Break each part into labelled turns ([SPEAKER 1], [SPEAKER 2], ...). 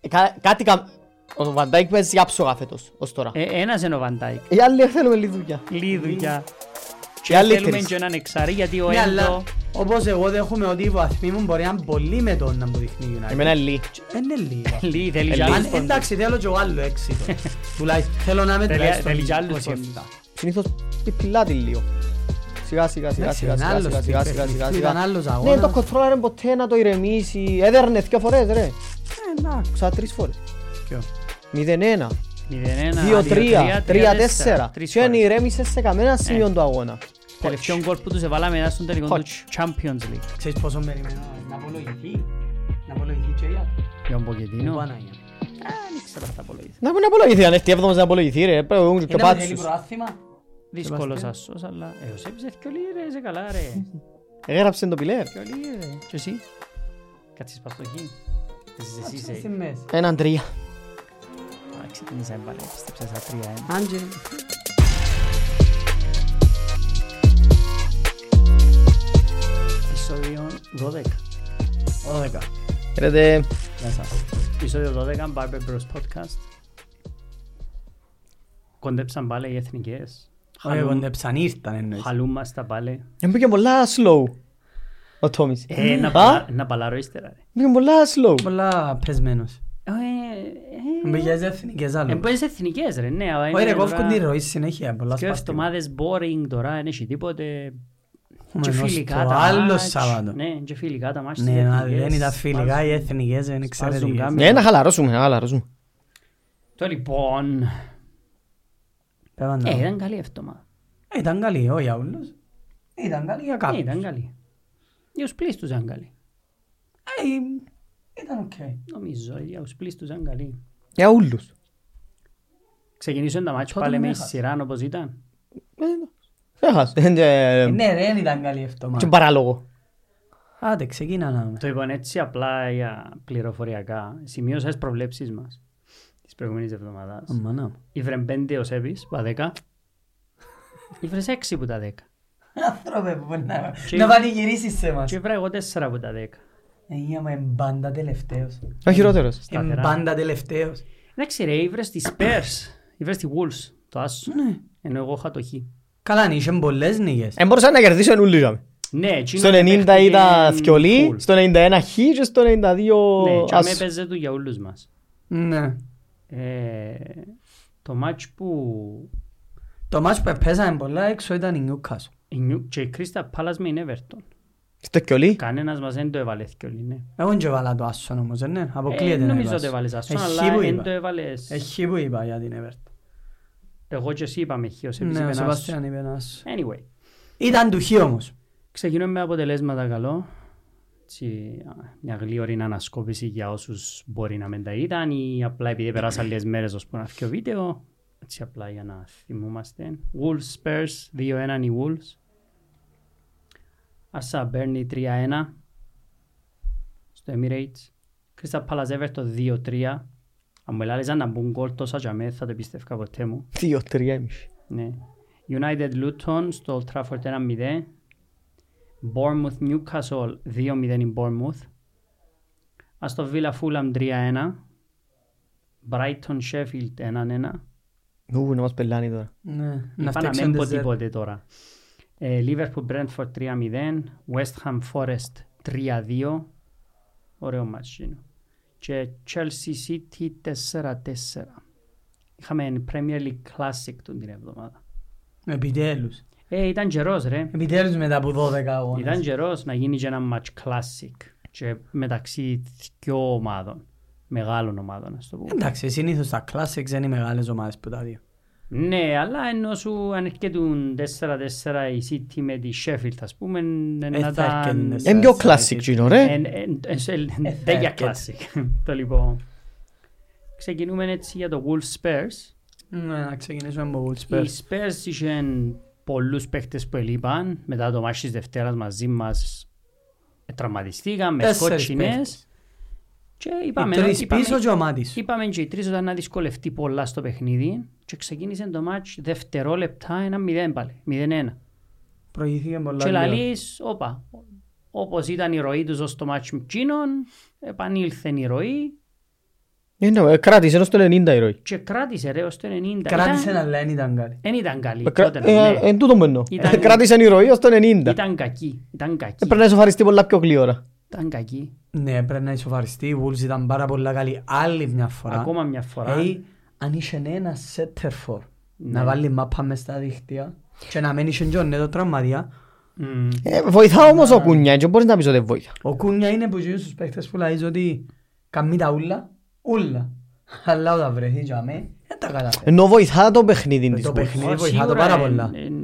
[SPEAKER 1] Ε, κα- κάτι κα... Ο Van Dijk παίζει για ψωγά φέτος, ως τώρα.
[SPEAKER 2] Ε, ένας είναι ο Van Dijk.
[SPEAKER 1] Οι άλλοι θέλουμε λιδούκια.
[SPEAKER 2] Λίδουκια.
[SPEAKER 1] Και οι άλλοι
[SPEAKER 2] Θέλουμε
[SPEAKER 1] τρεις.
[SPEAKER 2] και έναν εξάρι γιατί ο
[SPEAKER 3] Ναι, αλλά
[SPEAKER 2] Έλτο...
[SPEAKER 3] όπως εγώ δέχομαι ότι οι βαθμοί μου μπορεί να είναι πολύ με τον να μου δείχνει η United.
[SPEAKER 1] Εμένα είναι Lee.
[SPEAKER 3] Ε, Είναι λίγο.
[SPEAKER 2] Λί, θέλει
[SPEAKER 1] Ε, Λί.
[SPEAKER 2] και άλλους
[SPEAKER 3] Αν
[SPEAKER 2] πόντους.
[SPEAKER 3] εντάξει θέλω και εγώ άλλο έξι τώρα. Τουλάχιστον θέλω να είμαι
[SPEAKER 2] λοιπόν. Θέλει- θέλει κι
[SPEAKER 3] τουλάχιστον
[SPEAKER 2] άλλους
[SPEAKER 3] 27.
[SPEAKER 2] πόντους.
[SPEAKER 1] Συνήθως πι- πιλάτη λίγο. Σιγά σιγά σιγά
[SPEAKER 3] Εντάξει,
[SPEAKER 1] σιγά
[SPEAKER 3] είναι
[SPEAKER 1] σιγά
[SPEAKER 3] άλλος
[SPEAKER 1] σιγά σιγά
[SPEAKER 3] τύπος,
[SPEAKER 1] σιγά σιγά
[SPEAKER 3] ήταν άλλος
[SPEAKER 1] σιγά Ναι
[SPEAKER 3] αγώνας.
[SPEAKER 1] το κοντρόλαρε ποτέ να το ηρεμήσει Έδερνε δυο φορές ρε
[SPEAKER 3] Ε, εντάξει.
[SPEAKER 1] Ξα τρεις φορές
[SPEAKER 3] Ποιο.
[SPEAKER 1] 0-1
[SPEAKER 2] 0-1,
[SPEAKER 1] 2-3 3-4
[SPEAKER 2] τρεις
[SPEAKER 1] Και αν
[SPEAKER 2] φορές.
[SPEAKER 1] ηρέμησε σε
[SPEAKER 3] Ε.
[SPEAKER 1] κανένα σημείο του αγώνα
[SPEAKER 2] Τελευταίο γκολ που τους εβάλαμε ήταν στον τελικό του Champions League.
[SPEAKER 3] Ξέρεις πόσο περιμένω. Να απολογηθεί. Να απολογηθεί και η άλλη.
[SPEAKER 2] Γιον
[SPEAKER 3] Του
[SPEAKER 2] Πογκετίνο.
[SPEAKER 3] Παναγία.
[SPEAKER 2] Δεν ξέρω αυτά πολύ.
[SPEAKER 1] Να μην απολογηθεί αν έρθει έβδομος να απολογηθεί ρε Πρέπει να βγουν και
[SPEAKER 3] Είναι με θέλει
[SPEAKER 1] πάτσους
[SPEAKER 3] προάθλημα.
[SPEAKER 2] Δύσκολος άσος, αλλά... Ε, ο Σέπης έφυγε όλοι ρε, είσαι καλά ρε.
[SPEAKER 1] Έγραψε το πιλέρ
[SPEAKER 2] Και όλοι ρε. Και εσύ. Κάτσεις πας στο γη. Εσύ
[SPEAKER 3] Ας
[SPEAKER 2] είσαι.
[SPEAKER 3] είναι στη μέση.
[SPEAKER 1] Έναν τρία
[SPEAKER 2] Α, ξεκίνησα έβαλε, επιστρέψα στα τρία. ε.
[SPEAKER 3] Άντζε.
[SPEAKER 2] Επεισόδιο 12. 12.
[SPEAKER 1] Ρε
[SPEAKER 2] Γεια σας. Επεισόδιο 12, Barber Bros Podcast. Κοντέψαν πάλι οι εθνικές.
[SPEAKER 3] Όχι,
[SPEAKER 2] Χαλούν-
[SPEAKER 3] κοντεψαν ήρθαν εννοείς.
[SPEAKER 2] Χαλούν μας τα πάλι.
[SPEAKER 1] Ε, Μπήκε πολλά slow Ο Τόμις
[SPEAKER 2] Ε, να
[SPEAKER 1] Α,
[SPEAKER 2] παλα- Να παλαρώ ύστερα. ρε.
[SPEAKER 1] Μπήκε πολλά slow
[SPEAKER 3] Πολλά πεσμένος.
[SPEAKER 2] Ε, ε,
[SPEAKER 3] Μπήκε σε εθνικές άλλο.
[SPEAKER 2] ε, Εμπόδιες εθνικές ρε, ναι. αλλά
[SPEAKER 3] Όχι
[SPEAKER 2] είναι
[SPEAKER 3] ρε,
[SPEAKER 2] τώρα-
[SPEAKER 3] κόφκουν τη ροή συνέχεια. Πολλά
[SPEAKER 2] Δύο
[SPEAKER 3] σπάστημα.
[SPEAKER 2] εβδομάδες boring τώρα, δεν έχει τίποτε. Και
[SPEAKER 3] Έχουμε ενός
[SPEAKER 2] φιλικά
[SPEAKER 3] το
[SPEAKER 2] τα
[SPEAKER 3] άλλο
[SPEAKER 2] μάτς.
[SPEAKER 3] Σάββατο.
[SPEAKER 2] Ναι, και φιλικά τα μάτς.
[SPEAKER 3] Ναι,
[SPEAKER 2] στις
[SPEAKER 3] μα
[SPEAKER 2] εθνικές.
[SPEAKER 3] δεν ήταν φιλικά ε, οι
[SPEAKER 2] Σπάζουν.
[SPEAKER 3] εθνικές, είναι
[SPEAKER 2] σπάζουν
[SPEAKER 3] εξαιρετικές.
[SPEAKER 2] γάμια.
[SPEAKER 1] Ναι να χαλαρώσουμε να χαλαρώσουμε
[SPEAKER 2] Το λοιπόν...
[SPEAKER 3] Πέραν τα-
[SPEAKER 2] Ε, ήταν καλή η εβδομάδα.
[SPEAKER 3] Ε, Ήταν καλή, όχι για όλους. Ήταν καλή για
[SPEAKER 2] Ε,
[SPEAKER 3] κάποιους.
[SPEAKER 2] ήταν καλή. Για τους πλήστους ήταν καλή.
[SPEAKER 3] Ε, Ήταν οκ.
[SPEAKER 2] Νομίζω, για τους πλήστους ήταν καλή.
[SPEAKER 1] Για ούλους
[SPEAKER 2] Ξεκινήσουν τα μάτια
[SPEAKER 3] Τότε
[SPEAKER 2] πάλι με
[SPEAKER 3] έχασες.
[SPEAKER 2] σειρά όπως ήταν.
[SPEAKER 1] Έχασες
[SPEAKER 3] Ε,
[SPEAKER 1] Ε,
[SPEAKER 3] Ναι, ρε, δεν ήταν καλή η εβδομάδα.
[SPEAKER 1] Και παράλογο
[SPEAKER 3] Άντε, ξεκινάμε.
[SPEAKER 2] Το είπαν έτσι απλά για πληροφοριακά. Σημείωσα τις προβλέψεις μας της προηγούμενης εβδομάδας.
[SPEAKER 3] Μανά.
[SPEAKER 2] Ήβρε πέντε ο Σέβης, που τα δέκα. Ήβρες έξι που τα δέκα.
[SPEAKER 3] Άνθρωπε που μπορεί να
[SPEAKER 2] Και-
[SPEAKER 3] να πανηγυρίσεις σε μας.
[SPEAKER 2] Και ήβρα εγώ τέσσερα που τα δέκα.
[SPEAKER 3] Ε, Είμαι εμπάντα τελευταίος.
[SPEAKER 1] Ο χειρότερος
[SPEAKER 2] Σταθερά.
[SPEAKER 3] Εμπάντα Ε, τελευταίος.
[SPEAKER 2] Εντάξει ρε, ε, ήβρες τις Spurs, ήβρες τη Wolves, το άσο.
[SPEAKER 3] Ναι.
[SPEAKER 2] Ενώ εγώ είχα το χ.
[SPEAKER 3] Καλά, ναι, είχε πολλές νίκες.
[SPEAKER 1] Εν μπορούσαν Ε, να κερδίσουν ούλοι είχαμε.
[SPEAKER 2] Ναι, εκείνο
[SPEAKER 1] Στο
[SPEAKER 2] με
[SPEAKER 1] 90
[SPEAKER 2] παίχτηκε
[SPEAKER 1] ήταν
[SPEAKER 2] full.
[SPEAKER 1] θκιολί, στο 91 χ και στο
[SPEAKER 2] Ναι,
[SPEAKER 1] 92
[SPEAKER 2] και άμα
[SPEAKER 1] άσο.
[SPEAKER 2] έπαιζε του για όλους μας.
[SPEAKER 3] Ναι.
[SPEAKER 2] Ε, το μάτς που
[SPEAKER 3] Το μάτς που πέσαμε πολλά έξω ήταν η Newcastle.
[SPEAKER 2] η Νιου- και η Κρίστα Πάλας με την Everton.
[SPEAKER 1] Στο θκιολί.
[SPEAKER 2] Κανένας μας δεν το έβαλε θκιόλι, ναι.
[SPEAKER 3] Εγώ και βάλα το άσον όμως, ε, ναι.
[SPEAKER 2] Ε,
[SPEAKER 3] Αποκλείεται να
[SPEAKER 2] νομίζω
[SPEAKER 3] έβαλες.
[SPEAKER 2] ότι έβαλες αυτό,
[SPEAKER 3] Έχει
[SPEAKER 2] αλλά
[SPEAKER 3] που
[SPEAKER 2] δεν
[SPEAKER 3] είπα.
[SPEAKER 2] το έβαλες.
[SPEAKER 3] Έχει που είπα για την Everton.
[SPEAKER 2] Εγώ και εσύ είπαμε χ, ο Σεβής
[SPEAKER 3] Ναι, ο
[SPEAKER 2] είπε να σου.
[SPEAKER 3] Σεβαστιάν είπε να σου.
[SPEAKER 2] Anyway,
[SPEAKER 3] Ήταν του χι όμως.
[SPEAKER 2] ξεκινούμε με αποτελέσματα καλό. Έτσι, α, μια γλύωρη ανασκόπηση για όσους μπορεί να μην τα ήταν ή απλά επειδή περάσαν λίγες μέρες ώσπου να έρθει ο βίντεο. Έτσι απλά για να θυμούμαστε. Wolves Spurs, 2-1 οι Wolves. Ασά Μπέρνι 3-1 στο Emirates. Crystal Palace Everton 2-3. Αν μου ελάλεσαν να μπουν γκολ τόσα για μένα θα το πιστεύω ποτέ μου.
[SPEAKER 1] 2-3 εμείς.
[SPEAKER 2] Ναι. United Luton στο Old Trafford 1-0. Bournemouth Newcastle 2-0 in Bournemouth. Aston Villa Fulham 3-1. Brighton Sheffield 1-1.
[SPEAKER 1] Ου, να μας πελάνει τώρα.
[SPEAKER 3] Ναι. Να
[SPEAKER 2] Είπα να
[SPEAKER 3] φτιάξουν
[SPEAKER 2] μην πω
[SPEAKER 3] τις ζε-
[SPEAKER 2] τίποτε τώρα. Ε, Liverpool Brentford 3-0. West Ham Forest 3-2. Ωραίο μάτς είναι. Και Chelsea City 4-4. Είχαμε Premier League Classic τον την εβδομάδα.
[SPEAKER 3] Επιτέλους.
[SPEAKER 2] Ε, ήταν καιρός ρε.
[SPEAKER 3] Επιτέλους μετά από 12 αγώνες.
[SPEAKER 2] Ήταν καιρός να γίνει και ένα match classic και μεταξύ δυο ομάδων, μεγάλων ομάδων ας το πούμε.
[SPEAKER 3] Εντάξει, συνήθως τα classics είναι οι μεγάλες ομάδες που τα δύο.
[SPEAKER 2] Ναι, αλλά ενώ σου αν έρχεται 4-4 η City με τη Sheffield ας πούμε,
[SPEAKER 3] Ε,
[SPEAKER 2] να
[SPEAKER 3] θα
[SPEAKER 2] ήταν...
[SPEAKER 3] έρκεν-
[SPEAKER 1] Είναι πιο
[SPEAKER 3] Σας
[SPEAKER 1] classic
[SPEAKER 3] αρέσει.
[SPEAKER 1] κοινό
[SPEAKER 2] Ε, ναι.
[SPEAKER 1] ρε.
[SPEAKER 3] θα
[SPEAKER 2] Τέγια
[SPEAKER 3] έρκεν.
[SPEAKER 2] classic. Το λοιπόν. Ξεκινούμε έτσι για το Wolves Spurs.
[SPEAKER 3] Ναι, να ξεκινήσουμε με Wolves
[SPEAKER 2] Οι
[SPEAKER 3] Spurs.
[SPEAKER 2] Spurs είχαν πολλούς παίχτες που ελείπαν μετά το μάτς της Δευτέρας μαζί μας ε, τραυματιστήκαν με
[SPEAKER 3] Τέσσερις
[SPEAKER 2] σκοτσινές
[SPEAKER 3] παίκτες.
[SPEAKER 2] και
[SPEAKER 3] Οι
[SPEAKER 2] είπαμε,
[SPEAKER 3] τρεις
[SPEAKER 2] είπαμε,
[SPEAKER 3] πίσω και ο Μάτις.
[SPEAKER 2] είπαμε και οι τρεις όταν να δυσκολευτεί πολλά στο παιχνίδι και ξεκίνησε το μάτς δευτερόλεπτα ένα 0 πάλι, 0-1.
[SPEAKER 3] Προηγηθήκαν πολλά
[SPEAKER 2] Και
[SPEAKER 3] λίγο.
[SPEAKER 2] λαλείς, όπα, όπως ήταν η ροή τους ως το μάτς με εκείνον, επανήλθε η ροή
[SPEAKER 1] Ε, ναι, Κράτησε ως το 90 η ροή.
[SPEAKER 2] Και κράτησε ρε ως το 90.
[SPEAKER 3] Κράτησε
[SPEAKER 2] Ήταν-
[SPEAKER 3] να λέει ήταν κάτι.
[SPEAKER 2] Εν ήταν καλή
[SPEAKER 1] Ε, κρα-
[SPEAKER 2] τότε,
[SPEAKER 1] ε,
[SPEAKER 2] ναι.
[SPEAKER 1] Εν τούτο μου εννοώ.
[SPEAKER 2] Ήταν-
[SPEAKER 1] Ε, Κράτησε η ροή ως το 90.
[SPEAKER 2] Ήταν κακή, ήταν κακή,
[SPEAKER 1] Έπρεπε να ισοφαριστεί πολλά πιο γλύωρα.
[SPEAKER 2] ήταν κακή.
[SPEAKER 3] Ναι, πρέπει να ισοφαριστεί. Η Wolves ήταν πάρα πολλά καλή. Άλλη μια φορά.
[SPEAKER 2] Ακόμα μια φορά.
[SPEAKER 3] Ε, αν είχε ένα setter for
[SPEAKER 2] Ναι.
[SPEAKER 3] να βάλει μάπα μες στα δίχτυα και να μένει στον Τζον, το τραυματίας.
[SPEAKER 2] Μμμ.
[SPEAKER 1] Ε, Βοηθά όμως
[SPEAKER 3] Ναι.
[SPEAKER 1] ο Κούνια και μπορείς να πεις ότι βοηθά.
[SPEAKER 3] Ο Κούνια είναι που γίνει στους παίχτες που λαίζει ότι καμί τα ούλα, ούλα. Αλλά όταν βρεθεί για μέ, δεν τα καταφέρει.
[SPEAKER 1] Ενώ βοηθά το παιχνίδι της.
[SPEAKER 3] Ε, Το
[SPEAKER 1] Wolves.
[SPEAKER 3] παιχνίδι
[SPEAKER 2] Ω,
[SPEAKER 3] βοηθά το
[SPEAKER 2] σίγουρα
[SPEAKER 3] πάρα
[SPEAKER 2] εν-
[SPEAKER 3] πολλά.
[SPEAKER 2] εν-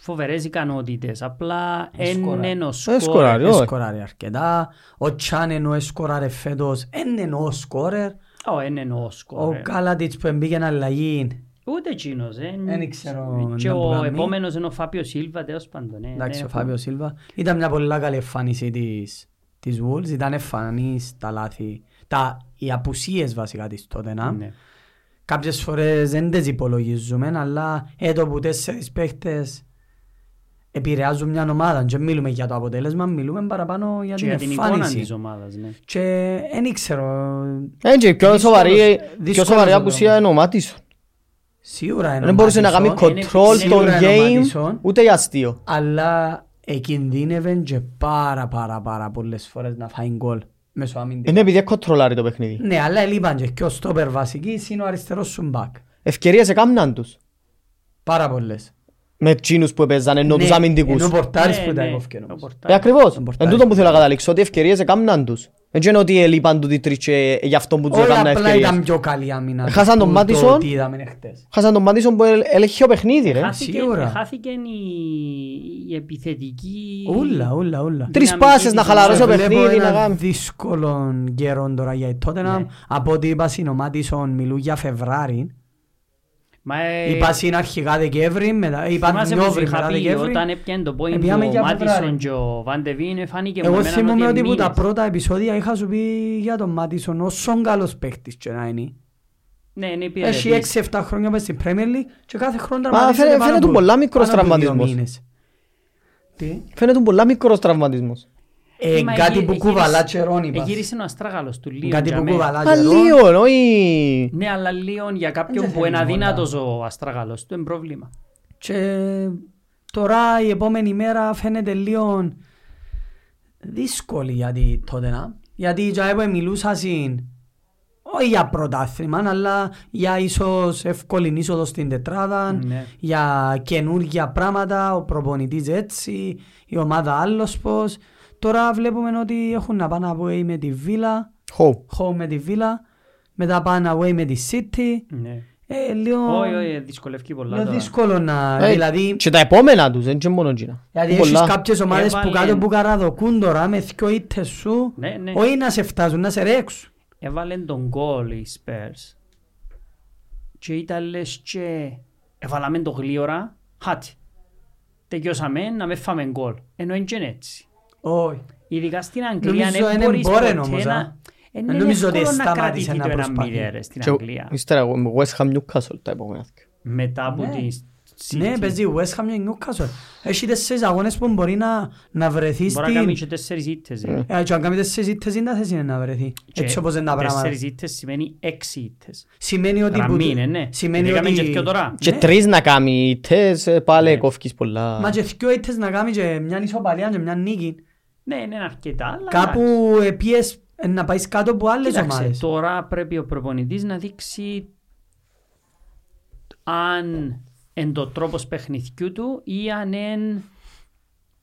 [SPEAKER 2] Φοβερές ικανότητες. Απλά
[SPEAKER 3] σκοράρει.
[SPEAKER 2] είναι ο
[SPEAKER 1] Ε, σκοράρει.
[SPEAKER 2] σκορ.
[SPEAKER 1] ωραία.
[SPEAKER 3] Εσκοράρει αρκετά. Ο Τσάν ενώ εσκοράρε φέτος, εν εννοώ σκόρερ.
[SPEAKER 2] Ω, είναι ο σκορ. ε.
[SPEAKER 3] Ο Κάλατιτς που εμπήκε αλλαγή.
[SPEAKER 2] Ούτε εκείνος. εν-
[SPEAKER 3] Εν ήξερα
[SPEAKER 2] Και
[SPEAKER 3] να που
[SPEAKER 2] ο
[SPEAKER 3] κάνει.
[SPEAKER 2] επόμενος είναι ο Φάπιο Σίλβα, τέλος πάντων. ε,
[SPEAKER 3] Εντάξει,
[SPEAKER 2] ναι,
[SPEAKER 3] ο Φάβιο Σίλβα. Ήταν μια πολύ καλή εμφάνιση της, της Wolves. Ήταν εμφανής τα λάθη, τα, οι απουσίες βασικά της τότε. Να.
[SPEAKER 2] ναι.
[SPEAKER 3] Κάποιες φορές δεν τις υπολογίζουμε, αλλά έτω που τέσσερις παίχτες επηρεάζουν μια ομάδα. Και μιλούμε για το αποτέλεσμα, μιλούμε παραπάνω για
[SPEAKER 2] Και
[SPEAKER 3] την,
[SPEAKER 2] για την εικόνα
[SPEAKER 3] εμφάνιση.
[SPEAKER 2] της ομάδας, ναι.
[SPEAKER 3] Και δεν ήξερα.
[SPEAKER 1] Ε, και η πιο
[SPEAKER 3] Δύσκολος-
[SPEAKER 1] σοβαρή- πιο
[SPEAKER 3] δύσκολος
[SPEAKER 1] σοβαρή
[SPEAKER 3] ο
[SPEAKER 1] απουσία
[SPEAKER 3] δρόμος.
[SPEAKER 1] είναι ο Μάτισον.
[SPEAKER 3] Σίγουρα είναι
[SPEAKER 1] Δεν μπορούσε να κάνει
[SPEAKER 3] ομάδισον,
[SPEAKER 2] είναι
[SPEAKER 1] control
[SPEAKER 2] σίγουρα
[SPEAKER 1] των
[SPEAKER 3] είναι
[SPEAKER 1] game
[SPEAKER 3] ομάδισον.
[SPEAKER 1] ούτε για αστείο.
[SPEAKER 3] Αλλά εκινδύνευε και πάρα πάρα πάρα πολλές φορές να φάει γκολ μέσω αμυντικών.
[SPEAKER 1] Είναι Ε, ναι, επειδή κοντρολάρει το παιχνίδι.
[SPEAKER 3] Ναι, αλλά έλειπαν και και ο στόπερ βασικής είναι ο αριστερός σου μπακ.
[SPEAKER 1] Ευκαιρίες έκαναν τους.
[SPEAKER 3] Πάρα πολλές.
[SPEAKER 1] Με εκείνους που έπαιζαν ενώ τους
[SPEAKER 3] Ναι,
[SPEAKER 1] αμυντικούς.
[SPEAKER 3] Ενώ πορτάρις
[SPEAKER 2] Ναι,
[SPEAKER 3] που τα
[SPEAKER 2] ναι,
[SPEAKER 3] έκοφκε
[SPEAKER 2] ο
[SPEAKER 3] όμως.
[SPEAKER 2] πορτάρις.
[SPEAKER 1] Ε, ακριβώς.
[SPEAKER 3] Τον
[SPEAKER 1] Εν
[SPEAKER 3] πορτάρι.
[SPEAKER 1] τούτο που θέλω να καταλήξω, ότι ευκαιρίες έκαναν τους. Δεν ξέρω ότι έλειπαν τούτοι τρεις και γι' αυτό που τους
[SPEAKER 3] Όχι
[SPEAKER 1] έκαναν
[SPEAKER 3] απλά ήταν
[SPEAKER 1] ευκαιρίες.
[SPEAKER 3] πιο καλή άμυνα.
[SPEAKER 1] Χάσαν τον
[SPEAKER 3] του,
[SPEAKER 1] Μάτισον.
[SPEAKER 3] Το τι είδαμε χτες.
[SPEAKER 1] Χάσαν τον Μάντισον που ελ- ελέγχει το παιχνίδι ρε.
[SPEAKER 2] Χάθηκε,
[SPEAKER 3] σίγουρα.
[SPEAKER 2] χάθηκε η, η επιθετική...
[SPEAKER 3] Ούλα, ούλα, ούλα.
[SPEAKER 2] Τρι-
[SPEAKER 1] Τρεις
[SPEAKER 2] δυναμική
[SPEAKER 1] πάσες να
[SPEAKER 2] της
[SPEAKER 1] χαλαρώσει το
[SPEAKER 2] ομάδας.
[SPEAKER 1] παιχνίδι να Ναι.
[SPEAKER 3] ένα
[SPEAKER 1] κάνει.
[SPEAKER 3] δύσκολο καιρό τώρα για τότε να... Από ό,τι είπα στην Μάτισον μιλούν για Φεβράρι.
[SPEAKER 2] Μα, ε,
[SPEAKER 3] Είπα στην αρχικά Δεκέμβρη, μετά είπα
[SPEAKER 2] θυμάσαι που σου
[SPEAKER 3] Νιόβρη
[SPEAKER 2] είχα
[SPEAKER 3] μετά
[SPEAKER 2] πει
[SPEAKER 3] Δεκέμβρη.
[SPEAKER 2] όταν έπιανε το point
[SPEAKER 3] Επήγαμε
[SPEAKER 2] του
[SPEAKER 3] για
[SPEAKER 2] Μάτισον
[SPEAKER 3] Φεβράρι.
[SPEAKER 2] και ο Βαντεβίνε φάνηκε με
[SPEAKER 3] Εγώ
[SPEAKER 2] εμένα
[SPEAKER 3] θυμούμαι ότι που τα
[SPEAKER 2] μήνες.
[SPEAKER 3] πρώτα επεισόδια είχα σου πει για τον Μάτισον όσον καλός παίχτης και να είναι.
[SPEAKER 2] Ναι, είναι
[SPEAKER 3] Έχει
[SPEAKER 2] υπηρετής.
[SPEAKER 3] 6-7 χρόνια μες στην Premier League και κάθε χρόνο
[SPEAKER 1] φαίνε-
[SPEAKER 3] τραυματίζεται
[SPEAKER 1] φαίνεται
[SPEAKER 3] πάνω από-
[SPEAKER 1] πολλά μικρός
[SPEAKER 3] πάνω από δύο
[SPEAKER 1] τραυματισμός.
[SPEAKER 3] μήνες. Τι?
[SPEAKER 1] Φαίνεται πολλά μικρός τραυματισμός.
[SPEAKER 3] Ε,
[SPEAKER 2] Μα
[SPEAKER 3] κάτι
[SPEAKER 2] εγύρι-
[SPEAKER 3] που
[SPEAKER 2] εγύρισε-
[SPEAKER 3] κουβαλά τσερόν είπα.
[SPEAKER 2] Εγύρισε ο Αστράγαλος του Λίον.
[SPEAKER 3] Κάτι
[SPEAKER 2] για
[SPEAKER 3] που
[SPEAKER 2] μέ.
[SPEAKER 3] κουβαλά
[SPEAKER 1] Α,
[SPEAKER 3] τσερόν.
[SPEAKER 1] λίγο, όχι.
[SPEAKER 2] Ναι, αλλά Λίον για κάποιον
[SPEAKER 3] Δεν
[SPEAKER 2] που είναι
[SPEAKER 3] θέλει πολλά.
[SPEAKER 2] αδύνατος ο Αστράγαλος του είναι πρόβλημα.
[SPEAKER 3] Και τώρα η επόμενη μέρα φαίνεται λίγο δύσκολη γιατί τότε να. Γιατί για έπρεπε μιλούσα συν όχι για πρωτάθλημα, αλλά για ίσως εύκολη είσοδος στην τετράδα,
[SPEAKER 2] Ναι.
[SPEAKER 3] για καινούργια πράγματα, ο προπονητής έτσι, η ομάδα άλλος πως. Τώρα βλέπουμε ότι έχουν να πάνε away με τη Βίλα,
[SPEAKER 1] Χω.
[SPEAKER 3] home με τη Βίλα, μετά πάνε away με τη City.
[SPEAKER 2] Ναι.
[SPEAKER 3] Ε, λίγο...
[SPEAKER 2] Όχι, όχι, δυσκολεύει πολλά
[SPEAKER 3] Είναι
[SPEAKER 2] τώρα.
[SPEAKER 3] δύσκολο να...
[SPEAKER 1] Ε,
[SPEAKER 3] δηλαδή,
[SPEAKER 1] Και τα επόμενα τους, δεν είναι μόνο εκείνα.
[SPEAKER 3] γιατί
[SPEAKER 1] Πολλά.
[SPEAKER 3] έχεις κάποιες ομάδες που
[SPEAKER 2] Έβαλε-
[SPEAKER 3] κάτω που καραδοκούν τώρα με δυο ήττες σου,
[SPEAKER 2] Ε, Ναι, ναι.
[SPEAKER 3] όχι να σε φτάσουν, να σε ρέξουν.
[SPEAKER 2] Έβαλε τον γκολ οι Spurs. Και ήταν λες και έβαλαμε το γλίωρα, χάτι. Τελειώσαμε να με φάμε γκολ. Ενώ είναι και έτσι.
[SPEAKER 3] Όχι.
[SPEAKER 2] Ειδικά στην Αγγλία
[SPEAKER 3] Νομίζω
[SPEAKER 2] δεν
[SPEAKER 3] είναι
[SPEAKER 2] μπορείς
[SPEAKER 3] εμπόρεν
[SPEAKER 2] ποτέ
[SPEAKER 3] όμως, α.
[SPEAKER 2] να... Ε, Είναι
[SPEAKER 3] Νομίζω ότι
[SPEAKER 2] εύκολο να
[SPEAKER 3] σταμάτησε
[SPEAKER 2] κρατηθεί
[SPEAKER 3] να
[SPEAKER 2] το ένα
[SPEAKER 3] προσπαθεί.
[SPEAKER 2] μηδέν, ρε, στην
[SPEAKER 1] Και
[SPEAKER 2] Αγγλία.
[SPEAKER 1] Ύστερα West Ham Newcastle τα επόμενα.
[SPEAKER 2] Μετά από
[SPEAKER 3] Ναι.
[SPEAKER 2] τη
[SPEAKER 3] Ναι,
[SPEAKER 2] City.
[SPEAKER 3] παίζει η West Ham και η Newcastle. Έχει τέσσερις αγώνες που μπορεί να, να βρεθείς
[SPEAKER 2] Μπορεί να κάνει
[SPEAKER 3] στην...
[SPEAKER 2] και τέσσερις ήττες. ε.
[SPEAKER 3] Ε, και αν κάνει τέσσερις ήττες είναι θέση είναι να βρεθεί. Έτσι
[SPEAKER 2] Και
[SPEAKER 3] όπως είναι τα πράγματα.
[SPEAKER 2] Τέσσερις ήττες σημαίνει έξι ήττες.
[SPEAKER 3] Σημαίνει ότι... που-
[SPEAKER 2] Γραμμή είναι, ναι.
[SPEAKER 3] Σημαίνει
[SPEAKER 2] Ειδικά με
[SPEAKER 3] ότι...
[SPEAKER 2] και δυο τώρα.
[SPEAKER 1] Και
[SPEAKER 3] Ναι.
[SPEAKER 1] τρεις να κάνει τες, ε, πάλι κόφκεις πολλά.
[SPEAKER 3] Μα και δυο ήττες να κάνει και μια ισοπαλία και μια νίκη.
[SPEAKER 2] Ναι, είναι αρκετά, αλλά...
[SPEAKER 3] Κάπου ε, πιες ε, να πάεις κάτω από άλλες
[SPEAKER 2] Κοίταξε,
[SPEAKER 3] ομάδες.
[SPEAKER 2] τώρα πρέπει ο προπονητής να δείξει αν εν το τρόπος παιχνιδιού του ή αν εν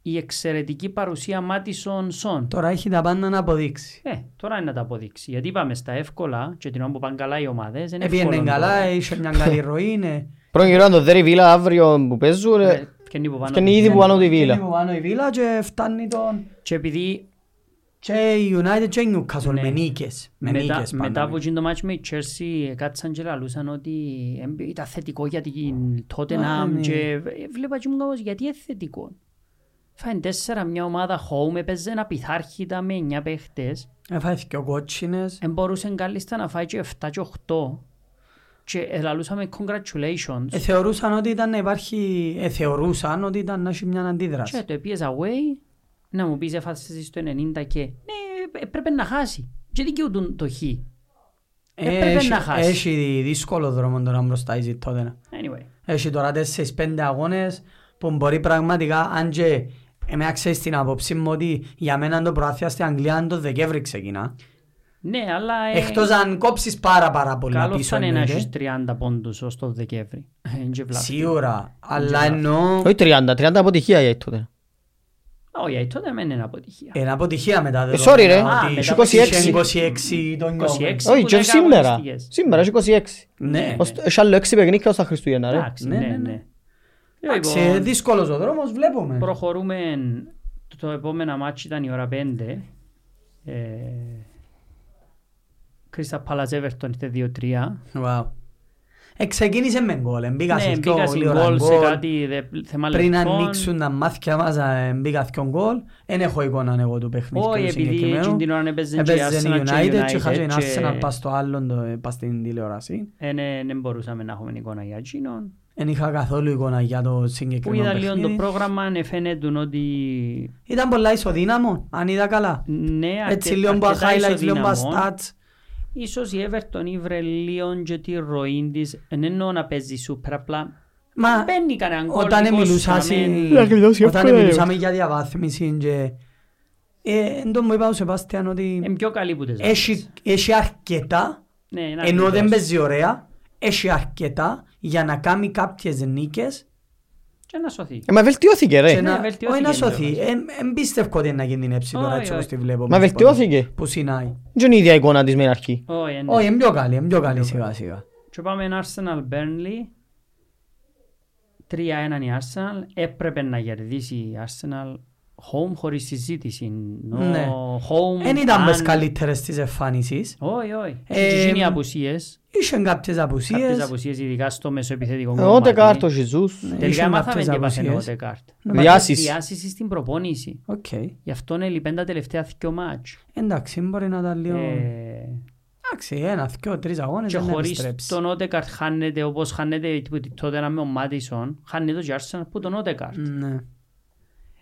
[SPEAKER 2] η εξαιρετική παρουσία Μάτισον Σον.
[SPEAKER 3] Τώρα έχει τα πάντα να αποδείξει.
[SPEAKER 2] Ε, τώρα είναι να τα αποδείξει. Γιατί είπαμε στα εύκολα και την ώρα που πάνε καλά οι ομάδες, είναι εύκολο.
[SPEAKER 3] Επίενε
[SPEAKER 2] να
[SPEAKER 3] Ε, καλά,
[SPEAKER 2] το-
[SPEAKER 3] είχε μια καλή ροή, ναι.
[SPEAKER 1] Πρώτον γύρω αν το δέρει βίλα αύριο που παίζουν, ε,
[SPEAKER 2] Ε, Φτιάχνει που πάνω.
[SPEAKER 1] φτιάχνει ήδη που πάνω τη
[SPEAKER 3] Είναι
[SPEAKER 1] βίλα.
[SPEAKER 3] που πάνω η Βίλα και φτάνει τον...
[SPEAKER 2] Και επειδή
[SPEAKER 3] Και η United και η Newcastle
[SPEAKER 2] Ναι.
[SPEAKER 3] με νίκες. Με
[SPEAKER 2] μετά,
[SPEAKER 3] νίκες
[SPEAKER 2] μετά
[SPEAKER 3] πάντα.
[SPEAKER 2] από εκείνο το μάτς με η Chelsea κάτσαν και λαλούσαν ότι εμ, ήταν θετικό για την
[SPEAKER 3] Α,
[SPEAKER 2] Tottenham
[SPEAKER 3] ναι.
[SPEAKER 2] και βλέπα και μου κάπως γιατί είναι θετικό. Φάνε τέσσερα μια ομάδα home, έπαιζε να πειθάρχητα με εννιά παίχτες,
[SPEAKER 3] Έφαγε Ε, και ο κότσινες.
[SPEAKER 2] δεν μπορούσε κάλλιστα να φάει και 7 και 8 και λαλούσαμε
[SPEAKER 3] Ε,
[SPEAKER 2] congratulations
[SPEAKER 3] θεωρούσαν ότι ήταν να υπάρχει... Ε, θεωρούσαν ότι ήταν να έχει μια
[SPEAKER 2] και
[SPEAKER 3] αντίδραση.
[SPEAKER 2] το πιέζα away να μου πεις έφασες εσύ στο 90 και ναι ε, έπρεπε να χάσει και δικαιούτουν το χ. Έπρεπε
[SPEAKER 3] Έχει-
[SPEAKER 2] να χάσει.
[SPEAKER 3] Έχει δύσκολο δρόμο τώρα μπροστά η τότε.
[SPEAKER 2] Anyway,
[SPEAKER 3] Έχει τώρα τέσσερις πέντε αγώνες που μπορεί πραγματικά, αν και εμένα ξέρεις την άποψή μου ότι για μένα το προάθεια στην Αγγλία το Δεκέμβρη ξεκινά.
[SPEAKER 2] ναι, αλλά ε,
[SPEAKER 3] Εκτός αν κόψεις πάρα πάρα πολλά
[SPEAKER 2] καλό
[SPEAKER 3] πίσω
[SPEAKER 2] θα είναι να
[SPEAKER 3] εννοείται.
[SPEAKER 2] έχεις 30 πόντους ως το Δεκέμβρη. Είναι και βλάβη.
[SPEAKER 3] Σίγουρα, αλλά εννοώ
[SPEAKER 1] Όχι 30, 30 αποτυχία για τότε.
[SPEAKER 2] Όχι, ε, τότε δεν είναι αποτυχία.
[SPEAKER 3] είναι αποτυχία μετά
[SPEAKER 1] Ε,
[SPEAKER 3] δεδομένα
[SPEAKER 1] sorry, ρε.
[SPEAKER 2] Α,
[SPEAKER 3] ότι
[SPEAKER 2] μετά
[SPEAKER 1] 26.
[SPEAKER 3] είχε 26 τον
[SPEAKER 2] 26.
[SPEAKER 1] Όχι,
[SPEAKER 2] που
[SPEAKER 1] και
[SPEAKER 2] δέκα
[SPEAKER 1] σήμερα.
[SPEAKER 2] αγωνιστικές.
[SPEAKER 1] Σήμερα έχει 26.
[SPEAKER 3] Ναι,
[SPEAKER 1] Ως- ε, Έχει άλλο 6 παιχνίδια ως τα Χριστούγεννα, ρε.
[SPEAKER 2] Εντάξει,
[SPEAKER 3] Ναι,
[SPEAKER 2] ναι,
[SPEAKER 3] ναι,
[SPEAKER 2] ναι.
[SPEAKER 3] ναι. εντάξει, ε,
[SPEAKER 2] Λοιπόν,
[SPEAKER 3] δύσκολος ο δρόμος, βλέπουμε.
[SPEAKER 2] προχωρούμε. Το επόμενο μάτσι ήταν η ώρα 5. Ε, Κρίστα Πάλας Εύερτον ήρθε 2-3.
[SPEAKER 3] Wow. Ε, ξεκίνησε με γκολ, εμπήκα
[SPEAKER 2] Ναι,
[SPEAKER 3] σε δυο
[SPEAKER 2] μπήκα στην
[SPEAKER 3] γλύωρα
[SPEAKER 2] γκολ σε
[SPEAKER 3] γκολ.
[SPEAKER 2] κάτι δε- θέμα
[SPEAKER 3] Πριν
[SPEAKER 2] λεπτών.
[SPEAKER 3] ανοίξουν τα μάτια μας, ε, μπήκα δυο γκολ. Εν έχω εικόνα εγώ του παιχνιδιού
[SPEAKER 2] Όχι, επειδή
[SPEAKER 3] συγκεκριμένου.
[SPEAKER 2] εκείνη την ώρα έπαιζε και η
[SPEAKER 3] Έπαιζε η
[SPEAKER 2] Arsenal και η
[SPEAKER 3] United και είχα και η
[SPEAKER 2] United
[SPEAKER 3] Arsenal
[SPEAKER 2] και-
[SPEAKER 3] πας στο άλλον, το- ε, πας στην τηλεόραση.
[SPEAKER 2] Ε, ναι, Δεν μπορούσαμε να έχουμε εικόνα για εκείνον.
[SPEAKER 3] Εν είχα καθόλου εικόνα για το
[SPEAKER 2] Που
[SPEAKER 3] συγκεκριμένο
[SPEAKER 2] είδα λίγο το
[SPEAKER 3] παιχνίδι.
[SPEAKER 2] πρόγραμμα, ε, φαίνεται ότι
[SPEAKER 3] Ήταν πολλά ισοδύναμο, αν είδα καλά.
[SPEAKER 2] ναι,
[SPEAKER 3] Έτσι
[SPEAKER 2] αρκε-
[SPEAKER 3] λίγο που
[SPEAKER 2] αρκετά
[SPEAKER 3] highlights, λίγο που
[SPEAKER 2] ισοδυναμό.
[SPEAKER 3] stats.
[SPEAKER 2] Ίσως η Everton ήβρε λίγο και τη ροή της. Εν εννοώ να παίζει σούπερ, απλά
[SPEAKER 3] Μα
[SPEAKER 2] μπαίνει κανέναν γκολ.
[SPEAKER 3] όταν
[SPEAKER 2] είκοσι
[SPEAKER 3] μιλούσα
[SPEAKER 2] γραμμένοι.
[SPEAKER 1] Να κλειδώσει
[SPEAKER 3] όταν
[SPEAKER 1] εύκολα, ρε.
[SPEAKER 3] μιλούσαμε για διαβάθμιση και... Ε, εν τω μου είπα ο Σεβάστιαν ότι...
[SPEAKER 2] Είναι πιο καλή που τις άλλες.
[SPEAKER 3] έχει, έχει αρκετά,
[SPEAKER 2] Ναι, είναι
[SPEAKER 3] ενώ Ε, δεν
[SPEAKER 2] ακριβώς.
[SPEAKER 3] παίζει ωραία, έχει αρκετά για να κάνει κάποιες νίκες
[SPEAKER 2] Και να σωθεί.
[SPEAKER 1] Ε, Μα βελτιώθηκε,
[SPEAKER 3] και
[SPEAKER 1] ρε.
[SPEAKER 2] ναι,
[SPEAKER 3] να,
[SPEAKER 2] βελτιώθηκε
[SPEAKER 3] όχι να
[SPEAKER 2] η
[SPEAKER 3] σωθεί.
[SPEAKER 2] Ευρώπη.
[SPEAKER 3] Εν εν πίστευκω ότι να κινδυνεύσει τώρα
[SPEAKER 2] Όχι,
[SPEAKER 3] έτσι όπως
[SPEAKER 2] όχι.
[SPEAKER 3] τη βλέπω.
[SPEAKER 1] Μα βελτιώθηκε.
[SPEAKER 3] Που συνάει.
[SPEAKER 1] Δεν είναι η ίδια εικόνα της με την αρχή.
[SPEAKER 2] Όχι, ε, ναι.
[SPEAKER 3] Όχι, είναι πιο καλή, είναι πιο καλή σιγά σιγά.
[SPEAKER 2] Και πάμε ένα Arsenal Burnley. 3-1 η Arsenal. e Έπρεπε να κερδίσει η Arsenal home χωρίς συζήτηση. No,
[SPEAKER 3] Ναι.
[SPEAKER 2] home,
[SPEAKER 3] Δεν ήταν μες
[SPEAKER 2] αν-
[SPEAKER 3] καλύτερες της εμφάνισης.
[SPEAKER 2] Όχι, όχι.
[SPEAKER 3] Ε,
[SPEAKER 2] Και γίνει απουσίες.
[SPEAKER 3] Είχε κάποιες
[SPEAKER 2] Κάποιες
[SPEAKER 3] απουσίες.
[SPEAKER 2] απουσίες ειδικά στο μεσοεπιθετικό
[SPEAKER 1] Ε, Ούτε
[SPEAKER 2] κομμάτι.
[SPEAKER 1] κάρτος, Ιησούς.
[SPEAKER 2] Τελικά
[SPEAKER 3] Είχε
[SPEAKER 2] μάθαμε
[SPEAKER 3] κάποιες
[SPEAKER 2] τι έπαθε ο
[SPEAKER 3] απουσίες.
[SPEAKER 2] Οδεκάρτ.
[SPEAKER 1] Ναι. Διάσεις.
[SPEAKER 2] Διάσεις στην προπόνηση.
[SPEAKER 3] Οκ.
[SPEAKER 2] Γι' αυτό είναι λυπέν τα τελευταία δυο μάτς.
[SPEAKER 3] Εντάξει, μπορεί να ήταν λίγο...
[SPEAKER 2] Ε,
[SPEAKER 3] Εντάξει, ένα, δυο, τρεις αγώνες
[SPEAKER 2] και
[SPEAKER 3] δεν
[SPEAKER 2] χωρίς
[SPEAKER 3] επιστρέψει.
[SPEAKER 2] τον Οδεκάρτ χάνεται όπως χάνεται τότε να με ο Μάτισον, χάνεται και η Arsenal που τον Οδεκάρτ.
[SPEAKER 3] Ναι.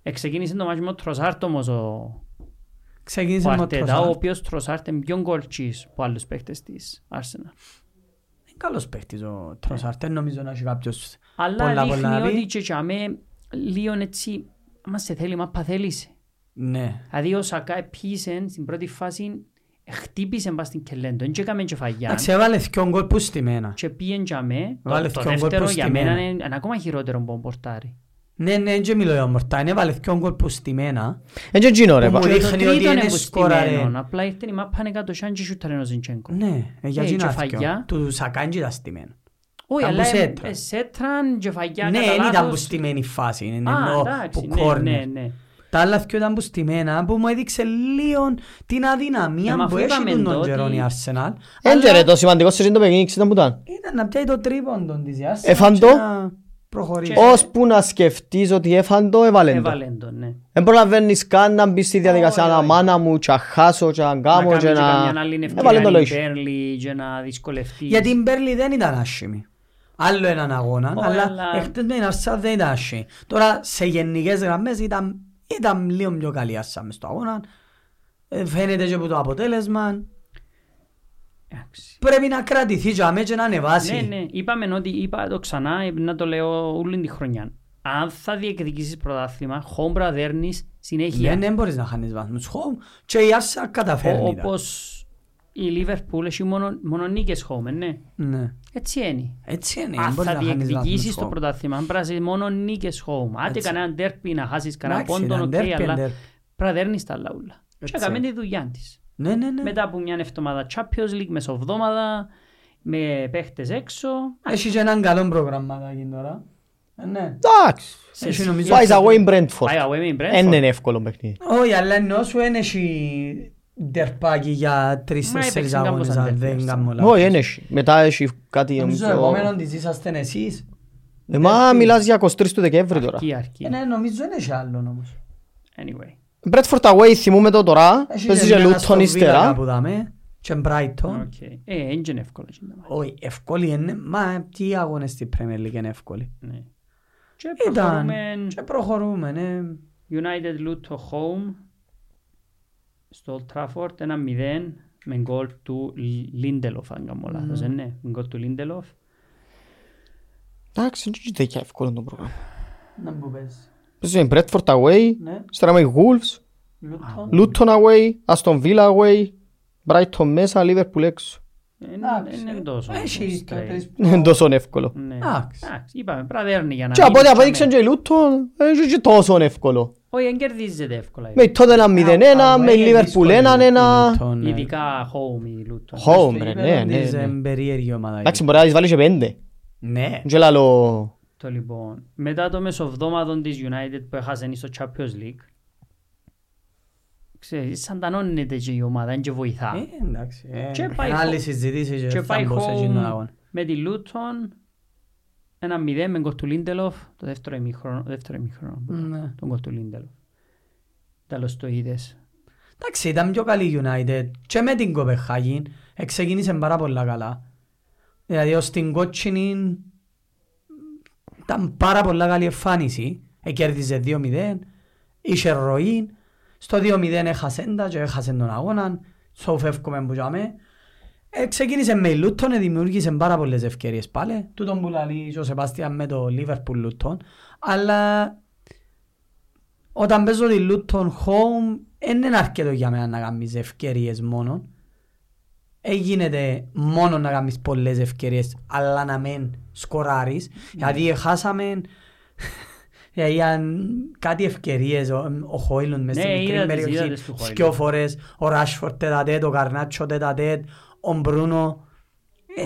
[SPEAKER 2] Εξεκίνησε το μάτς με ο Τροσάρτ όμως ο ο
[SPEAKER 3] Ξεκίνησε με το
[SPEAKER 2] Αρτέτα, ο
[SPEAKER 3] Trossard.
[SPEAKER 2] οποίος Τροσάρτ είναι πιο γκολτσής από άλλους παίχτες της Arsenal.
[SPEAKER 3] Είναι καλός παίχτης ο Τροσάρτ, δεν νομίζω να έχει κάποιος
[SPEAKER 2] Αλλά
[SPEAKER 3] πολλά πολλά
[SPEAKER 2] δείχνει
[SPEAKER 3] να
[SPEAKER 2] ότι
[SPEAKER 3] πει.
[SPEAKER 2] και τσάμε λίγο έτσι, άμα σε θέλει, μα παθέλησε.
[SPEAKER 3] Ναι.
[SPEAKER 2] Δηλαδή ο Σακά πίσε στην πρώτη φάση, χτύπησε μπας στην Κελέντο, δεν έκαμε και φαγιά.
[SPEAKER 3] Εντάξει, έβαλε δυο γκολ που στη μένα.
[SPEAKER 2] Και πήγαινε για με,
[SPEAKER 3] Βάλε
[SPEAKER 2] το, το
[SPEAKER 3] δυο γκολ
[SPEAKER 2] δεύτερο
[SPEAKER 3] προς
[SPEAKER 2] για
[SPEAKER 3] τη
[SPEAKER 2] μένα
[SPEAKER 3] μένα.
[SPEAKER 2] είναι, είναι ακόμα χειρότερο από πορτάρι.
[SPEAKER 3] Ναι, ναι, δεν μιλώ για ομορτά. Είναι έβαλε δυο γκολ που στη μένα.
[SPEAKER 1] Ε, και εκείνο, ρε.
[SPEAKER 3] Μου
[SPEAKER 1] πα.
[SPEAKER 2] Και το
[SPEAKER 3] δείχνει ότι
[SPEAKER 2] τρίτο είναι
[SPEAKER 3] είναι
[SPEAKER 2] που
[SPEAKER 3] σκόραρε.
[SPEAKER 2] στημένο, απλά ήρθε η μάπα είναι κάτω σαν και σούταρε ο Ζιντσέγκο.
[SPEAKER 3] Ναι, ε, για
[SPEAKER 2] Ναι,
[SPEAKER 3] εκείνα
[SPEAKER 2] και φαγιά.
[SPEAKER 3] δυο. Του Σακάν ήταν στη μένα.
[SPEAKER 2] Όχι,
[SPEAKER 3] ήταν
[SPEAKER 2] αλλά
[SPEAKER 3] που
[SPEAKER 2] ε-
[SPEAKER 3] σέτρα.
[SPEAKER 2] ε, σέτραν και φαγιά
[SPEAKER 3] Ναι,
[SPEAKER 2] κατά
[SPEAKER 3] δεν ήταν που
[SPEAKER 2] λάθος.
[SPEAKER 3] στη μένη φάση. Είναι
[SPEAKER 2] Α,
[SPEAKER 3] εννοώ
[SPEAKER 2] εντάξει,
[SPEAKER 3] που
[SPEAKER 2] ναι, ναι,
[SPEAKER 3] κόρνερ.
[SPEAKER 2] ναι.
[SPEAKER 3] Τα άλλα δυο ήταν που στη μένα που μου έδειξε λίγο την
[SPEAKER 2] Ε, μα
[SPEAKER 3] αδυναμία που
[SPEAKER 2] αφού
[SPEAKER 3] έχει
[SPEAKER 2] είπαμε
[SPEAKER 3] τον
[SPEAKER 2] τότε-
[SPEAKER 3] Τζερόν η Arsenal.
[SPEAKER 1] Εν και
[SPEAKER 3] Αλλά
[SPEAKER 1] ρε, το σημαντικό σε το παιχνίδι ήταν που ήταν.
[SPEAKER 3] Ήταν να πιάει το τρίποντον της η Arsenal
[SPEAKER 1] Έφαν
[SPEAKER 3] και
[SPEAKER 1] το.
[SPEAKER 3] να προχωρήσει.
[SPEAKER 1] Ώσπου να σκεφτείς ότι έφαν το, έβαλεν το.
[SPEAKER 2] Έβαλεν τον, ναι.
[SPEAKER 1] Δεν προλαβαίνεις καν να μπεις στη διαδικασία
[SPEAKER 2] Όχι,
[SPEAKER 1] να
[SPEAKER 2] όχι.
[SPEAKER 1] μάνα μου, και να χάσω, και να
[SPEAKER 2] Να
[SPEAKER 1] κάνω,
[SPEAKER 2] κάνει
[SPEAKER 1] και
[SPEAKER 2] και καμιά
[SPEAKER 1] να...
[SPEAKER 2] άλλη ε.
[SPEAKER 1] Έβαλεν Ε, το
[SPEAKER 2] ευκαιρία η
[SPEAKER 1] λόγιο.
[SPEAKER 2] Μπέρλι και να δυσκολευτείς.
[SPEAKER 3] Για την Μπέρλι δεν ήταν άσχημη. Άλλο έναν αγώνα,
[SPEAKER 2] Ω, αλλά-
[SPEAKER 3] αλλά εκτός με την Αρσά δεν ήταν άσχημη. Τώρα σε γενικές γραμμές ήταν, ήταν λίγο πιο καλή η Αρσά μες στο αγώνα. Ε, Φαίνεται και από το αποτέλεσμα.
[SPEAKER 2] Εντάξει.
[SPEAKER 3] Πρέπει να κρατηθεί και αμέ και να ανεβάσει.
[SPEAKER 2] Ναι, ναι. Είπαμε ότι, είπα το ξανά, ε, να το λέω όλη τη χρονιά. Αν θα διεκδικήσεις πρωτάθλημα, χόμπρα δέρνεις συνέχεια.
[SPEAKER 3] Ναι, ναι, μπορείς να χάνεις βαθμούς. Χω, και η Αρσά
[SPEAKER 2] Ο-
[SPEAKER 3] καταφέρνει. τα.
[SPEAKER 2] Όπως η Λίβερπουλ έχει μόνο, μόνο νίκες χόμπεν, ναι.
[SPEAKER 3] Ναι.
[SPEAKER 2] Έτσι είναι.
[SPEAKER 3] Έτσι είναι,
[SPEAKER 2] Αν
[SPEAKER 3] δεν μπορείς
[SPEAKER 2] θα
[SPEAKER 3] να χάνεις
[SPEAKER 2] διεκδικήσεις
[SPEAKER 3] βαθμούς.
[SPEAKER 2] το
[SPEAKER 3] χω.
[SPEAKER 2] πρωτάθλημα, αν πράσεις μόνο νίκες home, άντε
[SPEAKER 3] Έτσι.
[SPEAKER 2] κανέναν τέρπι να χάσεις κανέναν
[SPEAKER 3] Εντάξει,
[SPEAKER 2] πόντον,
[SPEAKER 3] έναν
[SPEAKER 2] οκ,
[SPEAKER 3] derby,
[SPEAKER 2] αλλά
[SPEAKER 3] derby.
[SPEAKER 2] πραδέρνεις τα λαούλα. Και
[SPEAKER 3] Έτσι.
[SPEAKER 2] έκαμε τη δουλειά της.
[SPEAKER 3] Ναι, ναι, ναι.
[SPEAKER 2] Μετά από μια εβδομάδα Champions League, μεσοβδόμαδα, με παίχτες έξω,
[SPEAKER 3] Έχεις και έναν καλό προγραμματάκι τώρα. Ε, Ναι.
[SPEAKER 1] Εντάξει.
[SPEAKER 3] Έχει νομίζω...
[SPEAKER 1] Πάει away in Brentford.
[SPEAKER 2] πάει away με η Brentford.
[SPEAKER 1] Εν είναι εύκολο παιχνίδι.
[SPEAKER 3] Όχι, αλλά ενώ σου δεν έχει ντερπάκι για
[SPEAKER 2] Μα
[SPEAKER 3] τρεις-τέσσερις
[SPEAKER 2] έπαιξε
[SPEAKER 3] αγώνες,
[SPEAKER 2] κάπως
[SPEAKER 3] αν δεν
[SPEAKER 2] αντέρπιξε.
[SPEAKER 3] κάνω λάθος.
[SPEAKER 1] Όχι, εν έχει. Μετά έχει κάτι
[SPEAKER 3] Νομίζω το
[SPEAKER 1] νομίζω...
[SPEAKER 3] επόμενο της ήσασταν εσείς.
[SPEAKER 1] Ε, Μα μιλάς για 23 του Δεκέμβρη τώρα.
[SPEAKER 2] Αρκεί, αρκεί.
[SPEAKER 3] Ε, ναι, νομίζω δεν έχει άλλον όμως.
[SPEAKER 2] Anyway.
[SPEAKER 1] Brentford away θυμούμε το τώρα.
[SPEAKER 3] Έχει
[SPEAKER 1] Παίζει
[SPEAKER 3] και
[SPEAKER 1] και
[SPEAKER 3] ένα στο
[SPEAKER 1] Luton
[SPEAKER 3] Villa
[SPEAKER 1] ύστερα.
[SPEAKER 3] κάπου δάμε, και Brighton.
[SPEAKER 2] Οκ. Ε, δεν είναι εύκολο. είναι, μα.
[SPEAKER 3] Όχι, εύκολη είναι, μα ε, τι αγώνες στην Premier League είναι εύκολη.
[SPEAKER 2] Ναι. Και
[SPEAKER 3] Ήταν,
[SPEAKER 2] προχωρούμε
[SPEAKER 3] και προχωρούμε, ναι.
[SPEAKER 2] United Luton Home στο Old Trafford 1-0 με γκολ του Λίντελοφ, αν κάνω λάθος, ε, ναι, με γκολ του Λίντελοφ.
[SPEAKER 1] Εντάξει, δεν είναι και εύκολο το πρόγραμμα.
[SPEAKER 3] Να μου πες.
[SPEAKER 1] Παίζει με Bradford away,
[SPEAKER 3] Ναι,
[SPEAKER 1] ύστερα με Wolves,
[SPEAKER 3] Λούτον.
[SPEAKER 1] Luton away, Aston Villa away, Brighton μέσα, Liverpool έξω.
[SPEAKER 2] Ε,
[SPEAKER 3] Εντάξει.
[SPEAKER 2] Είναι τόσο.
[SPEAKER 3] Έχει
[SPEAKER 2] straight.
[SPEAKER 3] τρεις-
[SPEAKER 1] Δεν είναι τόσο εύκολο.
[SPEAKER 2] Ναι.
[SPEAKER 3] Εντάξει.
[SPEAKER 2] Εντάξει, Είπαμε, πραδέρνει για να
[SPEAKER 1] Και από ό,τι
[SPEAKER 2] μείνεις,
[SPEAKER 1] απέδειξαν
[SPEAKER 2] τσάμε.
[SPEAKER 1] και η Luton, δεν είναι και τόσο εύκολο.
[SPEAKER 2] Όχι, δεν κερδίζεται εύκολα. η
[SPEAKER 1] Με τότε ένα 0-1, με
[SPEAKER 3] είναι ε, δύσκολη
[SPEAKER 1] Liverpool 1-1.
[SPEAKER 3] η Luton,
[SPEAKER 2] Λούτον.
[SPEAKER 3] ναι.
[SPEAKER 2] Ειδικά home η Λούτον.
[SPEAKER 1] Home,
[SPEAKER 3] Στο
[SPEAKER 1] ρε,
[SPEAKER 3] γήπεδο
[SPEAKER 1] ναι,
[SPEAKER 3] της,
[SPEAKER 1] ναι, ναι.
[SPEAKER 3] εμ, περίεργη ομάδα.
[SPEAKER 1] Εντάξει, μπορεί να τις βάλεις και πέντε.
[SPEAKER 3] Ναι.
[SPEAKER 1] Και λαλό...
[SPEAKER 2] Το λοιπόν, μετά το μεσοβδόματο της United που έχασε στο Champions League, ξέρεις, σαντανώνεται και η ομάδα, δεν και βοηθά.
[SPEAKER 3] Ε, Εντάξει. ε,
[SPEAKER 2] Και πάει
[SPEAKER 3] Άλλη
[SPEAKER 2] home.
[SPEAKER 3] συζήτηση και
[SPEAKER 2] και πάει
[SPEAKER 3] θα μπω σε
[SPEAKER 2] home
[SPEAKER 3] εκείνον αγώνα.
[SPEAKER 2] με τη Λούτον, ένα μηδέν με γκολ του Λίντελοφ, το δεύτερο ημιχρόνο, δεύτερο ημιχρόνο,
[SPEAKER 3] Ναι.
[SPEAKER 2] τον γκολ του Λίντελοφ. Τέλος το είδες.
[SPEAKER 3] Εντάξει, ήταν πιο καλή η United και με την Κοπεχάγη ξεκίνησε πάρα πολλά καλά. Δηλαδή ως την κότσινη ήταν πάρα πολλά καλή εμφάνιση. Ε, Εκέρδιζε 2-0, είχε ροή. Στο 2-0 έχασε τα και έχασε τον αγώνα. Στο φεύγουμε που γιάμε. Ε, ξεκίνησε με η Λούτον, ε, δημιούργησε πάρα πολλές ευκαιρίες πάλι. Τούτον που λαλεί και ο Σεπάστιαν με το Λίβερπουλ Λούτον. Αλλά όταν παίζω τη Luton Home δεν είναι αρκετό για μένα να κάνεις ευκαιρίες μόνο. Ε, γίνεται μόνο να κάνεις πολλές ευκαιρίες αλλά να μην σκοράρεις.
[SPEAKER 2] Ναι.
[SPEAKER 3] Γιατί χάσαμε γιατί αν κάτι ευκαιρίες ο, ο Χόιλουν μες στην
[SPEAKER 2] Ναι, είδα
[SPEAKER 3] μικρή
[SPEAKER 2] τις, είδα
[SPEAKER 3] περιοχή
[SPEAKER 2] τις του Χόιλουντ.
[SPEAKER 3] δυο φορές ο Ράσφορτ τετατέτ, ο Καρνάτσο τετατέτ, ο Μπρούνο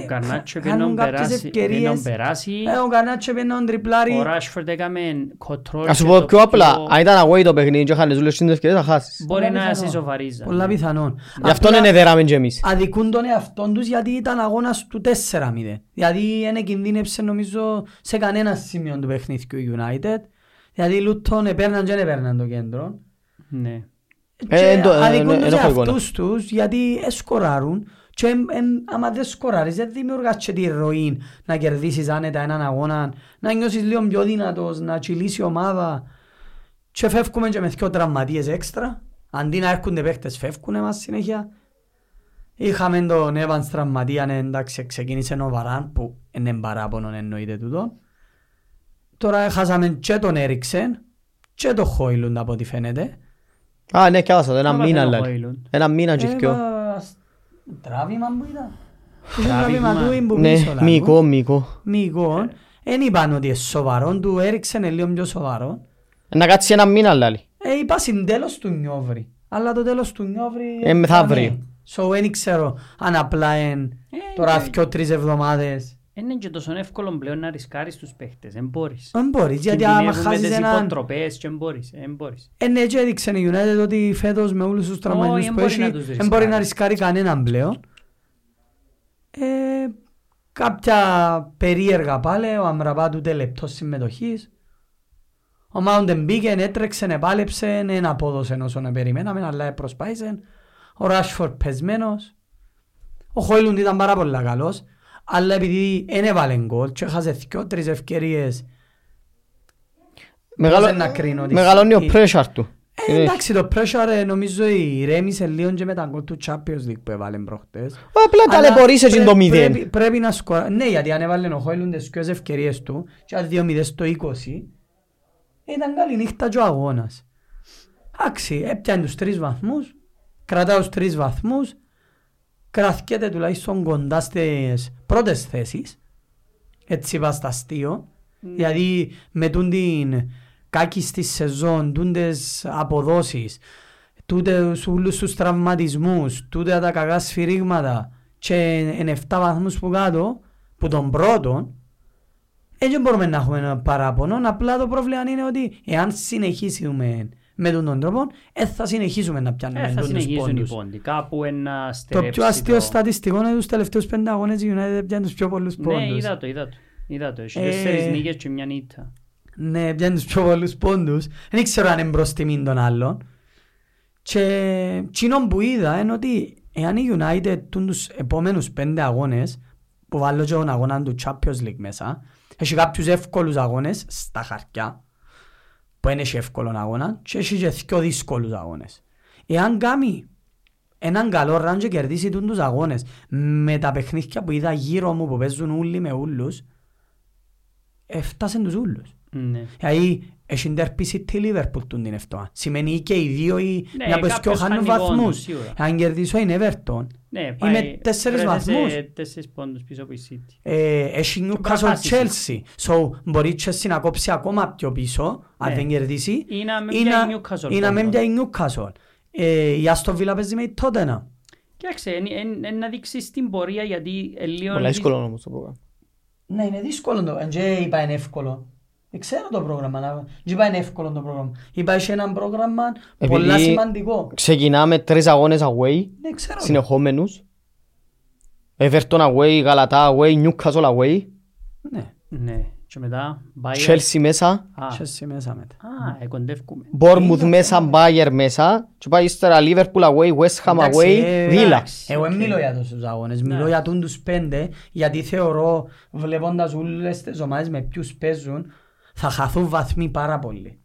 [SPEAKER 2] Ο Καρνάτσο
[SPEAKER 3] κάνουν
[SPEAKER 2] πήγαινε να
[SPEAKER 3] Ε, κάποιες
[SPEAKER 2] περάσει,
[SPEAKER 3] ευκαιρίες.
[SPEAKER 2] πήγαινε να περάσει,
[SPEAKER 3] ε, ο Καρνάτσο πήγαινε τον τριπλάρι
[SPEAKER 2] ο Ράσφορντ έκαμε κοτρόλ.
[SPEAKER 1] Ας σου
[SPEAKER 2] και
[SPEAKER 1] πω
[SPEAKER 2] το
[SPEAKER 1] πιο απλά,
[SPEAKER 2] πιο-
[SPEAKER 1] αν ήταν away το παιχνίδι και είχαν ζούλες τις ευκαιρίες θα χάσεις.
[SPEAKER 2] Μπορεί
[SPEAKER 3] Πολλά
[SPEAKER 2] να Ναι.
[SPEAKER 3] πιθανό.
[SPEAKER 2] σε σοβαρίζα.
[SPEAKER 3] πολλά πιθανόν.
[SPEAKER 1] Γι' αυτό
[SPEAKER 3] Απλά-
[SPEAKER 1] είναι δεράμεν και εμείς.
[SPEAKER 3] αδικούν τον εαυτόν τους γιατί ήταν αγώνας του 4-0. Δηλαδή δεν κινδύνευσε νομίζω σε κανένα σημείο του παιχνίδιου η United. Δηλαδή οι Λούτον επέρναν και δεν επέρναν το κέντρο.
[SPEAKER 2] Ναι.
[SPEAKER 3] Και
[SPEAKER 1] εν το- ε,
[SPEAKER 3] αδικούν
[SPEAKER 1] εν-
[SPEAKER 3] τους
[SPEAKER 1] εν έχω εικόνα.
[SPEAKER 3] εαυτούς τους γιατί σκοράρουν και εμ- εμ- άμα δεν σκοράρεις δεν δημιουργάς και τη ροή να κερδίσεις άνετα έναν αγώνα, να νιώσεις λίγο πιο δυνατός, να τσιλήσει η ομάδα και φεύγουμε και με δυο τραυματίες έξτρα. Αντί να έρχονται παίχτες φεύγουν μας συνέχεια. Είχαμε τον Evans τραυματία, ναι, εντάξει, ξεκίνησε ο Βαράν που είναι παράπονο εννοείται τούτο. Τώρα χάσαμε και τον Έριξεν και τον Χόιλουντ από ό,τι φαίνεται.
[SPEAKER 1] Α, ναι, και άβασα το, ένα
[SPEAKER 2] Άμα
[SPEAKER 1] μήνα.
[SPEAKER 2] θέλω
[SPEAKER 1] λαλεί.
[SPEAKER 2] Χόιλουντ.
[SPEAKER 1] Ένα μήνα και
[SPEAKER 3] Ε,
[SPEAKER 1] δυο.
[SPEAKER 3] μα, σ- Τράβημα που ήταν. Είχε
[SPEAKER 2] Τράβημα.
[SPEAKER 3] Τράβημα του εμπού
[SPEAKER 1] Ναι,
[SPEAKER 3] πίσω.
[SPEAKER 1] μυϊκό, μυϊκό.
[SPEAKER 3] Μήκο. Εν είπαν ότι είναι σοβαρό. Του έριξαν λίγο πιο σοβαρό.
[SPEAKER 1] Να κάτσει ένα μήνα λάλη.
[SPEAKER 3] Ε, είπα στην τέλος του νιόβρι. Αλλά το τέλος του νιόβρι...
[SPEAKER 1] Ε, μεθαύριο.
[SPEAKER 3] So, δεν ξέρω αν απλά είναι
[SPEAKER 2] Ε,
[SPEAKER 3] τώρα
[SPEAKER 2] ναι.
[SPEAKER 3] δυο-τρεις εβδομάδες.
[SPEAKER 2] Είναι και τόσο εύκολο πλέον να ρισκάρεις τους παίχτες, δεν μπορείς.
[SPEAKER 3] Δεν μπορείς, γιατί άμα
[SPEAKER 2] Κινδυνεύουν με
[SPEAKER 3] χάσεις
[SPEAKER 2] τις
[SPEAKER 3] έναν...
[SPEAKER 2] υποτροπές και δεν μπορείς, δεν μπορείς.
[SPEAKER 3] Ε, ναι, έτσι έδειξε η United ότι φέτος με όλους τους
[SPEAKER 2] Όχι,
[SPEAKER 3] τραυματισμούς
[SPEAKER 2] εν
[SPEAKER 3] που
[SPEAKER 2] μπορεί να
[SPEAKER 3] έχει
[SPEAKER 2] τους
[SPEAKER 3] δεν μπορεί να
[SPEAKER 2] ρισκάρεις.
[SPEAKER 3] ρισκάρει κανέναν πλέον. Ε, κάποια περίεργα πάλι, ο Αμραμπάτ ούτε λεπτός συμμετοχής. Ο Mountain μπήκε, έτρεξε, ναι, επάλεψε, δεν απόδωσε όσον περιμέναμε, αλλά προσπάθησε. Ο Rashford πεσμένος. Ο Χόιλουντ ήταν πάρα πολύ καλός, αλλά επειδή δεν έβαλε γκολ και έχασε δυο-τρεις ευκαιρίες,
[SPEAKER 1] Μεγάλο-
[SPEAKER 3] δεν να κρίνω ότι-
[SPEAKER 1] Μεγαλώνει ο
[SPEAKER 3] η-
[SPEAKER 1] pressure του.
[SPEAKER 3] ε, εντάξει, το pressure ε, νομίζω ηρέμησε λίγο και με τα γκολ του Champions League που έβαλε προχτές.
[SPEAKER 1] Ε, Απλά
[SPEAKER 3] Αλλά
[SPEAKER 1] ταλαιπωρείς έτσι
[SPEAKER 3] πρέ-
[SPEAKER 1] το μηδέν.
[SPEAKER 3] πρέπει- Πρέπει να σκορά... Ναι, γιατί αν έβαλε ο Χόιλουν τις πιο ευκαιρίες του και αν 2-0 στο 20, ήταν καλή νύχτα και ο αγώνας. Εντάξει, έπιανε τους τρεις βαθμούς, κρατά τους τρεις βαθμούς, κρατιέται τουλάχιστον κοντά στις πρώτες θέσεις, έτσι είπα στα αστείο,
[SPEAKER 2] Ναι.
[SPEAKER 3] δηλαδή με τούν την κάκη στη σεζόν, τούντες αποδόσεις, τούτες όλους τους τραυματισμούς, τούτα τα κακά σφυρίγματα και εν 7 βαθμούς που κάτω, που τον πρώτον, έτσι μπορούμε να έχουμε ένα παράπονο. Απλά το πρόβλημα είναι ότι εάν συνεχίσουμε με τον τον τρόπο, ε, θα συνεχίσουμε να πιάνουμε
[SPEAKER 2] Ε, θα
[SPEAKER 3] τούτους
[SPEAKER 2] συνεχίζουν οι
[SPEAKER 3] πόντους.
[SPEAKER 2] πόντοι. Κάπου ένα Ναι,
[SPEAKER 3] Το
[SPEAKER 2] στερέψει
[SPEAKER 3] πιο αστείο στατιστικό είναι τους τελευταίους πέντε αγώνες η United πιάνει τους πιο πολλούς
[SPEAKER 2] Ναι,
[SPEAKER 3] πόντους.
[SPEAKER 2] είδα το, είδα το. Είδα το. Έχει
[SPEAKER 3] Ε.
[SPEAKER 2] τέσσερις νίκες και μια νύχτα.
[SPEAKER 3] Ναι, πιάνει τους πιο πολλούς πόντους. Δεν ξέρω αν είναι προς τιμήν των άλλων. Και τσινόν που είδα είναι ότι εάν η United τούν τους επόμενους πέντε αγώνες που βάλω και τον αγώνα του Champions League μέσα έχει κάποιους εύκολους αγώνες στα χαρτιά που δεν έχει εύκολο αγώνα και έχει και δυο δύσκολους αγώνες. Εάν κάνει έναν καλό ραν και κερδίσει τούν τους αγώνες. Με τα παιχνίδια που είδα γύρω μου που παίζουν όλοι με ούλους, έφτασαν τους ούλους.
[SPEAKER 2] Ναι.
[SPEAKER 3] Δηλαδή, έχει ντερπίσει τη Λίβερπουλ τούν την ευτόα. Σημαίνει και οι δύο ή
[SPEAKER 2] Ναι,
[SPEAKER 3] μια
[SPEAKER 2] κάποιος
[SPEAKER 3] πεσκιο χάνουν
[SPEAKER 2] χάνει πόντους,
[SPEAKER 3] βαθμούς.
[SPEAKER 2] σίγουρα.
[SPEAKER 3] Αν κερδίσω είναι Everton.
[SPEAKER 2] Ναι,
[SPEAKER 3] Είμαι τέσσερις
[SPEAKER 2] βρέθεσε
[SPEAKER 3] βαθμούς.
[SPEAKER 2] Τέσσερις πόντους πίσω από η City.
[SPEAKER 3] Ε, Έχει Newcastle
[SPEAKER 2] Παραπάσεις.
[SPEAKER 3] Chelsea. So, μπορεί η Chelsea να κόψει ακόμα πιο πίσω, αν
[SPEAKER 2] Ναι.
[SPEAKER 3] δεν κερδίσει.
[SPEAKER 2] Ή να με πιάει
[SPEAKER 3] Ή
[SPEAKER 2] η
[SPEAKER 3] να-
[SPEAKER 2] Newcastle
[SPEAKER 3] Ή να με
[SPEAKER 2] πόντων.
[SPEAKER 3] πιάει η Newcastle. Ε, Η Aston Villa παίζει με η Tottenham.
[SPEAKER 2] Κοίταξε, εν- εν- εν να δείξεις την πορεία γιατί ε, λίγο...
[SPEAKER 1] Πολλά δύσκολο όμως το πρόγραμμα.
[SPEAKER 3] Ναι, είναι δύσκολο το. Εν και είπα είναι εύκολο. Δεν ξέρω το πρόγραμμα. αλλά εν και είπα είναι εύκολο το πρόγραμμα. Είπα έχει ένα πρόγραμμα
[SPEAKER 1] Επειδή-
[SPEAKER 3] πολλά σημαντικό.
[SPEAKER 1] Ξεκινάμε τρεις αγώνες away,
[SPEAKER 3] Δεν ξέρω.
[SPEAKER 1] συνεχόμενους. Everton away, Galata away, Newcastle away,
[SPEAKER 3] Ναι,
[SPEAKER 2] Ναι, και μετά... Bayern.
[SPEAKER 1] Chelsea μέσα,
[SPEAKER 2] Α,
[SPEAKER 3] Chelsea μέσα μετά.
[SPEAKER 2] α, ε, κοντεύκουμε.
[SPEAKER 1] Bournemouth μέσα, Bayern μέσα, και πάει ύστερα Liverpool away, West Ham
[SPEAKER 3] Εντάξει,
[SPEAKER 1] away,
[SPEAKER 3] ε,
[SPEAKER 1] Villa.
[SPEAKER 2] εντάξει. Ναι.
[SPEAKER 3] Εγώ δεν μιλώ για τόσους αγώνες, μιλώ για τούν τους πέντε, γιατί θεωρώ, βλέποντας όλες τις ομάδες με ποιους παίζουν, θα χαθούν βαθμοί πάρα πολύ.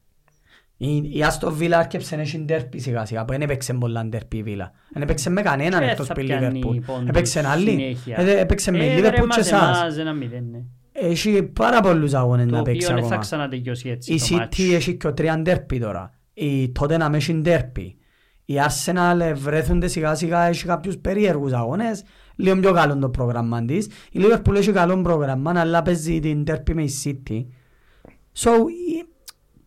[SPEAKER 3] Η, η Άστο Βίλα έρκεψε να έχει ντέρπι σιγά σιγά, που δεν έπαιξε πολλά ντέρπι η Βίλα. Δεν έπαιξε με κανέναν
[SPEAKER 2] Ε,
[SPEAKER 3] εκτός
[SPEAKER 2] θα
[SPEAKER 3] από η
[SPEAKER 2] πιάνει
[SPEAKER 3] Λίβερπουλ.
[SPEAKER 2] πόντους
[SPEAKER 3] Έπαιξε άλλη,
[SPEAKER 2] συνέχεια.
[SPEAKER 3] Ε, δε- έπαιξε με
[SPEAKER 2] Ε,
[SPEAKER 3] η
[SPEAKER 2] ρε,
[SPEAKER 3] Λίβερπουλ
[SPEAKER 2] μας,
[SPEAKER 3] και εσάς.
[SPEAKER 2] εμάς ένα μηδέν, ναι.
[SPEAKER 3] Έχει πάρα πολλούς αγώνες
[SPEAKER 2] Το
[SPEAKER 3] να παίξει
[SPEAKER 2] οποίο δεν θα
[SPEAKER 3] ακόμα.
[SPEAKER 2] ξανατελειώσει έτσι
[SPEAKER 3] Η
[SPEAKER 2] το μάτς.
[SPEAKER 3] City έχει και τρία ντέρπι τώρα. Η Tottenham έχει ντέρπι. Η Arsenal ε, βρέθονται σιγά σιγά, έχει κάποιους περίεργους αγώνες. Λίγο πιο καλό το πρόγραμμα της. Η Liverpool έχει καλό πρόγραμμα, αλλά παίζει την ντέρπι με η City. So, ε,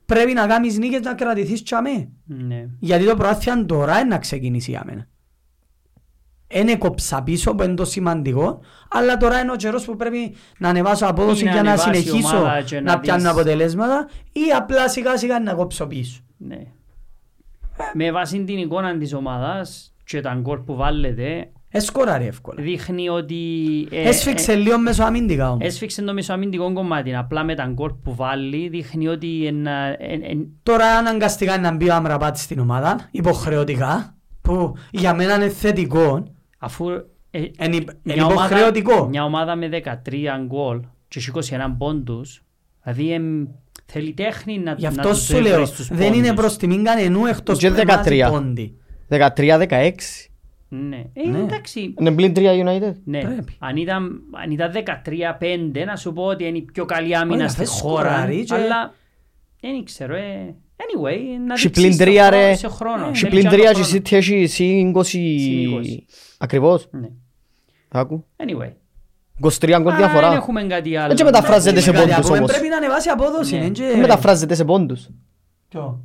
[SPEAKER 3] πρέπει να κάνεις νίκες να κρατηθείς τσάμε.
[SPEAKER 2] Ναι.
[SPEAKER 3] Γιατί το προάθλιαν τώρα είναι να ξεκινήσει για μένα. Εν έκοψα πίσω που είναι το σημαντικό, αλλά τώρα είναι ο καιρός που πρέπει να ανεβάσω απόδοση
[SPEAKER 2] Ή να
[SPEAKER 3] για να
[SPEAKER 2] ανεβάσει η
[SPEAKER 3] συνεχίσω
[SPEAKER 2] ομάδα και να
[SPEAKER 3] να πιάνω
[SPEAKER 2] δεις.
[SPEAKER 3] αποτελέσματα ή απλά σιγά σιγά να κόψω πίσω.
[SPEAKER 2] Ναι. Με βάση την εικόνα της ομάδας και τα γκολ που βάλετε,
[SPEAKER 3] Εσκόραρε Ε, εύκολα.
[SPEAKER 2] δείχνει ότι... ε,
[SPEAKER 3] Έσφιξε λίγο μέσω αμυντικά
[SPEAKER 2] ε,
[SPEAKER 3] όμως.
[SPEAKER 2] Έσφιξε το μισοαμυντικό κομμάτι. Απλά με τα γκολ που βάλει δείχνει ότι ένα- εν- εν-
[SPEAKER 3] Τώρα αναγκαστικά να μπει ο Αμραμπάτ στην ομάδα, υποχρεωτικά, που για μένα είναι θετικό.
[SPEAKER 2] αφού... ε,
[SPEAKER 3] Είναι υπ-
[SPEAKER 2] μια
[SPEAKER 3] είναι
[SPEAKER 2] ομάδα-
[SPEAKER 3] υποχρεωτικό.
[SPEAKER 2] Μια ομάδα με 13 γκολ και έχει 21 πόντους, δηλαδή εμ, θέλει τέχνη να,
[SPEAKER 3] Γι'
[SPEAKER 2] να
[SPEAKER 3] αυτό
[SPEAKER 2] τους
[SPEAKER 3] σου λέω,
[SPEAKER 2] βρεις τους
[SPEAKER 3] δεν είναι
[SPEAKER 2] πόντους.
[SPEAKER 3] προς τιμήν κανενού εκτός
[SPEAKER 1] Και
[SPEAKER 3] που εμάζει
[SPEAKER 1] 13.
[SPEAKER 3] πόντι.
[SPEAKER 1] 13-16,
[SPEAKER 2] Ναι. Ε,
[SPEAKER 3] Ναι.
[SPEAKER 2] εντάξει.
[SPEAKER 1] είναι πλήν 3 United.
[SPEAKER 2] Ναι.
[SPEAKER 3] Πρέπει.
[SPEAKER 2] Αν ήταν, αν ήταν 13-5, να σου πω ότι είναι η πιο καλή άμυνα
[SPEAKER 3] Ωραία,
[SPEAKER 2] στη
[SPEAKER 3] θες
[SPEAKER 2] χώρα.
[SPEAKER 3] σκοράρει και-
[SPEAKER 2] Αλλά δεν ξέρω. Ε. Anyway, να
[SPEAKER 1] Συ
[SPEAKER 2] δείξεις
[SPEAKER 1] πλην
[SPEAKER 2] το
[SPEAKER 1] τρία,
[SPEAKER 2] χρόνο-
[SPEAKER 1] ρε.
[SPEAKER 2] σε χρόνο.
[SPEAKER 1] Και
[SPEAKER 2] Θέλει
[SPEAKER 1] πλήν
[SPEAKER 2] και άλλο
[SPEAKER 1] 3
[SPEAKER 2] χρόνο.
[SPEAKER 1] και η City έχει συν 20,
[SPEAKER 2] 20.
[SPEAKER 1] ακριβώς,
[SPEAKER 2] Ναι.
[SPEAKER 1] άκου.
[SPEAKER 2] Anyway.
[SPEAKER 1] 23 γκολ
[SPEAKER 2] Α, Δεν
[SPEAKER 1] διαφορά.
[SPEAKER 2] έχουμε κάτι άλλο.
[SPEAKER 1] Δεν και μεταφράζεται
[SPEAKER 2] Ναι.
[SPEAKER 1] σε
[SPEAKER 3] Κάτι
[SPEAKER 1] πόντους
[SPEAKER 3] ακόμα,
[SPEAKER 1] όμως.
[SPEAKER 3] Πρέπει να ανεβάσει απόδοση.
[SPEAKER 2] Ναι.
[SPEAKER 3] είναι και-
[SPEAKER 1] Δεν μεταφράζεται σε πόντους.
[SPEAKER 3] Ποιο?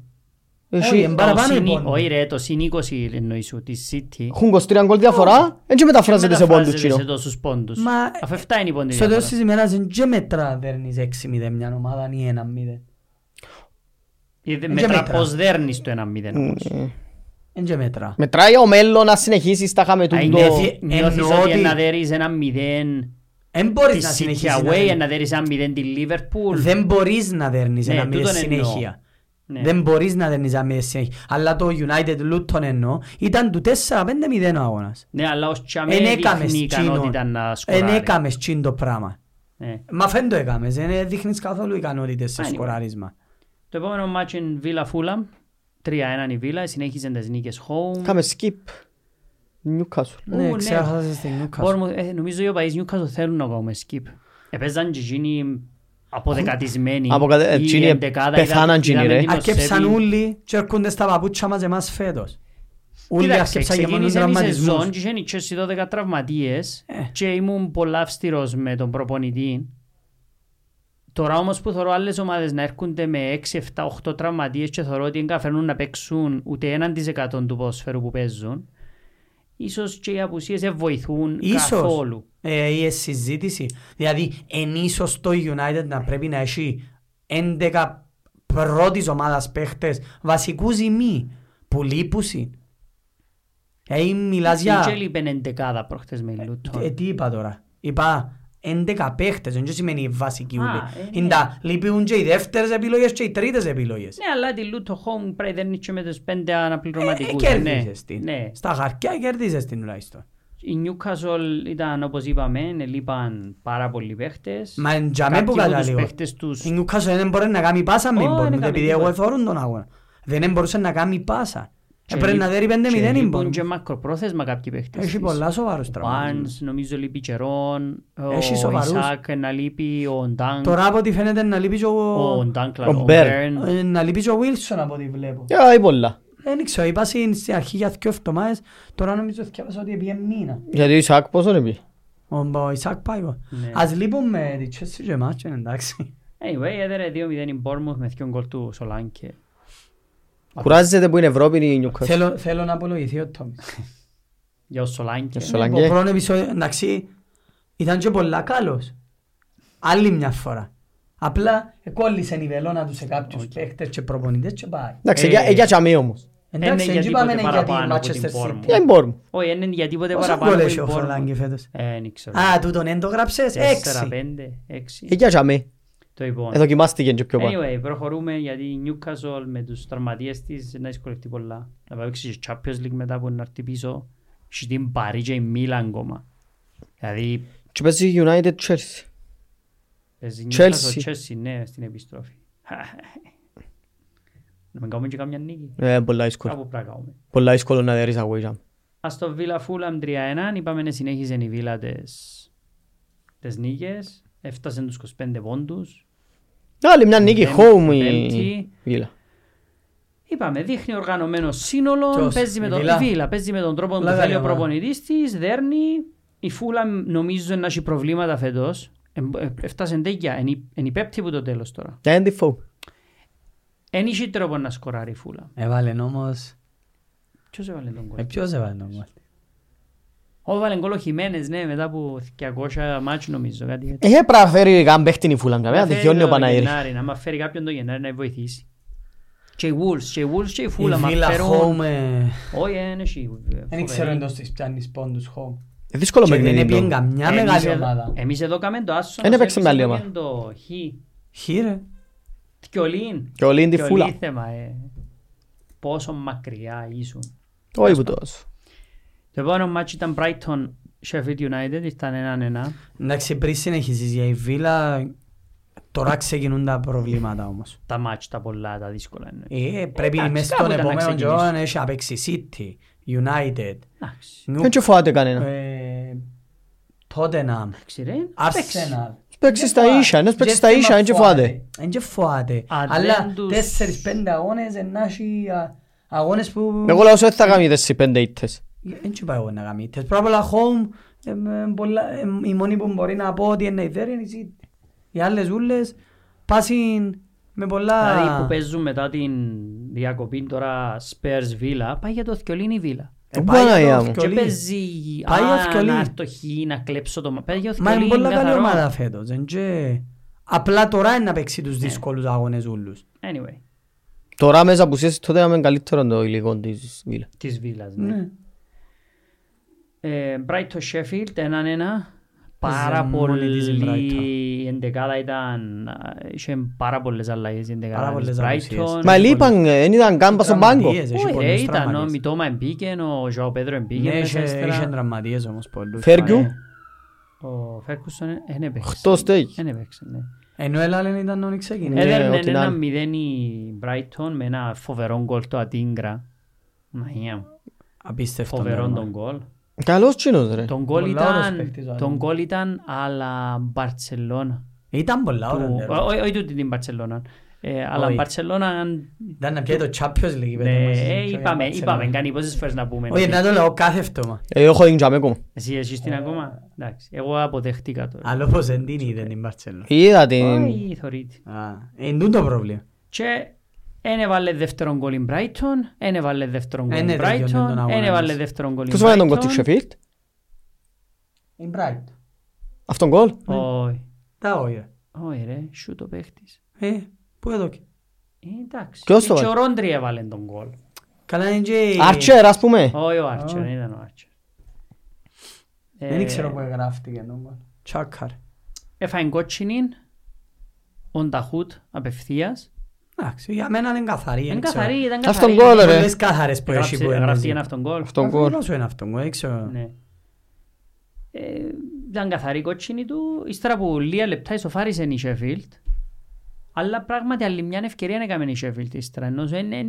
[SPEAKER 3] Όχι,
[SPEAKER 1] Έχει
[SPEAKER 3] εν παραπάνω
[SPEAKER 2] Το συν-
[SPEAKER 3] λοιπόν.
[SPEAKER 2] Όχι ρε, το συν 20 εννοείς σου, τη City.
[SPEAKER 1] έχουν 23 γκολ διαφορά, δεν και μεταφράζεται σε πόντους,
[SPEAKER 2] Μεταφράζεται
[SPEAKER 1] κοινό.
[SPEAKER 2] σε τόσους πόντους.
[SPEAKER 3] Μα-
[SPEAKER 2] Αφού εφτά είναι η πόντη
[SPEAKER 3] Στο τέλος
[SPEAKER 2] διαφορά.
[SPEAKER 3] της ημέρας δεν και μετρά δέρνεις 6-0 μια ομάδα ή 1-0.
[SPEAKER 2] Ε, δε-
[SPEAKER 3] και
[SPEAKER 2] Μετρά
[SPEAKER 3] μέτρα.
[SPEAKER 2] πώς δέρνεις το 1-0 όμως.
[SPEAKER 1] Ναι.
[SPEAKER 3] Δεν και μετρά.
[SPEAKER 1] Μετράει ο μέλλον να συνεχίσει στα χάμε
[SPEAKER 2] Α,
[SPEAKER 1] του το...
[SPEAKER 2] νιώθει- Νιώθεις
[SPEAKER 3] εννοώ
[SPEAKER 2] ότι
[SPEAKER 3] ότι-
[SPEAKER 2] να δέρεις ένα 0
[SPEAKER 3] Δεν μπορείς να
[SPEAKER 2] τη City
[SPEAKER 3] συνεχίσεις να
[SPEAKER 2] away,
[SPEAKER 3] δέρνεις.
[SPEAKER 2] να δέρεις ένα 0 της Liverpool.
[SPEAKER 3] Δεν μπορείς να δέρνεις
[SPEAKER 2] Ναι,
[SPEAKER 3] ένα 0
[SPEAKER 2] τούτον εννοώ.
[SPEAKER 3] συνέχεια.
[SPEAKER 2] Ναι.
[SPEAKER 3] Δεν μπορείς να δέρνεις ένα 0 συνέχεια. Αλλά το United Luton εννοώ ήταν του 4-5-0 ο αγώνας.
[SPEAKER 2] Ναι, αλλά ως τσάμε
[SPEAKER 3] Εν έκαμες
[SPEAKER 2] δείχνει
[SPEAKER 3] τσίνο.
[SPEAKER 2] ικανότητα να
[SPEAKER 3] Εν
[SPEAKER 2] σκοράρει.
[SPEAKER 3] έκαμες τσιν το πράγμα.
[SPEAKER 2] Ναι.
[SPEAKER 3] Μα φέν το έκαμες. Δεν δείχνεις καθόλου ικανότητες σε
[SPEAKER 2] Anyway.
[SPEAKER 3] σκοράρισμα.
[SPEAKER 2] Το επόμενο μάτς είναι Villa Fulham. 3-1 η Villa, συνέχιζαν τις νίκες home.
[SPEAKER 1] Κάμε skip. Newcastle.
[SPEAKER 2] Ου,
[SPEAKER 3] Ναι,
[SPEAKER 2] ναι.
[SPEAKER 3] ξέχασες στην Newcastle.
[SPEAKER 2] Bournemouth, ε, νομίζω οι οπαδείς Newcastle θέλουν να κάνουμε skip. Επέζαν και εκείνοι αποδεκατισμένοι.
[SPEAKER 1] Από κατε-
[SPEAKER 2] Η
[SPEAKER 3] ε,
[SPEAKER 1] εκείνοι
[SPEAKER 2] εντεκάδα
[SPEAKER 1] πεθάναν
[SPEAKER 2] είδα-
[SPEAKER 1] εκείνοι,
[SPEAKER 2] είδαμε
[SPEAKER 1] ρε.
[SPEAKER 2] την
[SPEAKER 3] Ακέψαν
[SPEAKER 2] Οσέβη.
[SPEAKER 3] όλοι και έρχονται στα παπούτσια μας εμάς φέτος. Όλοι
[SPEAKER 2] Κοίταξε,
[SPEAKER 3] ακέψαν για μόνον
[SPEAKER 2] ξεκίνησε η σεζόν
[SPEAKER 3] τραυματισμούς.
[SPEAKER 2] και είχαν η Chelsea 12 τραυματίες
[SPEAKER 3] Ε.
[SPEAKER 2] και ήμουν πολλά αυστηρός με τον προπονητή. Τώρα όμως που θεωρώ άλλες ομάδες να έρχονται με 6, 7, 8 τραυματίες και θεωρώ ότι δεν καφέρνουν να παίξουν ούτε 1% του ποδοσφαίρου που παίζουν, ίσως και οι απουσίες δεν βοηθούν
[SPEAKER 3] Ίσως.
[SPEAKER 2] καθόλου.
[SPEAKER 3] Ε, η συζήτηση. Δηλαδή, εν ίσως το United να πρέπει να έχει 11 πρώτης ομάδας παίχτες βασικούς ή μη που λείπουσι. Ε, μιλάς
[SPEAKER 2] Στην
[SPEAKER 3] για...
[SPEAKER 2] Chelsea είπαν εντεκάδα προχτές με η Luton.
[SPEAKER 3] Ε, τι είπα τώρα. Είπα 11 παίχτες, δεν σημαίνει οι βασικοί
[SPEAKER 2] Α,
[SPEAKER 3] ούλοι.
[SPEAKER 2] ε, ναι.
[SPEAKER 3] Είναι τα- λείπουν και οι δεύτερες επιλογές και οι τρίτες επιλογές.
[SPEAKER 2] Ναι, αλλά τη Luton home πρέπει δεν είναι και με τους πέντε
[SPEAKER 3] Ε,
[SPEAKER 2] αναπληρωματικούς. ναι.
[SPEAKER 3] κέρδισες την.
[SPEAKER 2] Ναι.
[SPEAKER 3] Στα χαρτιά κέρδισες την τουλάχιστον.
[SPEAKER 2] Η Newcastle ήταν όπως είπαμε, λείπαν πάρα πολλοί παίχτες.
[SPEAKER 3] Μα εν τζαμέ
[SPEAKER 2] Κάποιοι
[SPEAKER 3] που
[SPEAKER 2] από τους
[SPEAKER 3] καταλήγω.
[SPEAKER 2] παίχτες τους...
[SPEAKER 3] Η Newcastle δεν μπορεί να κάνει πάσα
[SPEAKER 2] Ω,
[SPEAKER 3] με την
[SPEAKER 2] δεν
[SPEAKER 3] Bournemouth,
[SPEAKER 2] κάνει
[SPEAKER 3] επειδή
[SPEAKER 2] τίποτα.
[SPEAKER 3] εγώ εθώρουν τον αγώνα. Δεν μπορούσε να κάνει πάσα. Ε,
[SPEAKER 2] Και
[SPEAKER 3] πρέπει
[SPEAKER 2] λείπουν-
[SPEAKER 3] να δέρει 5-0
[SPEAKER 2] και
[SPEAKER 3] η
[SPEAKER 2] λείπουν
[SPEAKER 3] Μπόρνμουθ.
[SPEAKER 2] και μακροπρόθεσμα κάποιοι παίχτες
[SPEAKER 3] Έχει
[SPEAKER 2] της.
[SPEAKER 3] πολλά σοβαρούς
[SPEAKER 2] Ο
[SPEAKER 3] τραυματισμούς.
[SPEAKER 2] Barnes νομίζω λείπει καιρόν, ο
[SPEAKER 3] Έχει σοβαρούς.
[SPEAKER 2] Ισακ να λείπει, ο Ντάνκ,
[SPEAKER 3] Τώρα από ό,τι φαίνεται να λείπει και
[SPEAKER 2] ο
[SPEAKER 3] ο...
[SPEAKER 2] Ντάνκλα,
[SPEAKER 1] Ο
[SPEAKER 2] ο
[SPEAKER 1] Μπέρν.
[SPEAKER 2] Μπέρν.
[SPEAKER 3] ε, Να λείπει και ο Wilson από ό,τι βλέπω.
[SPEAKER 1] Α, ή πολλά.
[SPEAKER 3] Δεν ξέρω, είπα στην στην αρχή για δύο εβδομάδες, τώρα νομίζω θυκεύασα ότι πήγε μήνα.
[SPEAKER 1] Γιατί ο Ισακ πόσο είναι
[SPEAKER 3] Ο Μπο- Ισακ πάει. ο.
[SPEAKER 2] Ναι.
[SPEAKER 3] Ας λείπουν με τη Chelsea και μάτσεν, εντάξει.
[SPEAKER 2] Anyway, έδερε 2-0 η Μπόρμουθ με δύο γκολ του Σολάνκε.
[SPEAKER 1] Κουράζεται που είναι Ευρώπη η Newcastle.
[SPEAKER 3] Θέλω, θέλω να απολογηθεί ο Τόμις.
[SPEAKER 2] Για ο Σολάνκε.
[SPEAKER 1] Για ο
[SPEAKER 3] Ο
[SPEAKER 1] Σολάνκε.
[SPEAKER 3] πρώτο επεισόδιο, εντάξει, ήταν και πολλά καλός. Άλλη μια φορά. Απλά κόλλησε η βελόνα του σε κάποιους παίχτες και προπονητές και πάει.
[SPEAKER 1] Εντάξει,
[SPEAKER 2] Ε,
[SPEAKER 1] για- για τσαμί όμως.
[SPEAKER 3] Εντάξει,
[SPEAKER 2] για
[SPEAKER 3] δεν είπαμε
[SPEAKER 2] τίποτε
[SPEAKER 3] για τη
[SPEAKER 2] ναι, παραπάνω από την
[SPEAKER 3] Manchester
[SPEAKER 2] Bournemouth.
[SPEAKER 1] Για
[SPEAKER 3] City.
[SPEAKER 1] την Bournemouth.
[SPEAKER 2] Όχι, δεν είναι για τίποτε
[SPEAKER 3] Πόσο
[SPEAKER 2] παραπάνω
[SPEAKER 3] γκολ
[SPEAKER 2] από
[SPEAKER 3] έχει
[SPEAKER 2] την
[SPEAKER 3] ο Φολάνγκη
[SPEAKER 2] Μπόρμουθ.
[SPEAKER 3] φέτος.
[SPEAKER 2] Ε, δεν ξέρω.
[SPEAKER 3] Α, τούτον εν το γράψες,
[SPEAKER 2] Τέσσερα,
[SPEAKER 3] έξι.
[SPEAKER 2] πέντε, έξι.
[SPEAKER 1] Ε, Για τσαμί.
[SPEAKER 2] Το λοιπόν.
[SPEAKER 1] Ε, δοκιμάστηκε και πιο πάνω.
[SPEAKER 2] Anyway, προχωρούμε γιατί η Newcastle με τους τραυματίες της να δυσκολευτεί πολλά. Να πάει και Champions League μετά που να έρθει πίσω. Έχει την Παρή και η Μίλαν ακόμα. Δηλαδή,
[SPEAKER 1] Και παίζει United Chelsea.
[SPEAKER 2] παίζει
[SPEAKER 1] Chelsea.
[SPEAKER 2] Newcastle Chelsea, ναι, στην επιστροφή. Να μην κάνουμε και κάμια νίκη.
[SPEAKER 1] Ε, πολλά δύσκολο.
[SPEAKER 2] Κάπου πρέπει να κάνουμε.
[SPEAKER 1] Πολλά δύσκολο να δέρεις away jam.
[SPEAKER 2] Ας το Villa Fulham 3-1, είπαμε να συνέχιζε η Villa τις, τις νίκες. Έφτασε τους 25 πόντους.
[SPEAKER 1] Άλλη μια νίκη,
[SPEAKER 2] Πέμπτη,
[SPEAKER 1] home
[SPEAKER 2] πέμπτη.
[SPEAKER 1] η Βίλα.
[SPEAKER 2] Είπαμε, δείχνει οργανωμένο σύνολο,
[SPEAKER 3] Ποιος,
[SPEAKER 2] παίζει με,
[SPEAKER 3] η
[SPEAKER 2] τον,
[SPEAKER 3] Villa?
[SPEAKER 2] η Villa, παίζει με τον τρόπο που
[SPEAKER 3] Λαγάλη
[SPEAKER 2] θέλει ο
[SPEAKER 3] ομάδα.
[SPEAKER 2] προπονητής της, δέρνει. Η Φούλα νομίζω να έχει προβλήματα φέτος. Ε, ε, Έφτασε τέγια, είναι η πέπτη που το τέλος τώρα.
[SPEAKER 1] Και Andy Fow.
[SPEAKER 2] Εν είχε τρόπο να σκοράρει η Φούλα.
[SPEAKER 3] Έβαλε όμως...
[SPEAKER 2] Ποιος έβαλε τον
[SPEAKER 3] Ε,
[SPEAKER 2] κόλ.
[SPEAKER 3] ποιος έβαλε τον γκολ.
[SPEAKER 2] Ω, έβαλε κόλ ο Χιμένες, ναι, μετά από 200 μάτς νομίζω, κάτι έτσι.
[SPEAKER 1] Έχει πρέπει να Ε, φέρει καν παίχτη η Fulham,
[SPEAKER 2] Να
[SPEAKER 1] να
[SPEAKER 2] φέρει
[SPEAKER 1] δικαιώνει Ε, ο
[SPEAKER 2] τον
[SPEAKER 1] Παναήρη.
[SPEAKER 2] Γενάρη, Να μας φέρει κάποιον το Γενάρη να βοηθήσει. Και οι Wolves, και οι Wolves και η
[SPEAKER 3] Η
[SPEAKER 2] Φούλα μας
[SPEAKER 3] Βίλα
[SPEAKER 2] φέρουν.
[SPEAKER 3] Home... ε,
[SPEAKER 2] Όχι, δεν έχει.
[SPEAKER 3] Δεν ξέρω εντός της πιάνεις πόντους Home.
[SPEAKER 1] Ε, Δύσκολο
[SPEAKER 3] Και δεν
[SPEAKER 1] παιχνίδι.
[SPEAKER 3] έπιε
[SPEAKER 1] το.
[SPEAKER 3] καμιά μεγάλη ομάδα.
[SPEAKER 2] Εμείς εδώ κάμε το άσο.
[SPEAKER 1] Εν έπαιξε με άλλη ομάδα.
[SPEAKER 2] Το χι.
[SPEAKER 3] Χίρε.
[SPEAKER 2] Κιολίν.
[SPEAKER 1] Και ο Λίντι Φούλα.
[SPEAKER 2] θέμα, ε. Πόσο μακριά ήσουν.
[SPEAKER 1] Όχι που τόσο.
[SPEAKER 2] Το επόμενο μάτσι ήταν Brighton Sheffield United. Ήταν έναν ένα.
[SPEAKER 3] Εντάξει, πριν συνεχίσεις για η Βίλα, τώρα ξεκινούν τα προβλήματα όμως.
[SPEAKER 2] Τα μάτσι τα πολλά, τα δύσκολα. εννοώ.
[SPEAKER 3] Ε, πρέπει
[SPEAKER 2] Εντάξει,
[SPEAKER 3] μέσα
[SPEAKER 2] κάπου
[SPEAKER 3] στον
[SPEAKER 2] ήταν να
[SPEAKER 3] επόμενο
[SPEAKER 2] ξεκινήσεις.
[SPEAKER 3] τζόγο να έχει απέξει City, United, Ε,
[SPEAKER 2] Εντάξει.
[SPEAKER 1] Δεν και φοβάται κανένα. ναι.
[SPEAKER 3] Tottenham,
[SPEAKER 2] Εντάξει, ρε.
[SPEAKER 3] Arsenal.
[SPEAKER 1] Παίξεις τα ίσια, ναι παίξεις τα ίσια, δεν και φοβάται.
[SPEAKER 3] Δεν και φοβάται.
[SPEAKER 2] Αν
[SPEAKER 3] Αλλά
[SPEAKER 2] δεν τους-
[SPEAKER 3] τέσσερις πέντε αγώνες, εν να έχει α, αγώνες που...
[SPEAKER 1] Εγώ λέω ότι θα κάνει τις πέντε ήττες.
[SPEAKER 3] Δεν και Ε, πάει εγώ να κάνει. Τες πρώτα απ' όλα home, εμ, εμ, πολλά- εμ, η μόνη που μπορεί να πω ότι είναι η Βέρη είναι η City. Οι άλλες ούλες πάσουν με πολλά...
[SPEAKER 2] Δηλαδή που παίζουν μετά την διακοπή τώρα Spurs Villa, πάει για το Θκιολίνη Villa.
[SPEAKER 3] Ε,
[SPEAKER 1] Ω,
[SPEAKER 3] πάει
[SPEAKER 1] Παναγία
[SPEAKER 3] το
[SPEAKER 1] μου.
[SPEAKER 2] Και
[SPEAKER 3] Θκιολί.
[SPEAKER 2] παίζει
[SPEAKER 3] Πάει ο
[SPEAKER 2] α,
[SPEAKER 3] Θκιολί.
[SPEAKER 2] να έρθω χ, να κλέψω το μα. Πάει για ο
[SPEAKER 3] Μα είναι
[SPEAKER 2] Θκιολί,
[SPEAKER 3] πολλά καλή
[SPEAKER 2] καθαρό.
[SPEAKER 3] ομάδα φέτος. εν και- Απλά τώρα είναι να παίξει τους
[SPEAKER 2] Ναι.
[SPEAKER 3] δύσκολους αγώνες ούλους.
[SPEAKER 2] Anyway,
[SPEAKER 1] Τώρα μέσα που είσαι τότε να είμαι καλύτερο το υλικό της Βίλα.
[SPEAKER 2] της Βίλας. Ναι. Ε, Brighton Sheffield, έναν ένα. Πάρα
[SPEAKER 3] Ζεμόνι της η Brighton.
[SPEAKER 2] πολύ η εντεκάδα ήταν, ε, είχε πάρα πολλές αλλαγές η εντεκάδα
[SPEAKER 3] Πάρα
[SPEAKER 2] της
[SPEAKER 3] πολλές
[SPEAKER 2] Brighton.
[SPEAKER 3] απουσίες.
[SPEAKER 1] Μα λείπαν,
[SPEAKER 2] ναι.
[SPEAKER 1] ε, δεν ήταν καν πας στον πάγκο.
[SPEAKER 3] Τραυματίες, έχει
[SPEAKER 2] Όχι ρε,
[SPEAKER 3] πολλούς
[SPEAKER 2] ήταν ο
[SPEAKER 3] τραυματίες.
[SPEAKER 2] Μιτόμα εμπήκε, ο Ζωάο Πέδρο εμπήκε.
[SPEAKER 3] Ναι,
[SPEAKER 2] μέσα
[SPEAKER 3] είχε είχε
[SPEAKER 2] ύστερα.
[SPEAKER 3] τραυματίες όμως πολλούς. Ε,
[SPEAKER 1] Φέργιου.
[SPEAKER 2] Ναι. Ο Φέρκουσον δεν έπαιξε.
[SPEAKER 1] Χτός στέγη.
[SPEAKER 2] Δεν έπαιξε, ναι.
[SPEAKER 3] ε, Ενώ έλαλεν ήταν όλοι ξεκινήσαν.
[SPEAKER 1] Ναι,
[SPEAKER 2] Έδερνε
[SPEAKER 1] ό,τι να
[SPEAKER 2] ένα
[SPEAKER 1] είναι.
[SPEAKER 2] μηδέν η Brighton με ένα φοβερό γκολ το Ατίνγκρα. Μαγιά μου,
[SPEAKER 3] Απίστευτο.
[SPEAKER 2] φοβερό
[SPEAKER 3] νερό.
[SPEAKER 2] τον γκολ.
[SPEAKER 1] Καλός τσινός ρε.
[SPEAKER 2] Τον γκολ
[SPEAKER 3] ναι, Ε, Πολλά ωραίος
[SPEAKER 2] ήταν,
[SPEAKER 3] παίκτης ο
[SPEAKER 2] τον
[SPEAKER 3] Ατίνγκρα.
[SPEAKER 2] γκολ ήταν αλλά Μπαρτσελώνα.
[SPEAKER 3] Ήταν πολλά
[SPEAKER 2] Του-
[SPEAKER 3] ώρα
[SPEAKER 2] ό- ό- Όχι τούτη την Μπαρτσελώνα. Ε, Αλλά
[SPEAKER 3] Όχι.
[SPEAKER 2] Μπαρτσελώνα, αν-
[SPEAKER 3] Ήταν να πιάει το Champions League.
[SPEAKER 2] ναι,
[SPEAKER 3] παιδί μου, εσύ,
[SPEAKER 2] ε,
[SPEAKER 3] πιο για
[SPEAKER 2] είπαμε,
[SPEAKER 3] Barcelona.
[SPEAKER 2] είπαμε, κάνει πόσες φορές να πούμε.
[SPEAKER 3] Όχι, Ε, να το λέω κάθε εβδομά.
[SPEAKER 1] Ε, έχω δίνει τζαμί ακόμα.
[SPEAKER 2] Εσύ έχεις την ακόμα. Εντάξει, εγώ αποδέχτηκα τώρα.
[SPEAKER 3] Αλλά όπως δεν την είδε την Barcelona.
[SPEAKER 1] Είδα την...
[SPEAKER 2] Όχι, θωρείτε.
[SPEAKER 3] Α, Είναι τούτο πρόβλημα.
[SPEAKER 2] Και δεν έβαλε δεύτερο γκολ η Brighton, δεν έβαλε δεύτερο γκολ
[SPEAKER 3] Εν
[SPEAKER 2] η
[SPEAKER 3] έδειχνε τον
[SPEAKER 2] Brighton,
[SPEAKER 3] αγώνα
[SPEAKER 2] δεν έβαλε
[SPEAKER 3] μας.
[SPEAKER 2] δεύτερο γκολ η
[SPEAKER 1] Ποιος βάλε τον κόλ
[SPEAKER 2] Brighton.
[SPEAKER 1] της Sheffield.
[SPEAKER 3] Η Brighton.
[SPEAKER 1] Αυτόν κόλ.
[SPEAKER 2] Όχι.
[SPEAKER 3] Τα όγια.
[SPEAKER 2] Όχι ρε, σου το παίχτης.
[SPEAKER 3] Ε, πού εδώ.
[SPEAKER 2] Ε, Εντάξει.
[SPEAKER 1] Ποιος το
[SPEAKER 2] Ε, Και ο
[SPEAKER 1] βάλε?
[SPEAKER 2] Ρόντρι έβαλε τον γκολ.
[SPEAKER 3] Καλά είναι και...
[SPEAKER 1] Archer ας πούμε.
[SPEAKER 2] Όχι Ε, ο Άρτσερ, δεν ήταν ο Ε, Άρτσερ. Ε,
[SPEAKER 3] Δεν
[SPEAKER 2] Eh.
[SPEAKER 3] ξέρω που εγγράφτηκε νόμο. Τσάκαρ.
[SPEAKER 2] Έφαγε κότσινη, ο Νταχούτ απευθείας.
[SPEAKER 3] Εντάξει, για μένα είναι καθαρή.
[SPEAKER 2] Είναι
[SPEAKER 3] δεν ξέρω.
[SPEAKER 2] καθαρή, ήταν
[SPEAKER 1] Αυτόν
[SPEAKER 2] καθαρή.
[SPEAKER 1] γκολ,
[SPEAKER 3] Είναι
[SPEAKER 1] ρε.
[SPEAKER 3] πολλές καθαρές που έχει
[SPEAKER 2] Εγγράψε-
[SPEAKER 3] που
[SPEAKER 2] Εγγράφτηκε
[SPEAKER 3] είναι.
[SPEAKER 2] ένα αυτόν γκολ.
[SPEAKER 1] Αυτόν κόλ.
[SPEAKER 3] Αφού είναι αυτόν κόλ, δεν ξέρω.
[SPEAKER 2] Ναι. Ε, Ήταν καθαρή η κότσινη του. Ύστερα από λίγα λεπτά ισοφάρισε η Sheffield. Αλλά πράγματι άλλη μια ευκαιρία έκαμε η Sheffield ύστερα. Ενώ δεν... δεν-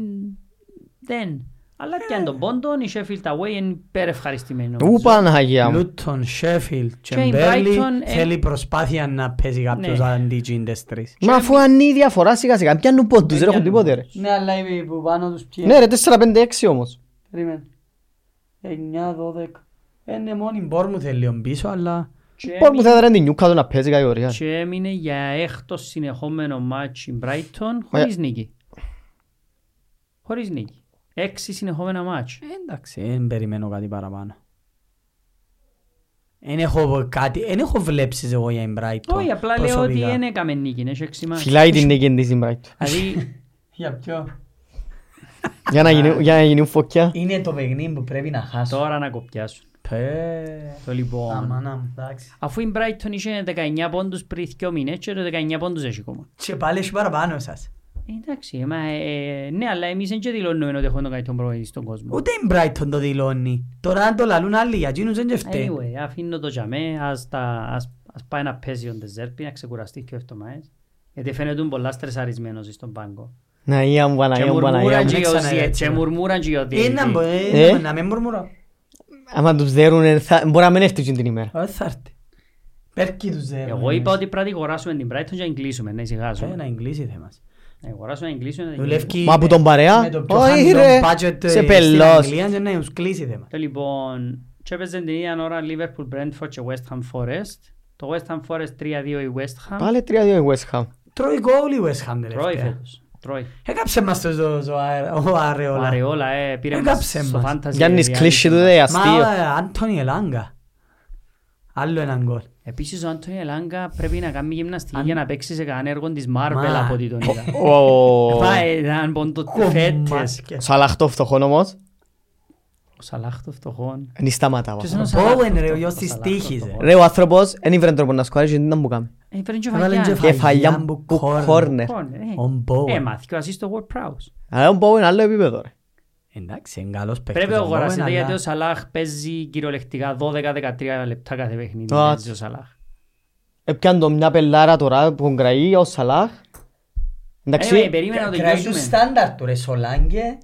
[SPEAKER 2] δεν. Αλλά και αν
[SPEAKER 1] Ε.
[SPEAKER 2] τον πόντον, η Sheffield Away είναι υπερευχαριστημένη. νομίζω.
[SPEAKER 1] Ου Παναγία μου.
[SPEAKER 3] Λούτον, Σέφιλ και
[SPEAKER 2] Και η
[SPEAKER 3] Μπέρλι
[SPEAKER 2] Brighton, ε,
[SPEAKER 3] θέλει προσπάθεια να παίζει κάποιος
[SPEAKER 2] Ναι.
[SPEAKER 3] αντί τις τρεις.
[SPEAKER 1] Μα αφού αν η διαφορά σιγά σιγά πιάνουν πόντους, δεν έχουν
[SPEAKER 2] πιάνουν
[SPEAKER 1] τίποτε ρε.
[SPEAKER 3] Ναι, αλλά είπε που πάνω τους
[SPEAKER 2] ε.
[SPEAKER 3] ποιοι
[SPEAKER 1] Ναι ρε 4-5-6 όμως.
[SPEAKER 3] Περίμενε. 9-12. Είναι ναι, μόνη μπορ μου θέλει ο πίσω, αλλά...
[SPEAKER 2] Και
[SPEAKER 1] Πώς μου θα έδεραν την Newcastle να παίζει κάτι ωραία.
[SPEAKER 2] Και έμεινε για έκτος συνεχόμενο μάτς η Brighton
[SPEAKER 1] Μα-
[SPEAKER 2] χωρίς νίκη. Χωρίς νίκη. Έξι συνεχόμενα μάτς.
[SPEAKER 3] Ε, Εντάξει, δεν περιμένω κάτι παραπάνω. Δεν έχω κάτι, δεν έχω βλέψεις εγώ για την Brighton.
[SPEAKER 2] Όχι, απλά λέω ότι
[SPEAKER 3] προσωπικά.
[SPEAKER 2] δεν έκαμε νίκη, είναι έξι μάτς.
[SPEAKER 1] Φυλάει την νίκη της η Brighton.
[SPEAKER 2] Δηλαδή,
[SPEAKER 3] Για ποιο.
[SPEAKER 1] Για να γίνει- Για να γίνει φωκιά.
[SPEAKER 3] Είναι το παιχνίδι που πρέπει να χάσω.
[SPEAKER 2] τώρα να κοπιάσουν.
[SPEAKER 3] Πε...
[SPEAKER 2] Το λοιπόν.
[SPEAKER 3] Αμάνα μου, εντάξει.
[SPEAKER 2] Αφού η Brighton είχε 19 πόντους πριν 2 μήνες και το 19 πόντους έχει ακόμα.
[SPEAKER 3] Και πάλι έχει παραπάνω σας.
[SPEAKER 2] Ε, Εντάξει, μα, ε, ε, ναι, αλλά εμείς δεν και δηλώνουμε ότι έχουμε τον καλύτερο προπονητή στον κόσμο.
[SPEAKER 3] Ούτε η Brighton το δηλώνει. Τώρα αν το λαλούν άλλοι για εκείνους δεν και φταίει.
[SPEAKER 2] Anyway, αφήνω το τζαμέ, ας, τα, ας, ας πάει να παίζει ο Ντεζέρπι, να ξεκουραστεί και ο εβδομάδες. Γιατί φαίνεται πολλά στρεσαρισμένος στον πάγκο.
[SPEAKER 1] Να ία μου,
[SPEAKER 2] Και
[SPEAKER 1] Παναγία μου, Παναγία
[SPEAKER 2] μουρμούραν
[SPEAKER 1] μου.
[SPEAKER 2] και οι
[SPEAKER 3] ξανά
[SPEAKER 2] οσιέ-
[SPEAKER 3] έτσι,
[SPEAKER 2] και
[SPEAKER 3] ναι.
[SPEAKER 2] μουρμούραν και οι
[SPEAKER 3] Ε,
[SPEAKER 2] οδηγοί.
[SPEAKER 3] να μπο- ε,
[SPEAKER 1] Ε.
[SPEAKER 3] να με μουρμουρώ.
[SPEAKER 1] Άμα τους δέρουν, ε, θα- μπορεί να μην έρθει την ημέρα.
[SPEAKER 3] Ε, θα έρθει. Πέρκει τους ε, δεν.
[SPEAKER 2] Εγώ είπα ότι πρέπει να αγοράσουμε την Brighton και να εγκλήσουμε, να ησυχάσουμε.
[SPEAKER 3] Ένα Εγγλής είδε μας.
[SPEAKER 2] Να αγοράσουμε, να εγκλήσουμε, να εγκλήσουμε.
[SPEAKER 3] Δουλεύει
[SPEAKER 1] Μα από τον παρέα,
[SPEAKER 3] με το πιο
[SPEAKER 1] όχι,
[SPEAKER 3] χαμηλό
[SPEAKER 1] ρε,
[SPEAKER 3] budget, ε,
[SPEAKER 1] σε
[SPEAKER 3] στην
[SPEAKER 1] πελός.
[SPEAKER 3] Αγγλία και να τους κλείσει θέμα.
[SPEAKER 2] Το λοιπόν, και έπαιζε την ίδια ώρα Liverpool, Brentford και West Ham Forest. Το West Ham Forest 3-2 η West Ham.
[SPEAKER 1] Πάλι 3-2 η West Ham.
[SPEAKER 3] Τρώει γκολ η West Ham
[SPEAKER 2] Τρώει
[SPEAKER 3] τελευταία.
[SPEAKER 2] φέτος. Τρώει.
[SPEAKER 3] Έκαψε μας το ζω- ζω- αε- ο
[SPEAKER 2] Ο
[SPEAKER 3] Αρεόλα.
[SPEAKER 2] Αρεόλα, ε, πήρε μας
[SPEAKER 3] Έκαψε
[SPEAKER 2] στο
[SPEAKER 3] μας.
[SPEAKER 2] fantasy.
[SPEAKER 1] Γιάννης
[SPEAKER 2] reality
[SPEAKER 1] κλείσει του
[SPEAKER 2] μας.
[SPEAKER 1] δε,
[SPEAKER 3] Μα
[SPEAKER 1] αστείο.
[SPEAKER 3] ε, Άντωνι Ελάγκα. Άλλο έναν γκολ.
[SPEAKER 2] Επίσης ο Αντώνιο Ελάγκα πρέπει να κάνει γυμναστική
[SPEAKER 3] Αν-
[SPEAKER 2] για να παίξει σε κανένα έργο της Marvel
[SPEAKER 3] Μα.
[SPEAKER 2] από ό,τι τον είδα.
[SPEAKER 1] Ο-
[SPEAKER 2] Ε, Πάει έναν πόντο φέτες.
[SPEAKER 3] Κομμάσκε.
[SPEAKER 1] Ο Σαλάχ το φτωχόν όμως,
[SPEAKER 2] Ο Σαλάχ των φτωχών.
[SPEAKER 1] δεν σταματά.
[SPEAKER 2] Ποιος
[SPEAKER 1] βάζω.
[SPEAKER 2] είναι
[SPEAKER 3] Ο
[SPEAKER 2] Σαλάχ
[SPEAKER 3] Bowen,
[SPEAKER 2] των
[SPEAKER 3] ρε, ο
[SPEAKER 2] φτωχών,
[SPEAKER 3] γιος της
[SPEAKER 2] Σαλάχ των
[SPEAKER 3] τύχης,
[SPEAKER 2] φτωχών.
[SPEAKER 1] Ρε ο άνθρωπος δεν ήβρε τρόπο να σκοράζει και τι να μου κάνει.
[SPEAKER 2] Ε, Έφερε και
[SPEAKER 3] Έβαλε
[SPEAKER 2] φαγιά.
[SPEAKER 3] και
[SPEAKER 2] Και
[SPEAKER 3] φαγιά.
[SPEAKER 1] Κεφαλιά
[SPEAKER 3] που
[SPEAKER 1] μου
[SPEAKER 3] corner.
[SPEAKER 1] κόρνερ.
[SPEAKER 2] κόρνερ, ε.
[SPEAKER 3] Ναι. Ο Bowen.
[SPEAKER 2] Έμαθε και ο ασίστ το Ward Prowse.
[SPEAKER 1] Αλλά ο Bowen άλλο επίπεδο ρε.
[SPEAKER 3] Εντάξει, είναι καλός παίκτης.
[SPEAKER 2] Πρέπει να
[SPEAKER 3] ο Ε, Bowen,
[SPEAKER 2] αγοράσετε
[SPEAKER 3] αλλά-
[SPEAKER 2] γιατί ο Σαλάχ παίζει κυριολεκτικά 12-13 λεπτά κάθε παιχνίδι.
[SPEAKER 1] Α,
[SPEAKER 2] παίζει ο Σαλάχ.
[SPEAKER 1] Έπιαν Ε, το μια πελάρα τώρα που τον κραεί ο Σαλάχ.
[SPEAKER 2] Anyway,
[SPEAKER 1] Εντάξει,
[SPEAKER 2] περίμενα να το
[SPEAKER 3] Κρατάει τους
[SPEAKER 2] τελειώσουμε.
[SPEAKER 3] στάνταρ του ρε Σολάνγκε,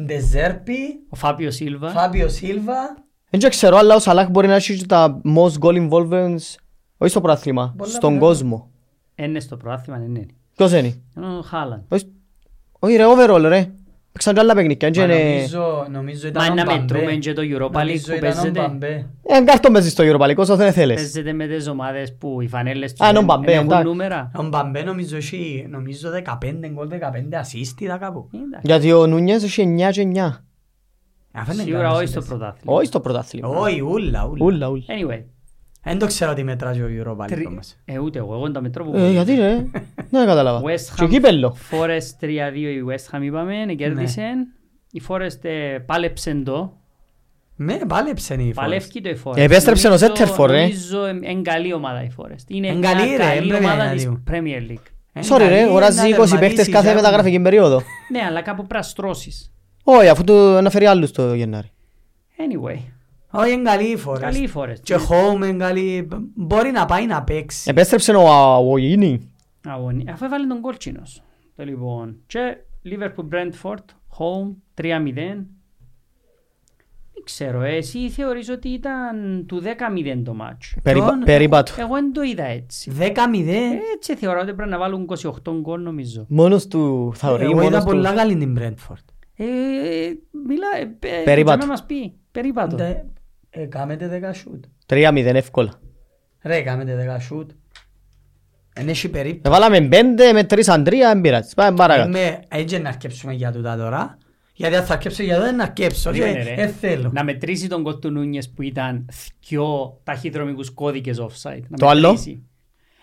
[SPEAKER 3] Ντεζέρπι,
[SPEAKER 2] Ο Φάπιο Σίλβα.
[SPEAKER 3] Φάμπιο Σίλβα.
[SPEAKER 1] δεν και ξέρω αλλά ο Σαλάχ μπορεί να έχει και τα most goal involvements όχι στο πρωτάθλημα,
[SPEAKER 3] Πολλά
[SPEAKER 1] στον
[SPEAKER 3] μεγάλα.
[SPEAKER 1] κόσμο.
[SPEAKER 2] Είναι στο προάθλημα, ναι, ναι.
[SPEAKER 1] Ποιος είναι.
[SPEAKER 2] Ενώ ο Χάλαντ.
[SPEAKER 1] Όχι- Όχι ρε, overall ρε. Παίξαν και άλλα παιχνίκια. και είναι-
[SPEAKER 3] Νομίζω, νομίζω
[SPEAKER 2] Μα
[SPEAKER 3] ήταν ο
[SPEAKER 2] να
[SPEAKER 3] Μπαμπέ.
[SPEAKER 2] μετρούμε και το Europa League
[SPEAKER 3] Νομίζω
[SPEAKER 2] που
[SPEAKER 3] ήταν ο
[SPEAKER 2] παίζεται.
[SPEAKER 3] Μπαμπέ.
[SPEAKER 1] Ε, κάρτο παίζεις στο Ευρωπαϊκό, όσο δεν θέλεις.
[SPEAKER 2] Παίζεται με τις ομάδες που οι φανέλες τους
[SPEAKER 1] Α, ενώ
[SPEAKER 2] δεν-
[SPEAKER 1] Μπαμπέ,
[SPEAKER 2] δεν έχουν
[SPEAKER 1] εντάξει.
[SPEAKER 2] νούμερα.
[SPEAKER 3] Ο Μπαμπέ νομίζω έχει νομίζω 15 γκολ, 15 ασίστητα κάπου.
[SPEAKER 2] Εντάξει.
[SPEAKER 1] Γιατί ο Νούνιες έχει 9 και 9.
[SPEAKER 3] Αφού είναι
[SPEAKER 2] Σίγουρα
[SPEAKER 3] καλός
[SPEAKER 2] όχι στο
[SPEAKER 3] είδες.
[SPEAKER 2] πρωτάθλημα.
[SPEAKER 1] Όχι στο πρωτάθλημα.
[SPEAKER 3] Όχι, ούλα, ούλα.
[SPEAKER 1] Ούλα, ούλα.
[SPEAKER 2] Anyway,
[SPEAKER 3] Δεν το ξέρω τι μετράζει ο Europa League
[SPEAKER 2] τρι-
[SPEAKER 3] όμως.
[SPEAKER 2] ε, ούτε εγώ, εγώ τα μετρώ που
[SPEAKER 1] Ε, γιατί ρε, δεν κατάλαβα.
[SPEAKER 2] West
[SPEAKER 1] Και
[SPEAKER 2] Ham,
[SPEAKER 1] κύπελλο.
[SPEAKER 2] Forest 3-2 η West Ham είπαμε, κέρδισε. Η Forest ε, πάλεψε το.
[SPEAKER 3] Ναι, πάλεψε η Forest.
[SPEAKER 2] Παλεύκει το η Forest.
[SPEAKER 1] Επέστρεψε ο
[SPEAKER 2] Νομίζω-
[SPEAKER 1] Setterford, ε.
[SPEAKER 2] Νομίζω είναι καλή ομάδα η Forest. Είναι
[SPEAKER 3] Εν
[SPEAKER 2] μια
[SPEAKER 3] καλή, ρε, εν
[SPEAKER 2] καλή
[SPEAKER 3] πρέπει
[SPEAKER 2] ομάδα
[SPEAKER 3] να
[SPEAKER 2] της
[SPEAKER 3] δούμε.
[SPEAKER 2] Premier League.
[SPEAKER 3] Ε,
[SPEAKER 1] Sorry eh, ρε,
[SPEAKER 3] καλή,
[SPEAKER 1] οράζει
[SPEAKER 3] να ε,
[SPEAKER 1] 20 παίχτες
[SPEAKER 3] τερματίσει
[SPEAKER 1] κάθε
[SPEAKER 3] για να-
[SPEAKER 1] μεταγραφική περίοδο.
[SPEAKER 2] Ναι, αλλά κάπου πρέπει να στρώσεις.
[SPEAKER 1] Όχι, αφού του αναφέρει άλλους το Γενάρη.
[SPEAKER 2] Anyway,
[SPEAKER 3] Όχι, είναι καλή η Forest.
[SPEAKER 2] καλή η Forest.
[SPEAKER 3] Και home είναι καλή. Μπορεί να πάει να παίξει.
[SPEAKER 1] Επέστρεψε ο Αγωγίνη.
[SPEAKER 2] Αγωνία. Αφού έβαλε τον κόλτσινος. Το λοιπόν. Και Liverpool Brentford, home, 3-0. Δεν ξέρω, ε, εσύ θεωρείς ότι ήταν του 10-0 το μάτσο.
[SPEAKER 3] Ποιον?
[SPEAKER 1] Περίπατο.
[SPEAKER 3] ε,
[SPEAKER 2] Εγώ δεν το είδα έτσι.
[SPEAKER 3] 10-0.
[SPEAKER 2] Έτσι θεωρώ ότι πρέπει να βάλουν 28 γκολ νομίζω.
[SPEAKER 1] Μόνος του θα ορεί,
[SPEAKER 3] ε, Εγώ είδα
[SPEAKER 1] μόνος του.
[SPEAKER 3] πολλά καλή την Brentford.
[SPEAKER 2] Ε, μιλά, ε, ε,
[SPEAKER 1] Περίπατο.
[SPEAKER 2] τζαμέ μας πει. Περίπατο.
[SPEAKER 3] Δε- ε, Κάμετε 10 shoot.
[SPEAKER 1] 3-0 εύκολα.
[SPEAKER 3] Ρε, κάμετε 10 shoot. Εν έχει περίπτωση.
[SPEAKER 1] Ε, Βάλαμε 5 με 3 αν 3, δεν πειράζει. Πάμε παρακάτω.
[SPEAKER 3] Είμαι έτσι να αρκέψουμε για τούτα τώρα. Γιατί αν θα αρκέψω για τούτα, να αρκέψω. Και
[SPEAKER 2] Περίμενε, Ναι, ρε.
[SPEAKER 3] Δεν ε, θέλω.
[SPEAKER 2] Να μετρήσει τον κόλ του Νούνιες που ήταν δυο ταχυδρομικούς κώδικες offside. Να
[SPEAKER 1] Το άλλο?
[SPEAKER 2] μετρήσει.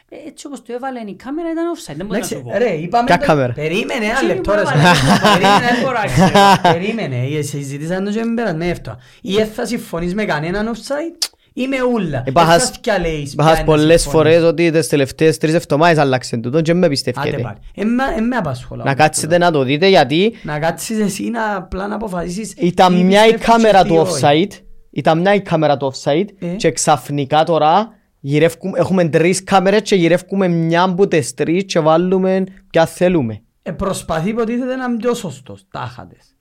[SPEAKER 2] Ε, Έτσι όπως το έβαλε η κάμερα ήταν offside. Δεν μπορεί να
[SPEAKER 3] Εντάξει,
[SPEAKER 2] σου πω.
[SPEAKER 3] Ρε, είπαμε...
[SPEAKER 1] Ποια
[SPEAKER 3] το-
[SPEAKER 1] κάμερα?
[SPEAKER 3] Περίμενε ένα
[SPEAKER 2] Τι
[SPEAKER 3] λεπτό,
[SPEAKER 2] μου
[SPEAKER 3] ρε.
[SPEAKER 2] έβαλες,
[SPEAKER 3] Σάβα.
[SPEAKER 2] δεν
[SPEAKER 3] Περίμενε,
[SPEAKER 2] μπορώ να
[SPEAKER 3] ρε.
[SPEAKER 2] ξέρω.
[SPEAKER 3] Περίμενε, ε, συζητήσαν το και μην πέρασαν εύκολα. Ή ε, θα συμφωνείς με κανέναν offside ή με ούλα.
[SPEAKER 1] Είπαχας-
[SPEAKER 3] Ε, θα θκιαλέεις ποια
[SPEAKER 1] Μπαχάς
[SPEAKER 3] είναι να
[SPEAKER 1] πολλές
[SPEAKER 3] συμφωνείς.
[SPEAKER 1] φορές ότι τις τελευταίες τρεις εβδομάδες άλλαξε τούτο και με
[SPEAKER 3] Άντε
[SPEAKER 1] πιστεύκετε.
[SPEAKER 3] πάλι. Ε, μα- ε, με
[SPEAKER 1] Να
[SPEAKER 3] απασχολά. όμως τούτα.
[SPEAKER 1] κάτσετε να το δείτε γιατί
[SPEAKER 3] Να κάτσεις εσύ να απλά να αποφασίσεις
[SPEAKER 1] Ήταν
[SPEAKER 3] τι
[SPEAKER 1] μια η
[SPEAKER 3] πιστεύεις
[SPEAKER 1] κάμερα
[SPEAKER 3] και τι
[SPEAKER 1] του
[SPEAKER 3] όχι.
[SPEAKER 1] offside. Ήταν μια η κάμερα του offside.
[SPEAKER 3] Ε.
[SPEAKER 1] Και ξαφνικά τώρα γυρεύκουμε, έχουμε τρεις κάμερες και γυρεύκουμε μια από τις τρεις και βάλουμε ποια θέλουμε.
[SPEAKER 3] Ε, προσπαθεί υποτίθεται να είμαι πιο σωστός. Τάχατες.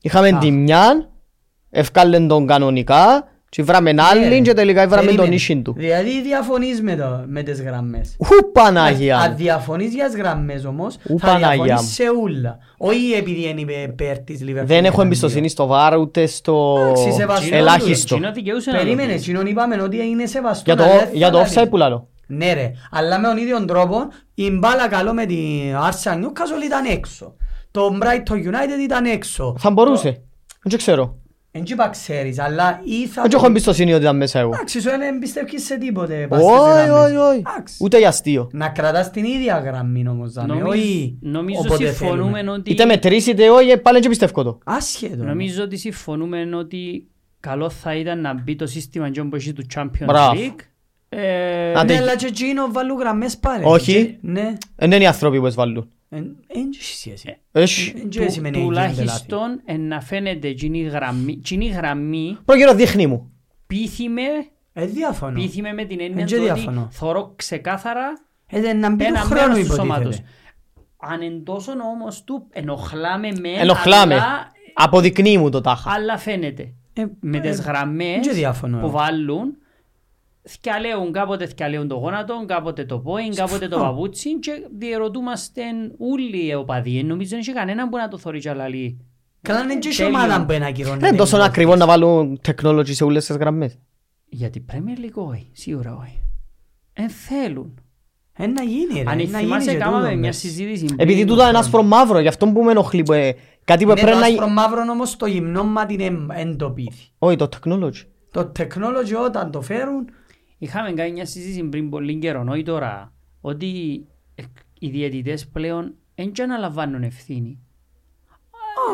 [SPEAKER 1] Είχαμε
[SPEAKER 3] Α.
[SPEAKER 1] τη μια, ευκάλεν τον κανονικά, και
[SPEAKER 3] Ναι.
[SPEAKER 1] βράμε άλλη και τελικά βράμε τον
[SPEAKER 3] Περίμενε.
[SPEAKER 1] ίσιν του.
[SPEAKER 3] Δηλαδή διαφωνείς με, το, με τις γραμμές.
[SPEAKER 1] Ου Παναγία!
[SPEAKER 3] Αν
[SPEAKER 1] μου.
[SPEAKER 3] διαφωνείς για τις γραμμές όμως,
[SPEAKER 1] Ου,
[SPEAKER 3] θα
[SPEAKER 1] Παναγιά μου.
[SPEAKER 3] διαφωνείς σε ούλα. Όχι επειδή είναι υπέρ της Λίβερπουλ.
[SPEAKER 1] Δεν έχω εμπιστοσύνη στο βάρ ούτε στο
[SPEAKER 3] Εντάξει, σεβαστό
[SPEAKER 1] ελάχιστο.
[SPEAKER 2] Τσινό δικαιούσε να το
[SPEAKER 3] ε, Περίμενε,
[SPEAKER 2] πεις.
[SPEAKER 3] εκείνον είπαμε ότι είναι σεβαστό.
[SPEAKER 1] Για το,
[SPEAKER 3] αλλά δεν
[SPEAKER 1] για το
[SPEAKER 3] θα
[SPEAKER 1] offside
[SPEAKER 3] λάβει.
[SPEAKER 1] που λαλώ.
[SPEAKER 3] Ναι ρε, αλλά με τον ίδιο τρόπο η μπάλα καλό με την Arsenal Newcastle ήταν έξω. Το Brighton United ήταν έξω.
[SPEAKER 1] Θα μπορούσε. Δεν ξέρω.
[SPEAKER 3] Εν τσίπα ξέρεις, αλλά ή θα...
[SPEAKER 1] Δεν έχω εμπιστοσύνη ότι ήταν μέσα εγώ.
[SPEAKER 3] Εντάξει, σου δεν εμπιστεύκεις σε τίποτε. πας στις
[SPEAKER 1] Όχι,
[SPEAKER 3] γραμμές.
[SPEAKER 1] όχι, όχι.
[SPEAKER 3] Εντάξει.
[SPEAKER 1] Ούτε για αστείο.
[SPEAKER 3] Να κρατάς την ίδια γραμμή όμως, Δάμε.
[SPEAKER 2] Νομίζ-
[SPEAKER 3] Όχι
[SPEAKER 2] Νομίζω
[SPEAKER 3] όποτε θέλουμε.
[SPEAKER 2] συμφωνούμε ότι...
[SPEAKER 1] Είτε με τρεις είτε όχι, ε, πάλι δεν πιστεύω το.
[SPEAKER 3] Άσχετο.
[SPEAKER 2] Νομίζω ότι συμφωνούμε ότι καλό θα ήταν να μπει το σύστημα και όπως έχει του Champions
[SPEAKER 1] Μπράβο.
[SPEAKER 2] League. Ε,
[SPEAKER 1] Να
[SPEAKER 3] Ναι,
[SPEAKER 1] τε-
[SPEAKER 3] αλλά και εκείνο βάλουν γραμμές πάλι.
[SPEAKER 1] Όχι.
[SPEAKER 3] Και- Ναι.
[SPEAKER 1] Εν Ε, είναι οι άνθρωποι που εσβάλλουν.
[SPEAKER 3] Εν εν έχει σχέση.
[SPEAKER 1] Έχει.
[SPEAKER 3] Εν και
[SPEAKER 2] του-
[SPEAKER 3] σημαίνει έγινε λάθη.
[SPEAKER 2] τουλάχιστον ε, να φαίνεται εκείνη η γραμμή, εκείνη η γραμμή
[SPEAKER 1] Προκειρο δείχνει μου.
[SPEAKER 2] πείθημε,
[SPEAKER 3] Ε, διαφωνώ.
[SPEAKER 2] πείθημε με την έννοια
[SPEAKER 3] Εν και
[SPEAKER 2] του ότι
[SPEAKER 3] διαφωνώ.
[SPEAKER 2] θωρώ ξεκάθαρα
[SPEAKER 3] Ε, δεν- να μπει του
[SPEAKER 2] ένα
[SPEAKER 3] χρόνου
[SPEAKER 2] μέρος του
[SPEAKER 3] υποτίθεται.
[SPEAKER 2] σώματος. Αν εντός όμως του ενοχλάμε με,
[SPEAKER 1] Ενοχλάμε.
[SPEAKER 2] αλλά,
[SPEAKER 1] Αποδεικνύει μου το τάχα.
[SPEAKER 2] αλλά φαίνεται.
[SPEAKER 3] Ε,
[SPEAKER 2] με
[SPEAKER 3] ε,
[SPEAKER 2] τις γραμμές
[SPEAKER 3] και διαφωνώ,
[SPEAKER 2] που
[SPEAKER 3] εγώ.
[SPEAKER 2] βάλουν θκιαλέουν κάποτε θκιαλέουν το γόνατο, κάποτε το πόιν, κάποτε το
[SPEAKER 3] Σωστό.
[SPEAKER 2] παπούτσι και διερωτούμαστε όλοι οι οπαδοί. Νομίζω δεν είχε κανέναν που να το θωρεί και λαλεί.
[SPEAKER 3] Καλά είναι και η
[SPEAKER 2] Τέλειο.
[SPEAKER 3] ομάδα που ενακυρώνεται.
[SPEAKER 1] Δεν είναι τόσο ακριβό να βάλουν technology σε όλες τις γραμμές.
[SPEAKER 2] Γιατί Premier League όχι, σίγουρα όχι. Εν θέλουν.
[SPEAKER 3] Ε, να γίνει ρε.
[SPEAKER 2] Αν
[SPEAKER 3] να γίνει
[SPEAKER 2] ναι, θυμάσαι
[SPEAKER 3] και
[SPEAKER 2] κάναμε
[SPEAKER 3] τούτο,
[SPEAKER 2] μια
[SPEAKER 3] ναι.
[SPEAKER 2] συζήτηση.
[SPEAKER 1] Επειδή
[SPEAKER 2] πριν.
[SPEAKER 1] τούτο είναι άσπρο μαύρο, γι' αυτό που με ενοχλεί. που, ε, Κάτι που
[SPEAKER 3] Ναι, το
[SPEAKER 1] πρέπει να... γι-
[SPEAKER 3] άσπρο μαύρο όμως το γυμνό μάτι είναι εν το πείθει.
[SPEAKER 1] Όχι, το technology.
[SPEAKER 3] Το technology όταν το φέρουν,
[SPEAKER 2] Είχαμε κάνει μια συζήτηση πριν πολύ καιρό, όχι τώρα, ότι ε, οι διαιτητές πλέον δεν και αναλαμβάνουν ευθύνη.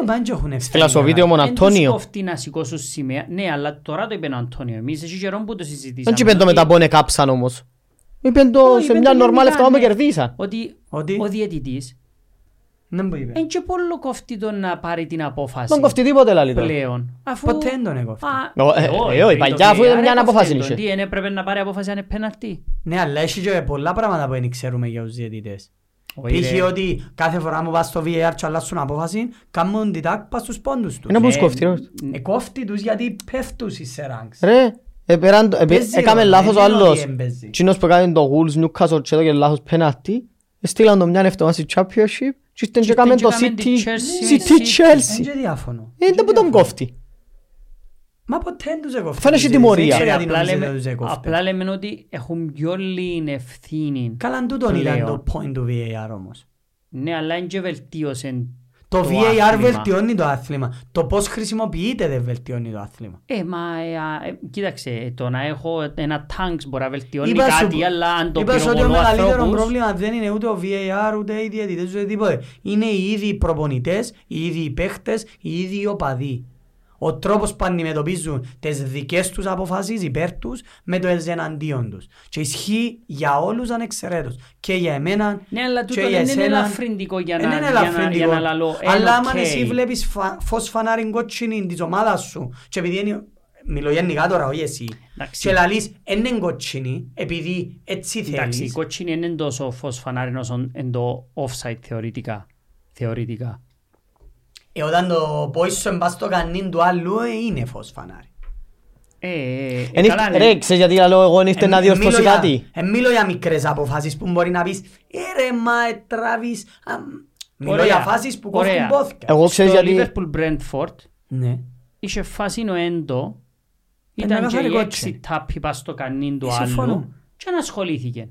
[SPEAKER 3] α, μα δεν και έχουν ευθύνη.
[SPEAKER 1] Θέλω στο βίντεο μου,
[SPEAKER 2] Εν τους
[SPEAKER 1] Αντώνιο.
[SPEAKER 2] κόφτει να σηκώσουν σημαία. Ναι, αλλά τώρα το είπε ο Αντώνιο. Εμείς έχει καιρό που το συζητήσαμε.
[SPEAKER 3] ναι.
[SPEAKER 1] Δεν και πέντο με τα
[SPEAKER 3] Ε,
[SPEAKER 2] Ότι-
[SPEAKER 1] πόνε κάψαν όμως. Είπεν το
[SPEAKER 2] Όχι,
[SPEAKER 1] σε
[SPEAKER 2] είπε
[SPEAKER 1] μια
[SPEAKER 2] το
[SPEAKER 1] νορμάλ
[SPEAKER 2] γενικά,
[SPEAKER 1] εφτάμα με
[SPEAKER 3] ε,
[SPEAKER 2] ναι.
[SPEAKER 1] κερδίσαν.
[SPEAKER 2] Ότι
[SPEAKER 3] Ότι-
[SPEAKER 2] ο διαιτητής
[SPEAKER 3] Δεν μου είπε.
[SPEAKER 2] δεν και πολύ κόφτει τον να πάρει την
[SPEAKER 3] ε,
[SPEAKER 2] απόφαση.
[SPEAKER 1] Δεν κοφτεί τίποτε λαλή τώρα.
[SPEAKER 2] πλέον. Αφού...
[SPEAKER 3] Ποτέ δεν τον έκοφτε.
[SPEAKER 2] Α,
[SPEAKER 1] Εγώ- ε,
[SPEAKER 2] ε, όχι,
[SPEAKER 1] ε, όχι,
[SPEAKER 2] το
[SPEAKER 1] παλιά, αφού ήταν
[SPEAKER 2] VAR
[SPEAKER 1] μια
[SPEAKER 2] έκοφτε
[SPEAKER 1] απόφαση
[SPEAKER 2] τον.
[SPEAKER 1] είχε.
[SPEAKER 2] Τι, εν έπρεπε να πάρει απόφαση αν είναι πέναλτι.
[SPEAKER 3] Ναι, αλλά έχει και πολλά πράγματα που δεν ξέρουμε για τους διαιτητές.
[SPEAKER 2] Όχι,
[SPEAKER 3] Π.χ.
[SPEAKER 2] ρε.
[SPEAKER 3] ότι κάθε φορά που πας στο VAR και αλλάσουν απόφαση, κάνουν την τάκ πας στους πόντους τους.
[SPEAKER 1] Είναι όπως
[SPEAKER 2] Ναι.
[SPEAKER 1] κοφτεί. ρε.
[SPEAKER 3] Ε, κόφτει τους γιατί πέφτουν στις σεράγγς.
[SPEAKER 1] Ρε, επέραν το- επέ-
[SPEAKER 3] Παίζει
[SPEAKER 1] έκαμε
[SPEAKER 3] ρόλο,
[SPEAKER 1] λάθος ο
[SPEAKER 3] δεν είναι
[SPEAKER 1] άλλος.
[SPEAKER 3] ότι δεν παίζει.
[SPEAKER 1] Τσίνος που έκανε το Wolves, Newcastle και έδωκε λάθος πέναλτι. Στείλαν το μια λεφτό στη Championship και ήρθαν και
[SPEAKER 2] ήρθαν
[SPEAKER 1] έκαμε
[SPEAKER 2] και
[SPEAKER 1] το
[SPEAKER 2] έκαμε
[SPEAKER 1] City
[SPEAKER 2] τη Chelsea.
[SPEAKER 1] City
[SPEAKER 3] Δεν
[SPEAKER 1] Chelsea.
[SPEAKER 3] και διαφωνώ.
[SPEAKER 1] Ε, Δεν που τον κόφτει.
[SPEAKER 3] Μα ποτέ δεν τους έκοφτε.
[SPEAKER 1] Φαίνεται
[SPEAKER 3] τους
[SPEAKER 1] η τιμωρία.
[SPEAKER 2] Ε,
[SPEAKER 3] διαιτητές. Δεν ξέρω
[SPEAKER 2] απλά
[SPEAKER 3] γιατί
[SPEAKER 2] λέμε-
[SPEAKER 3] νομίζω δεν τους έκοφτε.
[SPEAKER 2] Απλά λέμε ότι έχουν πιο λίγη ευθύνη.
[SPEAKER 3] Καλάν τούτον ήταν
[SPEAKER 2] Πλέον.
[SPEAKER 3] το point του VAR όμως.
[SPEAKER 2] Ναι, αλλά είναι και βελτίωσε.
[SPEAKER 3] Το
[SPEAKER 2] Το
[SPEAKER 3] VAR
[SPEAKER 2] άθλημα.
[SPEAKER 3] βελτιώνει το άθλημα. Το πώς χρησιμοποιείται δεν βελτιώνει το άθλημα.
[SPEAKER 2] Ε, μα, ε, α, ε, κοίταξε, το να έχω ένα τάγκς μπορεί να βελτιώνει
[SPEAKER 3] Είπα σου-
[SPEAKER 2] κάτι, αλλά αν το
[SPEAKER 3] είπα σου ότι ο
[SPEAKER 2] πυροβολώ
[SPEAKER 3] μεγαλύτερο
[SPEAKER 2] ανθρώπους...
[SPEAKER 3] πρόβλημα δεν είναι ούτε ο VAR, ούτε οι διαιτητές, ούτε τίποτε. Είναι οι ίδιοι οι προπονητές, οι ίδιοι οι παίχτες, οι ίδιοι οι οπαδοί. Ο τρόπος που αντιμετωπίζουν τις δικές τους αποφάσεις υπέρ τους με το εναντίον τους. Και ισχύει για όλους ανεξαιρέτως. Και για εμένα
[SPEAKER 2] Ναι, αλλά
[SPEAKER 3] και
[SPEAKER 2] τούτο
[SPEAKER 3] για
[SPEAKER 2] δεν είναι
[SPEAKER 3] εσέναν.
[SPEAKER 2] ελαφρυντικό για να-
[SPEAKER 3] Δεν
[SPEAKER 2] για
[SPEAKER 3] είναι
[SPEAKER 2] να-
[SPEAKER 3] ελαφρυντικό.
[SPEAKER 2] για να λαλώ, ε,
[SPEAKER 3] Αλλά
[SPEAKER 2] οκ.
[SPEAKER 3] άμα εσύ βλέπεις φα- φως φανάρι κότσινη της ομάδας σου και επειδή είναι... Μιλώ γενικά τώρα, όχι εσύ.
[SPEAKER 2] Εντάξει.
[SPEAKER 3] Και λαλείς, «Εν είναι κότσινη επειδή έτσι
[SPEAKER 2] Εντάξει, η
[SPEAKER 3] θέλεις.
[SPEAKER 2] κότσινη είναι τόσο φως φανάρι όσο είναι το offside θεωρητικά. Θεωρητικά.
[SPEAKER 3] Ε, όταν το πόεις σου εμπάς στο κανήν του άλλου, ε, είναι φως φανάρι.
[SPEAKER 2] Ε, ε, ε,
[SPEAKER 1] Εν
[SPEAKER 2] καλά,
[SPEAKER 1] ήρθε-
[SPEAKER 2] ναι. Ε,
[SPEAKER 1] Ρε, ξέρεις γιατί λέω εγώ, εν ήρθε
[SPEAKER 3] Εν-
[SPEAKER 1] να
[SPEAKER 3] εν
[SPEAKER 1] διορθώσει
[SPEAKER 3] μιλώ
[SPEAKER 1] κάτι.
[SPEAKER 3] για- Εν μιλώ για μικρές αποφάσεις που μπορεί να πεις «Ε ρε μα ε, τράβεις». α, Μιλώ
[SPEAKER 2] Ωραία.
[SPEAKER 3] για φάσεις που κόβουν
[SPEAKER 2] Ωραία.
[SPEAKER 3] πόθηκα.
[SPEAKER 1] Εγώ ξέρεις
[SPEAKER 2] Στο
[SPEAKER 1] γιατί...
[SPEAKER 2] Liverpool Brentford
[SPEAKER 3] Ναι.
[SPEAKER 2] είχε φάση ο Έντο,
[SPEAKER 3] Ένα
[SPEAKER 2] ήταν και
[SPEAKER 3] καθαρή
[SPEAKER 2] οι
[SPEAKER 3] κότσινη.
[SPEAKER 2] έξι τάποι πας στο κανήν του
[SPEAKER 3] Ε, συμφωνώ.
[SPEAKER 2] άλλου και ανασχολήθηκε.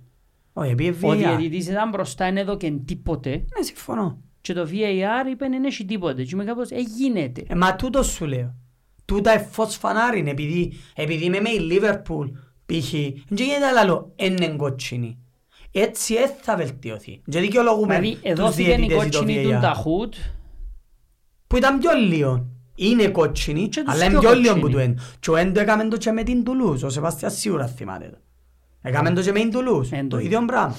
[SPEAKER 3] Όχι, επειδή
[SPEAKER 2] Ο
[SPEAKER 3] VAR.
[SPEAKER 2] διαιτητής ήταν μπροστά, δεν έδωκε τίποτε
[SPEAKER 3] Ναι, συμφωνώ.
[SPEAKER 2] και το VAR είπε δεν έχει τίποτε και είμαι κάπως «Ε, γίνεται».
[SPEAKER 3] Ε, μα τούτος σου λέω. Τούτα ε φως φανάρι είναι, επειδή, επειδή είμαι με η Λίβερπουλ π.χ. Και γίνεται άλλο είναι κότσινη. Έτσι ε, θα βελτιωθεί. Και δικαιολογούμε
[SPEAKER 2] Δηλαδή
[SPEAKER 3] τους
[SPEAKER 2] εδώθηκε η
[SPEAKER 3] διαιτητές ή το
[SPEAKER 2] κότσινη του
[SPEAKER 3] VAR.
[SPEAKER 2] Νταχούτ
[SPEAKER 3] που ήταν πιο λίγο. Είναι κότσινη,
[SPEAKER 2] Και τους
[SPEAKER 3] αλλά
[SPEAKER 2] πιο
[SPEAKER 3] είναι πιο λίγο που
[SPEAKER 2] κότσινη.
[SPEAKER 3] του έντο. Και ο έντο έκαμε το και με την Τουλούς, ο Σεβαστιάς σίγουρα θυμάται το. Έκαμε το και με την Τουλούς,
[SPEAKER 2] Εν
[SPEAKER 3] το
[SPEAKER 2] το
[SPEAKER 3] ίδιο πράγμα.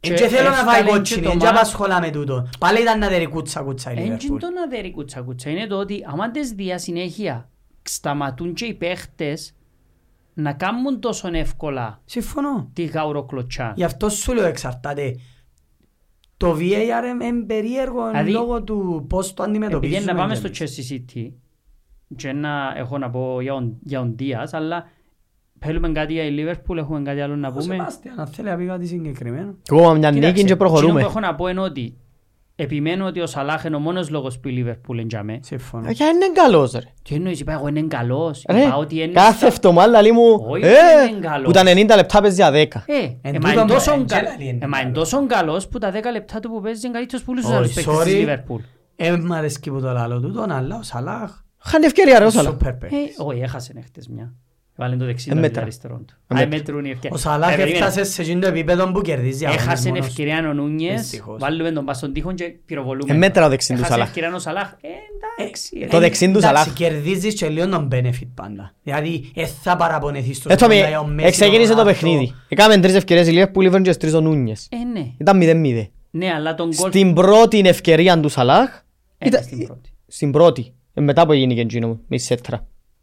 [SPEAKER 2] Και
[SPEAKER 3] Εν και θέλω να φάει
[SPEAKER 2] έφκαλε και
[SPEAKER 3] κότσινη,
[SPEAKER 2] το
[SPEAKER 3] εν και
[SPEAKER 2] μάτς.
[SPEAKER 3] απασχολά με τούτο. Πάλι ήταν να δερει κούτσα κούτσα η
[SPEAKER 2] Έντζιν
[SPEAKER 3] Λίβερπουλ.
[SPEAKER 2] το να δέρει κουτσά κουτσά είναι το ότι άμα τις δια συνέχεια σταματούν και οι παίχτες να κάνουν τόσο εύκολα
[SPEAKER 3] Συμφωνώ.
[SPEAKER 2] τη γαουροκλωτσά.
[SPEAKER 3] Γι' αυτό σου λέω εξαρτάται Το VAR είναι περίεργο
[SPEAKER 2] Δηλαδή,
[SPEAKER 3] λόγω του πώς το αντιμετωπίζουμε.
[SPEAKER 2] Επειδή να πάμε
[SPEAKER 3] κι
[SPEAKER 2] στο
[SPEAKER 3] εμείς.
[SPEAKER 2] Chelsea City και να έχω να πω για τον- για τον Diaz, αλλά θέλουμε κάτι για η Liverpool, έχουμε κάτι άλλο να
[SPEAKER 3] Ο
[SPEAKER 2] πούμε.
[SPEAKER 3] Σεβάστιαν, αν θέλει να πει κάτι συγκεκριμένο.
[SPEAKER 1] Εγώ μια νίκη
[SPEAKER 2] Κοίταξε,
[SPEAKER 1] και
[SPEAKER 2] εκείνο
[SPEAKER 1] προχωρούμε.
[SPEAKER 2] που έχω να πω είναι ότι επιμένω ότι ο Σαλάχ είναι ο μόνος λόγος που η Liverpool εντιαμέ.
[SPEAKER 3] Συμφωνώ.
[SPEAKER 1] Ε, Για είναι καλός ρε.
[SPEAKER 2] Τι εννοείς, είπα εγώ είναι καλός,
[SPEAKER 1] Ρε,
[SPEAKER 2] είπα Ε, ότι είναι...
[SPEAKER 1] κάθε εβδομάδα λέει μου,
[SPEAKER 2] Όχι,
[SPEAKER 1] ε,
[SPEAKER 2] δεν είναι καλός.
[SPEAKER 1] που τα 90 λεπτά παίζει για 10.
[SPEAKER 2] Ε,
[SPEAKER 3] Εν
[SPEAKER 2] εμά
[SPEAKER 3] τούτο
[SPEAKER 2] είναι τόσο
[SPEAKER 3] εν
[SPEAKER 2] κα-
[SPEAKER 3] τζέλαλι είναι
[SPEAKER 2] εμά είναι τόσο καλός που τα 10 λεπτά του που παίζει είναι καλύτερος που όλους τους
[SPEAKER 3] Όχι,
[SPEAKER 2] άλλους παίκτες της
[SPEAKER 3] sorry.
[SPEAKER 2] Liverpool.
[SPEAKER 3] Ε, μ' αρέσει και που το λαλό του τον, αλλά ο Σαλάχ.
[SPEAKER 1] Χάνει ευκαιρία ρε ο Σαλάχ.
[SPEAKER 3] Σούπερ
[SPEAKER 2] Ε,
[SPEAKER 3] παίκτης.
[SPEAKER 2] Όχι, έχασε χτες μια. Βάλε το δεξί
[SPEAKER 1] Ε,
[SPEAKER 2] το
[SPEAKER 1] μέτρα.
[SPEAKER 2] αριστερό του.
[SPEAKER 1] Ε,
[SPEAKER 2] Α, ε,
[SPEAKER 1] μέτρα.
[SPEAKER 2] μέτρουν οι ευκαιρίες.
[SPEAKER 3] Ο Σαλάχ
[SPEAKER 2] Ε, περίμενε.
[SPEAKER 3] έφτασε σε εκείνο το επίπεδο που κερδίζει.
[SPEAKER 2] Έχασε
[SPEAKER 3] αγώνες
[SPEAKER 2] την
[SPEAKER 3] μόνος.
[SPEAKER 2] ευκαιρία ο Νούνιες,
[SPEAKER 3] Δυστυχώς.
[SPEAKER 2] βάλουμε τον πας στον τοίχον και πυροβολούμε.
[SPEAKER 1] Ε, μέτρα ο δεξί του
[SPEAKER 2] Έχασε
[SPEAKER 1] Σαλάχ.
[SPEAKER 2] ευκαιρία ο Σαλάχ. Ε,
[SPEAKER 3] eh,
[SPEAKER 2] εντάξει.
[SPEAKER 1] Το
[SPEAKER 2] ε,
[SPEAKER 1] δεξί του
[SPEAKER 3] Εντάξει,
[SPEAKER 1] Σαλάχ.
[SPEAKER 3] Κερδίζεις και λίγο τον benefit πάντα. Δηλαδή, ε, θα παραπονεθείς
[SPEAKER 1] Ε,
[SPEAKER 3] στον
[SPEAKER 1] Τόμι,
[SPEAKER 3] Σαλάχ, ο Μέση, ο
[SPEAKER 1] εξεκίνησε το
[SPEAKER 3] Ρονάλντο.
[SPEAKER 1] παιχνίδι. Έκαμε τρεις ευκαιρίες η Λίβερπουλ, ήβραν και τρεις ο Νούνιες.
[SPEAKER 2] Ε, ναι.
[SPEAKER 1] Ήταν 0-0.
[SPEAKER 2] Ναι, αλλά τον γκολ
[SPEAKER 1] Στην πρώτη ευκαιρία του Σαλάχ,
[SPEAKER 2] Ένα
[SPEAKER 1] ήταν-
[SPEAKER 2] στην πρώτη.
[SPEAKER 1] στην πρώτη, ε, μετά που έγινε και εκείνο με η Σέτρα.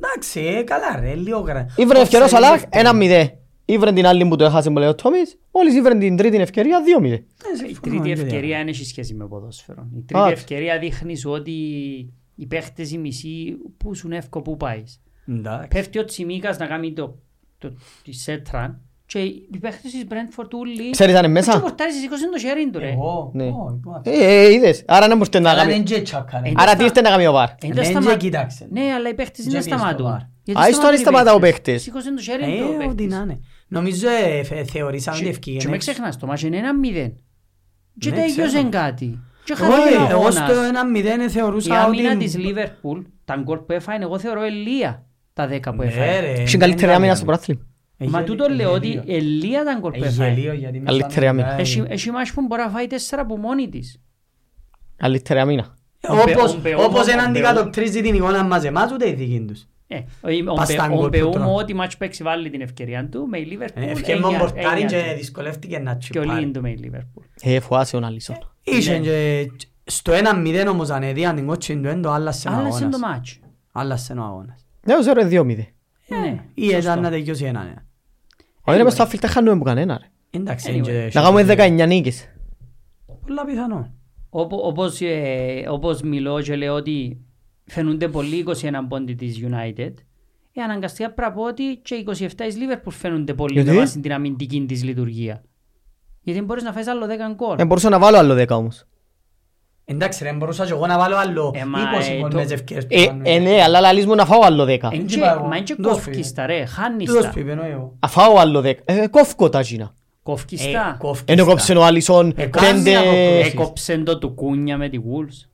[SPEAKER 3] Εντάξει, ε, καλά ρε, λίγο γρα.
[SPEAKER 1] Ήβρε ευκαιρό ο
[SPEAKER 3] Offside
[SPEAKER 1] Σαλάχ
[SPEAKER 3] είναι
[SPEAKER 1] 1-0. Ήβρε την άλλη που το έχασε που λέει ο Τόμις, μόλις ήβρε την τρίτη ευκαιρία 2-0.
[SPEAKER 3] Ε,
[SPEAKER 2] Η
[SPEAKER 3] συμφωνώ,
[SPEAKER 2] τρίτη
[SPEAKER 3] είναι
[SPEAKER 2] ευκαιρία
[SPEAKER 3] ίδια.
[SPEAKER 2] δεν έχει σχέση με ποδόσφαιρο. Η
[SPEAKER 1] Α.
[SPEAKER 2] τρίτη ευκαιρία δείχνει σου ότι οι παίχτες οι μισοί που σου εύκολο που πάεις.
[SPEAKER 3] Εντάξει.
[SPEAKER 2] Πέφτει ο Τσιμίκας να κάνει το, το, τη σέτρα και οι παίχτες της Brentford ούλοι...
[SPEAKER 1] Ξέρεις αν είναι
[SPEAKER 2] Και
[SPEAKER 1] μέσα.
[SPEAKER 2] πορτάρεις σηκώσουν το χέρι του ρε.
[SPEAKER 3] Εγώ,
[SPEAKER 1] Ναι.
[SPEAKER 3] όχι, πού να-
[SPEAKER 1] Ε, ε, είδες. Άρα δεν μπορείτε να
[SPEAKER 3] Αλλά δεν
[SPEAKER 1] κάνει.
[SPEAKER 3] και τσακάρε.
[SPEAKER 2] είναι
[SPEAKER 1] Άρα
[SPEAKER 2] στα-
[SPEAKER 1] τι είστε να κάνει ο Βαρ.
[SPEAKER 2] Ε,
[SPEAKER 3] Ναι,
[SPEAKER 2] τα σταμα-
[SPEAKER 3] και κοίταξε.
[SPEAKER 2] Ναι, αλλά οι παίχτες
[SPEAKER 3] Και
[SPEAKER 2] δεν
[SPEAKER 3] πιες το βάρ.
[SPEAKER 2] σταματούν. Γιατί
[SPEAKER 1] Α,
[SPEAKER 2] σταματούν
[SPEAKER 1] εις τώρα
[SPEAKER 2] οι
[SPEAKER 1] σταματά ο παίχτες.
[SPEAKER 2] Σήκωσε το χέρι του ο
[SPEAKER 3] Ε, ό,τι
[SPEAKER 2] παίχτης.
[SPEAKER 3] να είναι. Νομίζω ε, φε- θεωρήσαμε ότι ναι.
[SPEAKER 2] Και-
[SPEAKER 3] ευκήγενε.
[SPEAKER 2] Και με ξεχνάς, το μάτς είναι ένα μηδέν. Και
[SPEAKER 3] Ναι,
[SPEAKER 2] τέλειωσε
[SPEAKER 3] ξέρω. ε,
[SPEAKER 2] κάτι. Και χάθηκε ο
[SPEAKER 3] Εγώ, εγώ στο
[SPEAKER 2] αγώνας.
[SPEAKER 3] 1-0
[SPEAKER 2] Η
[SPEAKER 3] θεωρούσα ότι...
[SPEAKER 2] άμυνα της Λίβερπουλ, τα γκολ που έφαγε, εγώ θεωρώ ελία τα δέκα που
[SPEAKER 3] Ναι,
[SPEAKER 2] έφαγε.
[SPEAKER 3] ρε,
[SPEAKER 1] Στην
[SPEAKER 3] δεν
[SPEAKER 1] καλύτερη
[SPEAKER 3] ήταν
[SPEAKER 1] άμυνα
[SPEAKER 3] άμυνα.
[SPEAKER 1] στο πράθλημα.
[SPEAKER 3] Ε,
[SPEAKER 2] Μα
[SPEAKER 3] γελίο,
[SPEAKER 2] τούτο λέω ότι
[SPEAKER 3] γελίο.
[SPEAKER 2] ελία τα γκολ που
[SPEAKER 3] Ε,
[SPEAKER 2] έφαγε.
[SPEAKER 3] γελίο, γιατί μας
[SPEAKER 1] Καλύτερη
[SPEAKER 3] τα
[SPEAKER 1] άμυνα.
[SPEAKER 3] μιλάει.
[SPEAKER 2] Έχει- Έχει μάτς που μπορεί να φάει τέσσερα από μόνη της.
[SPEAKER 1] Καλύτερη άμυνα.
[SPEAKER 3] Ε,
[SPEAKER 2] Ο Μπε-
[SPEAKER 3] Όπως,
[SPEAKER 2] ο Μπε- ο
[SPEAKER 3] όπως
[SPEAKER 2] Μπε-
[SPEAKER 3] δεν
[SPEAKER 2] ο Μπε-
[SPEAKER 3] αντικατοπτρίζει την εικόνα μας εμάς ούτε η δική τους.
[SPEAKER 2] Ε, ο- ο- ο-
[SPEAKER 3] Πας τα γκολ
[SPEAKER 2] Ο
[SPEAKER 3] που
[SPEAKER 2] Μπεούμο
[SPEAKER 3] τρώμε.
[SPEAKER 2] ό,τι μάτς παίξει βάλει την ευκαιρία του με η Λίβερπουλ.
[SPEAKER 3] Ε,
[SPEAKER 2] έννοια-
[SPEAKER 3] Ευκαιρμό μπορτάρει
[SPEAKER 2] έννοια
[SPEAKER 3] και
[SPEAKER 2] του.
[SPEAKER 3] δυσκολεύτηκε να
[SPEAKER 2] Και όλοι είναι
[SPEAKER 3] τσιπάρει.
[SPEAKER 2] το με η Λίβερπουλ.
[SPEAKER 1] Ε, φοάσαι ο Αλίσον.
[SPEAKER 3] Είχε
[SPEAKER 2] Ναι.
[SPEAKER 3] και στο 1-0 όμως ανεδίαν την κότσιν του, εν το άλλασε ο
[SPEAKER 2] Άλλασε το
[SPEAKER 3] αγώνας.
[SPEAKER 2] μάτς.
[SPEAKER 3] Άλλασε ο αγώνας.
[SPEAKER 1] Ναι, ξέρω, ε, 2-0.
[SPEAKER 2] Ναι.
[SPEAKER 3] Ή ήταν να τελειώσει ένα ένα.
[SPEAKER 1] Όχι, ρε, μες
[SPEAKER 2] Anyway.
[SPEAKER 1] στο άθλητα χάνουμε που κανένα, ρε.
[SPEAKER 3] Εντάξει,
[SPEAKER 2] Anyway.
[SPEAKER 3] είναι και-
[SPEAKER 1] Να κάνουμε 19 νίκες.
[SPEAKER 3] Πολλά πιθανό.
[SPEAKER 2] Όπο- Όπως, ε, όπως μιλώ και λέω ότι φαίνονται πολλοί 21 πόντι της United, ε, αναγκαστικά πρέπει να πω ότι και οι 27 της Liverpool φαίνονται πολλοί
[SPEAKER 1] Γιατί?
[SPEAKER 2] με βάση την αμυντική της λειτουργία. Γιατί μπορείς να φάεις άλλο 10 γκολ.
[SPEAKER 1] Ε, μπορούσα να βάλω άλλο 10 όμως.
[SPEAKER 3] Εντάξει ρε, μπορούσα και εγώ να βάλω άλλο
[SPEAKER 2] Ε, μα,
[SPEAKER 3] 20
[SPEAKER 2] ε,
[SPEAKER 3] γκολ
[SPEAKER 2] το-
[SPEAKER 3] με τις ευκαιρίες που
[SPEAKER 1] Ε,
[SPEAKER 3] κάνουν.
[SPEAKER 1] ε, ναι, αλλά λαλείς μου να φάω άλλο 10.
[SPEAKER 2] Ε,
[SPEAKER 3] τι
[SPEAKER 2] και-
[SPEAKER 3] είπα εγώ.
[SPEAKER 2] Μα είναι και
[SPEAKER 3] Δώσ'
[SPEAKER 2] κόφκεις τα ρε, χάνεις
[SPEAKER 3] Τούτος
[SPEAKER 2] τα.
[SPEAKER 3] που είπε, εννοώ εγώ.
[SPEAKER 1] Α φάω άλλο 10. Ε, κόφκω τα τζίνα.
[SPEAKER 2] Κόφκεις
[SPEAKER 3] Ε,
[SPEAKER 2] τα.
[SPEAKER 3] κόφκεις
[SPEAKER 1] Ενώ
[SPEAKER 3] τα.
[SPEAKER 1] κόψε ο Άλισον
[SPEAKER 3] Ε,
[SPEAKER 1] πέντε... Ε,
[SPEAKER 3] κάμια αποκρούσεις.
[SPEAKER 2] Έκοψε το του Κούνια με τη Wolves.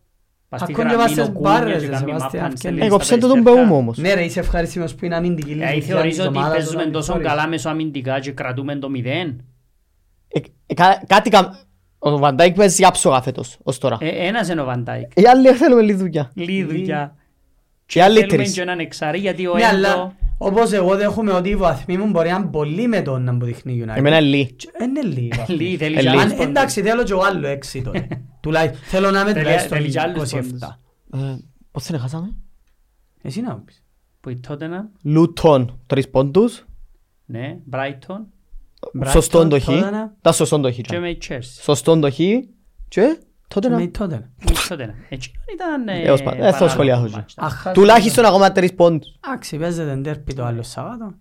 [SPEAKER 2] Πας στη
[SPEAKER 3] Ακόμη
[SPEAKER 2] γραμμή
[SPEAKER 3] βάζεις
[SPEAKER 2] ο Κούνια
[SPEAKER 3] μπάρες,
[SPEAKER 2] και
[SPEAKER 3] ρε,
[SPEAKER 2] κάνει
[SPEAKER 3] Σεβάστιαν,
[SPEAKER 2] μάπαν σε
[SPEAKER 3] και-
[SPEAKER 2] λίστα
[SPEAKER 1] Έκοψε το τον
[SPEAKER 2] περιστατικά.
[SPEAKER 1] Μπεούμ όμως.
[SPEAKER 3] Ναι ρε, είσαι ευχαριστημένος που είναι αμυντική
[SPEAKER 2] Ε,
[SPEAKER 3] λειτουργία της
[SPEAKER 2] Θεωρείς ότι
[SPEAKER 3] ομάδας,
[SPEAKER 2] παίζουμε
[SPEAKER 3] όταν
[SPEAKER 2] τόσο
[SPEAKER 3] πιστεύεις.
[SPEAKER 2] καλά μεσοαμυντικά και κρατούμε το 0.
[SPEAKER 1] Ε, ε, κα- Κάτι καμ... Ο Βαντάικ παίζει άψογα φέτος, ως τώρα.
[SPEAKER 2] Ε, ένας είναι ο Βαντάικ.
[SPEAKER 1] Οι άλλοι θέλουμε λιδούκια.
[SPEAKER 2] Λίδουκια.
[SPEAKER 1] Και οι άλλοι
[SPEAKER 2] Θέλουμε
[SPEAKER 1] τρεις.
[SPEAKER 2] και έναν εξάρι γιατί ο
[SPEAKER 3] Ναι,
[SPEAKER 2] Έντο...
[SPEAKER 3] αλλά όπως εγώ δέχομαι ότι οι βαθμοί μου μπορεί να είναι πολύ με τον να μου δείχνει η United.
[SPEAKER 1] Εμένα είναι λί.
[SPEAKER 3] Και- ε, Είναι λίγοι βαθμοί.
[SPEAKER 2] Λί, θέλει
[SPEAKER 1] Ε,
[SPEAKER 2] και
[SPEAKER 1] λίγοι.
[SPEAKER 2] άλλους
[SPEAKER 3] Αν-
[SPEAKER 2] πόντους.
[SPEAKER 3] Εντάξει, θέλω και εγώ άλλο έξι τότε. Τουλάχιστον θέλω να είμαι
[SPEAKER 2] Θέλει-
[SPEAKER 3] τουλάχιστον
[SPEAKER 2] θέλει και άλλους
[SPEAKER 3] 27.
[SPEAKER 1] Ε, Πώς δεν χάσαμε.
[SPEAKER 3] Εσύ να μου πεις.
[SPEAKER 2] Που η Tottenham,
[SPEAKER 1] Λούτον, τρεις πόντους.
[SPEAKER 2] ναι, Brighton
[SPEAKER 1] Σωστόν το χ.
[SPEAKER 3] Tottenham.
[SPEAKER 1] Τα σωστόν το χ.
[SPEAKER 2] και με η Chelsea.
[SPEAKER 1] Σωστόν το χ. Και τότε
[SPEAKER 3] Με
[SPEAKER 1] να...
[SPEAKER 3] η τότε.
[SPEAKER 2] Η Tottenham. Εκείνον ήταν... ε,
[SPEAKER 1] Έως πάντα. Ε, θα
[SPEAKER 2] παράλογο
[SPEAKER 1] σχολιάσω
[SPEAKER 2] μάτς.
[SPEAKER 1] και.
[SPEAKER 3] Αχ,
[SPEAKER 1] Τουλάχιστον ακόμα τρεις πόντους.
[SPEAKER 3] Εντάξει, παίζεται ντέρπι το άλλο Σάββατο.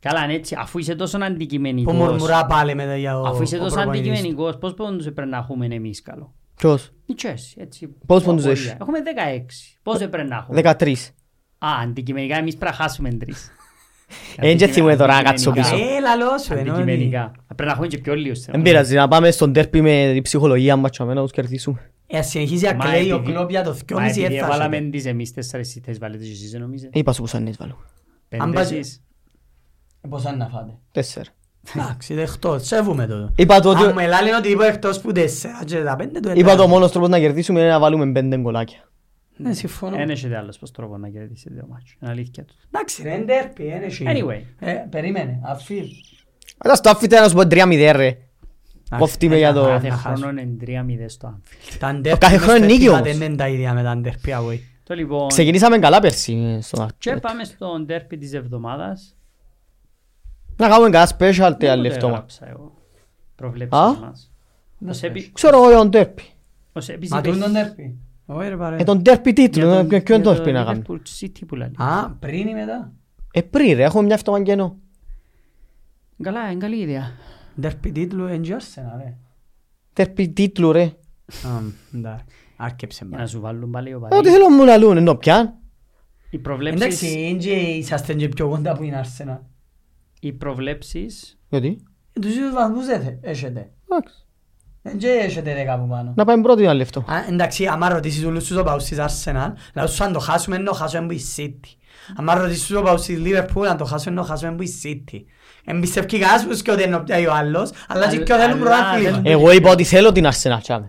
[SPEAKER 2] Καλά, ναι, έτσι, αφού είσαι τόσο
[SPEAKER 3] Που
[SPEAKER 2] αντικειμενικός...
[SPEAKER 3] μουρμουρά πάλι μετά για ο
[SPEAKER 2] Αφού είσαι
[SPEAKER 3] ο
[SPEAKER 2] τόσο
[SPEAKER 3] προπονητής.
[SPEAKER 2] αντικειμενικός, πώς πόντους έπρεπε να έχουμε εμείς καλό.
[SPEAKER 1] Ποιος.
[SPEAKER 2] Η Chelsea, έτσι.
[SPEAKER 1] Πώς πόντους
[SPEAKER 2] απορία.
[SPEAKER 1] έχεις?
[SPEAKER 2] Έχουμε 16. Πώς έπρεπε να έχουμε.
[SPEAKER 1] 13.
[SPEAKER 2] Α, αντικειμενικά εμείς πρέπει να χάσουμε τρεις.
[SPEAKER 1] Ε, δεν θυμούμαι τώρα να κάτσω
[SPEAKER 2] Αντικειμενικά.
[SPEAKER 1] πίσω.
[SPEAKER 3] Ε, λαλός σου, ενώ είναι-
[SPEAKER 2] Αντικειμενικά. Πρέπει να έχουμε και πιο λίγους.
[SPEAKER 1] Δεν πειράζει να πάμε στον τέρπι με την ψυχολογία μας και να τους κερδίσουμε.
[SPEAKER 3] Ε, συνεχίζει να
[SPEAKER 2] Μα
[SPEAKER 3] κλαίει ο
[SPEAKER 2] επειδή-
[SPEAKER 3] κλόπ για το
[SPEAKER 2] Μα
[SPEAKER 3] δυόμιση
[SPEAKER 2] επειδή
[SPEAKER 3] έφτασε.
[SPEAKER 2] βάλαμε τις εμείς τέσσερις θες βάλετε και εσείς δεν νομίζετε.
[SPEAKER 1] Είπα σου πως ανείς βάλω.
[SPEAKER 2] Πέντε
[SPEAKER 3] Αν πας-
[SPEAKER 2] εσείς.
[SPEAKER 3] Ε, Πόσα να φάτε.
[SPEAKER 1] Τέσσερα.
[SPEAKER 3] Εντάξει, δεχτώ, σέβομαι το.
[SPEAKER 1] Είπα το
[SPEAKER 3] Αν μου
[SPEAKER 1] ότι...
[SPEAKER 3] ελάλε ότι είπα εκτός που τέσσερα και τα πέντε του
[SPEAKER 1] Είπα
[SPEAKER 3] εντάξει.
[SPEAKER 1] το μόνος τρόπος να κερδίσουμε είναι να βάλουμε πέντε γκολάκια.
[SPEAKER 3] Ναι, συμφωνώ.
[SPEAKER 2] Εν έχετε άλλος πως τρόπο να κερδίσει το μάτσο. Είναι αλήθεια
[SPEAKER 1] Ε,
[SPEAKER 2] του.
[SPEAKER 3] Εντάξει ρε, είναι τέρπι, είναι εσύ.
[SPEAKER 2] Anyway.
[SPEAKER 3] Ε, περίμενε, αφήρ.
[SPEAKER 1] Αλλά στο άφητε να σου πω 3-0 ρε. Κόφτη με για το...
[SPEAKER 2] Κάθε
[SPEAKER 3] να
[SPEAKER 2] χρόνο είναι 3-0 στο Anfield.
[SPEAKER 3] Τα ντέρπι
[SPEAKER 1] κάθε
[SPEAKER 3] μες
[SPEAKER 1] χρόνο
[SPEAKER 3] στο
[SPEAKER 1] νίκη
[SPEAKER 3] αιτήματα
[SPEAKER 1] όμως.
[SPEAKER 3] Δεν είναι τα ίδια με τα ντέρπι away.
[SPEAKER 2] Το λοιπόν,
[SPEAKER 1] Ξεκινήσαμε καλά πέρσι στο
[SPEAKER 2] και
[SPEAKER 1] Μάρτιο.
[SPEAKER 2] πάμε στο ντέρπι της εβδομάδας.
[SPEAKER 1] Να κάνουμε κανένα special τι
[SPEAKER 2] Δεν
[SPEAKER 1] άλλη
[SPEAKER 2] το
[SPEAKER 1] εβδομάδα.
[SPEAKER 2] έγραψα εγώ. Προβλέψεις
[SPEAKER 1] Α?
[SPEAKER 2] μας. Ο Σέπι-
[SPEAKER 1] Ξέρω εγώ για τον τέρπι.
[SPEAKER 2] ο Σέπις
[SPEAKER 3] Μα
[SPEAKER 2] είπε-
[SPEAKER 3] τούν τον ντέρπι. Όχι ρε παρέ.
[SPEAKER 1] Ε, τον τέρπι τίτλο, ε, ποιον
[SPEAKER 2] για
[SPEAKER 1] τον τέρπι να
[SPEAKER 2] Liverpool
[SPEAKER 1] κάνουμε.
[SPEAKER 2] City που λέει.
[SPEAKER 3] Α, πριν ή μετά.
[SPEAKER 1] Ε, πριν ρε, έχουμε μια αυτόμα κενό.
[SPEAKER 2] Καλά, είναι καλή ιδέα.
[SPEAKER 3] Ντέρπι τίτλου εν και Arsenal, ρε.
[SPEAKER 1] Τέρπι τίτλου ρε.
[SPEAKER 3] Α, εντάξει. Άρκεψε
[SPEAKER 2] Για
[SPEAKER 3] μπα.
[SPEAKER 2] να σου βάλουν πάλι ο
[SPEAKER 1] Ε, Ό,τι
[SPEAKER 2] Παρί.
[SPEAKER 1] θέλω μου λαλούν, ενώ πιάν.
[SPEAKER 2] Οι
[SPEAKER 3] Εντάξει,
[SPEAKER 2] προβλέψεις,
[SPEAKER 3] είναι και είσαστε και πιο κοντά που είναι Arsenal.
[SPEAKER 2] οι προβλέψεις
[SPEAKER 1] Γιατί.
[SPEAKER 3] Ε, Τους ίδιους βαθμούς δεν θε- έχετε.
[SPEAKER 1] Εντάξει.
[SPEAKER 3] Δεν και έχετε δέκα που πάνω.
[SPEAKER 1] Να πάμε πρώτη άλλη αυτό.
[SPEAKER 3] Α, Εντάξει, άμα ρωτήσεις όλους τους οπαούς της Arsenal, λαούς τους αν το χάσουμε να το χάσουμε που η City. Άμα ρωτήσεις τους οπαούς της Liverpool, αν το χάσουμε να το χάσουμε που η City. Εμπιστεύει κανένας τους και ότι είναι ο- ε, ο άλλος, αλλά και
[SPEAKER 2] Αλλά-
[SPEAKER 3] και θέλουν
[SPEAKER 2] αλλά
[SPEAKER 3] πρωτάθλημα.
[SPEAKER 2] δεν-
[SPEAKER 1] Εγώ είπα ότι θέλω την Arsenal τσάμε.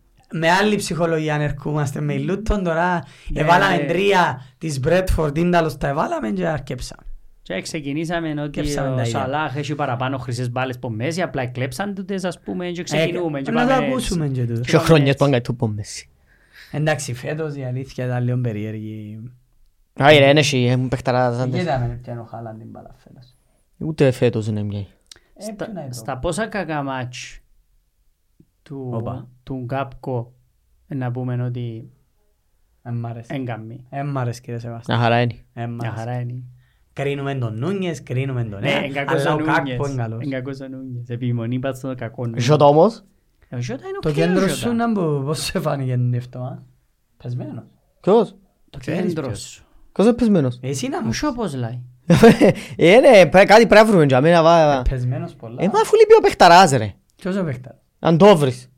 [SPEAKER 3] με άλλη ψυχολογία αν ερχόμαστε με η Λούτον τώρα,
[SPEAKER 2] Ναι,
[SPEAKER 3] εβάλαμε
[SPEAKER 2] ναι.
[SPEAKER 3] τρία της Μπρέτφορντ, είναι τα τα εβάλαμε και αρκέψαμε.
[SPEAKER 2] Και ξεκινήσαμε
[SPEAKER 3] Και
[SPEAKER 2] ότι
[SPEAKER 3] ψάχνουν τα
[SPEAKER 2] ο
[SPEAKER 3] ίδια.
[SPEAKER 2] Σαλάχ έχει παραπάνω χρυσές μπάλες από μέση, απλά εκλέψαν τούτες ας πούμε και ξεκινούμε. και
[SPEAKER 3] Ε, να το
[SPEAKER 2] πάμε
[SPEAKER 3] ακούσουμε
[SPEAKER 2] έτσι.
[SPEAKER 3] και τούτο.
[SPEAKER 1] Και χρόνια πάνε κάτι τούπο μέση.
[SPEAKER 3] Εντάξει, φέτος η αλήθεια ήταν λίγο περίεργη.
[SPEAKER 1] Άι ρε, είναι σι, μου παιχταράζαν.
[SPEAKER 3] Κοίταμε πια ο Χάλαν την μπάλα φέτος.
[SPEAKER 1] Ούτε φέτος είναι μια.
[SPEAKER 3] Ε,
[SPEAKER 2] Στα-
[SPEAKER 3] ποιο να είναι το-
[SPEAKER 2] Στα πόσα κακά μάτς
[SPEAKER 3] Όπα.
[SPEAKER 2] του, του Γκάπκο να πούμε ότι
[SPEAKER 3] Εν μ' άρεσε.
[SPEAKER 2] έγκαμι.
[SPEAKER 3] Εν μ' άρεσε κύριε Σεβάστα.
[SPEAKER 1] Να χαρά είναι.
[SPEAKER 3] Εν μ'
[SPEAKER 2] Μια
[SPEAKER 3] άρεσε.
[SPEAKER 2] χαρά είναι.
[SPEAKER 3] Κρίνουμε τον Νούνιες, κρίνουμε τον
[SPEAKER 2] Ναι,
[SPEAKER 3] ένα,
[SPEAKER 2] είναι κακός
[SPEAKER 3] αλλά
[SPEAKER 2] ο
[SPEAKER 3] ο Κάκπο είναι
[SPEAKER 2] Νούνιες.
[SPEAKER 3] καλός.
[SPEAKER 2] Είναι κακός ο Νούνιες. Επιμονή πάνω στο κακό Νούνιες.
[SPEAKER 1] Ζωτά όμως.
[SPEAKER 2] Ε, ο Ζώτα είναι
[SPEAKER 3] Το
[SPEAKER 2] οκ, ο
[SPEAKER 3] κέντρο
[SPEAKER 2] Ζώτα.
[SPEAKER 3] σου να μπω, πώς σε φάνηκε είναι αυτό, α? Πεσμένος.
[SPEAKER 1] Ποιος.
[SPEAKER 2] Το
[SPEAKER 3] Ξέρεις
[SPEAKER 2] κέντρο
[SPEAKER 3] ποιος.
[SPEAKER 2] σου.
[SPEAKER 1] Ποιος είναι πεσμένος.
[SPEAKER 3] Εσύ να
[SPEAKER 2] Ο
[SPEAKER 3] μου
[SPEAKER 2] Σόπος λέει.
[SPEAKER 1] Ε, ναι, πρέ- κάτι πρέπει να βρούμε για μένα. βα-
[SPEAKER 3] πεσμένος πολλά.
[SPEAKER 1] Ε, μα αφού λείπει ο παιχταράς ρε.
[SPEAKER 3] Ποιος ο παίχταρ.
[SPEAKER 1] Αν το βρεις.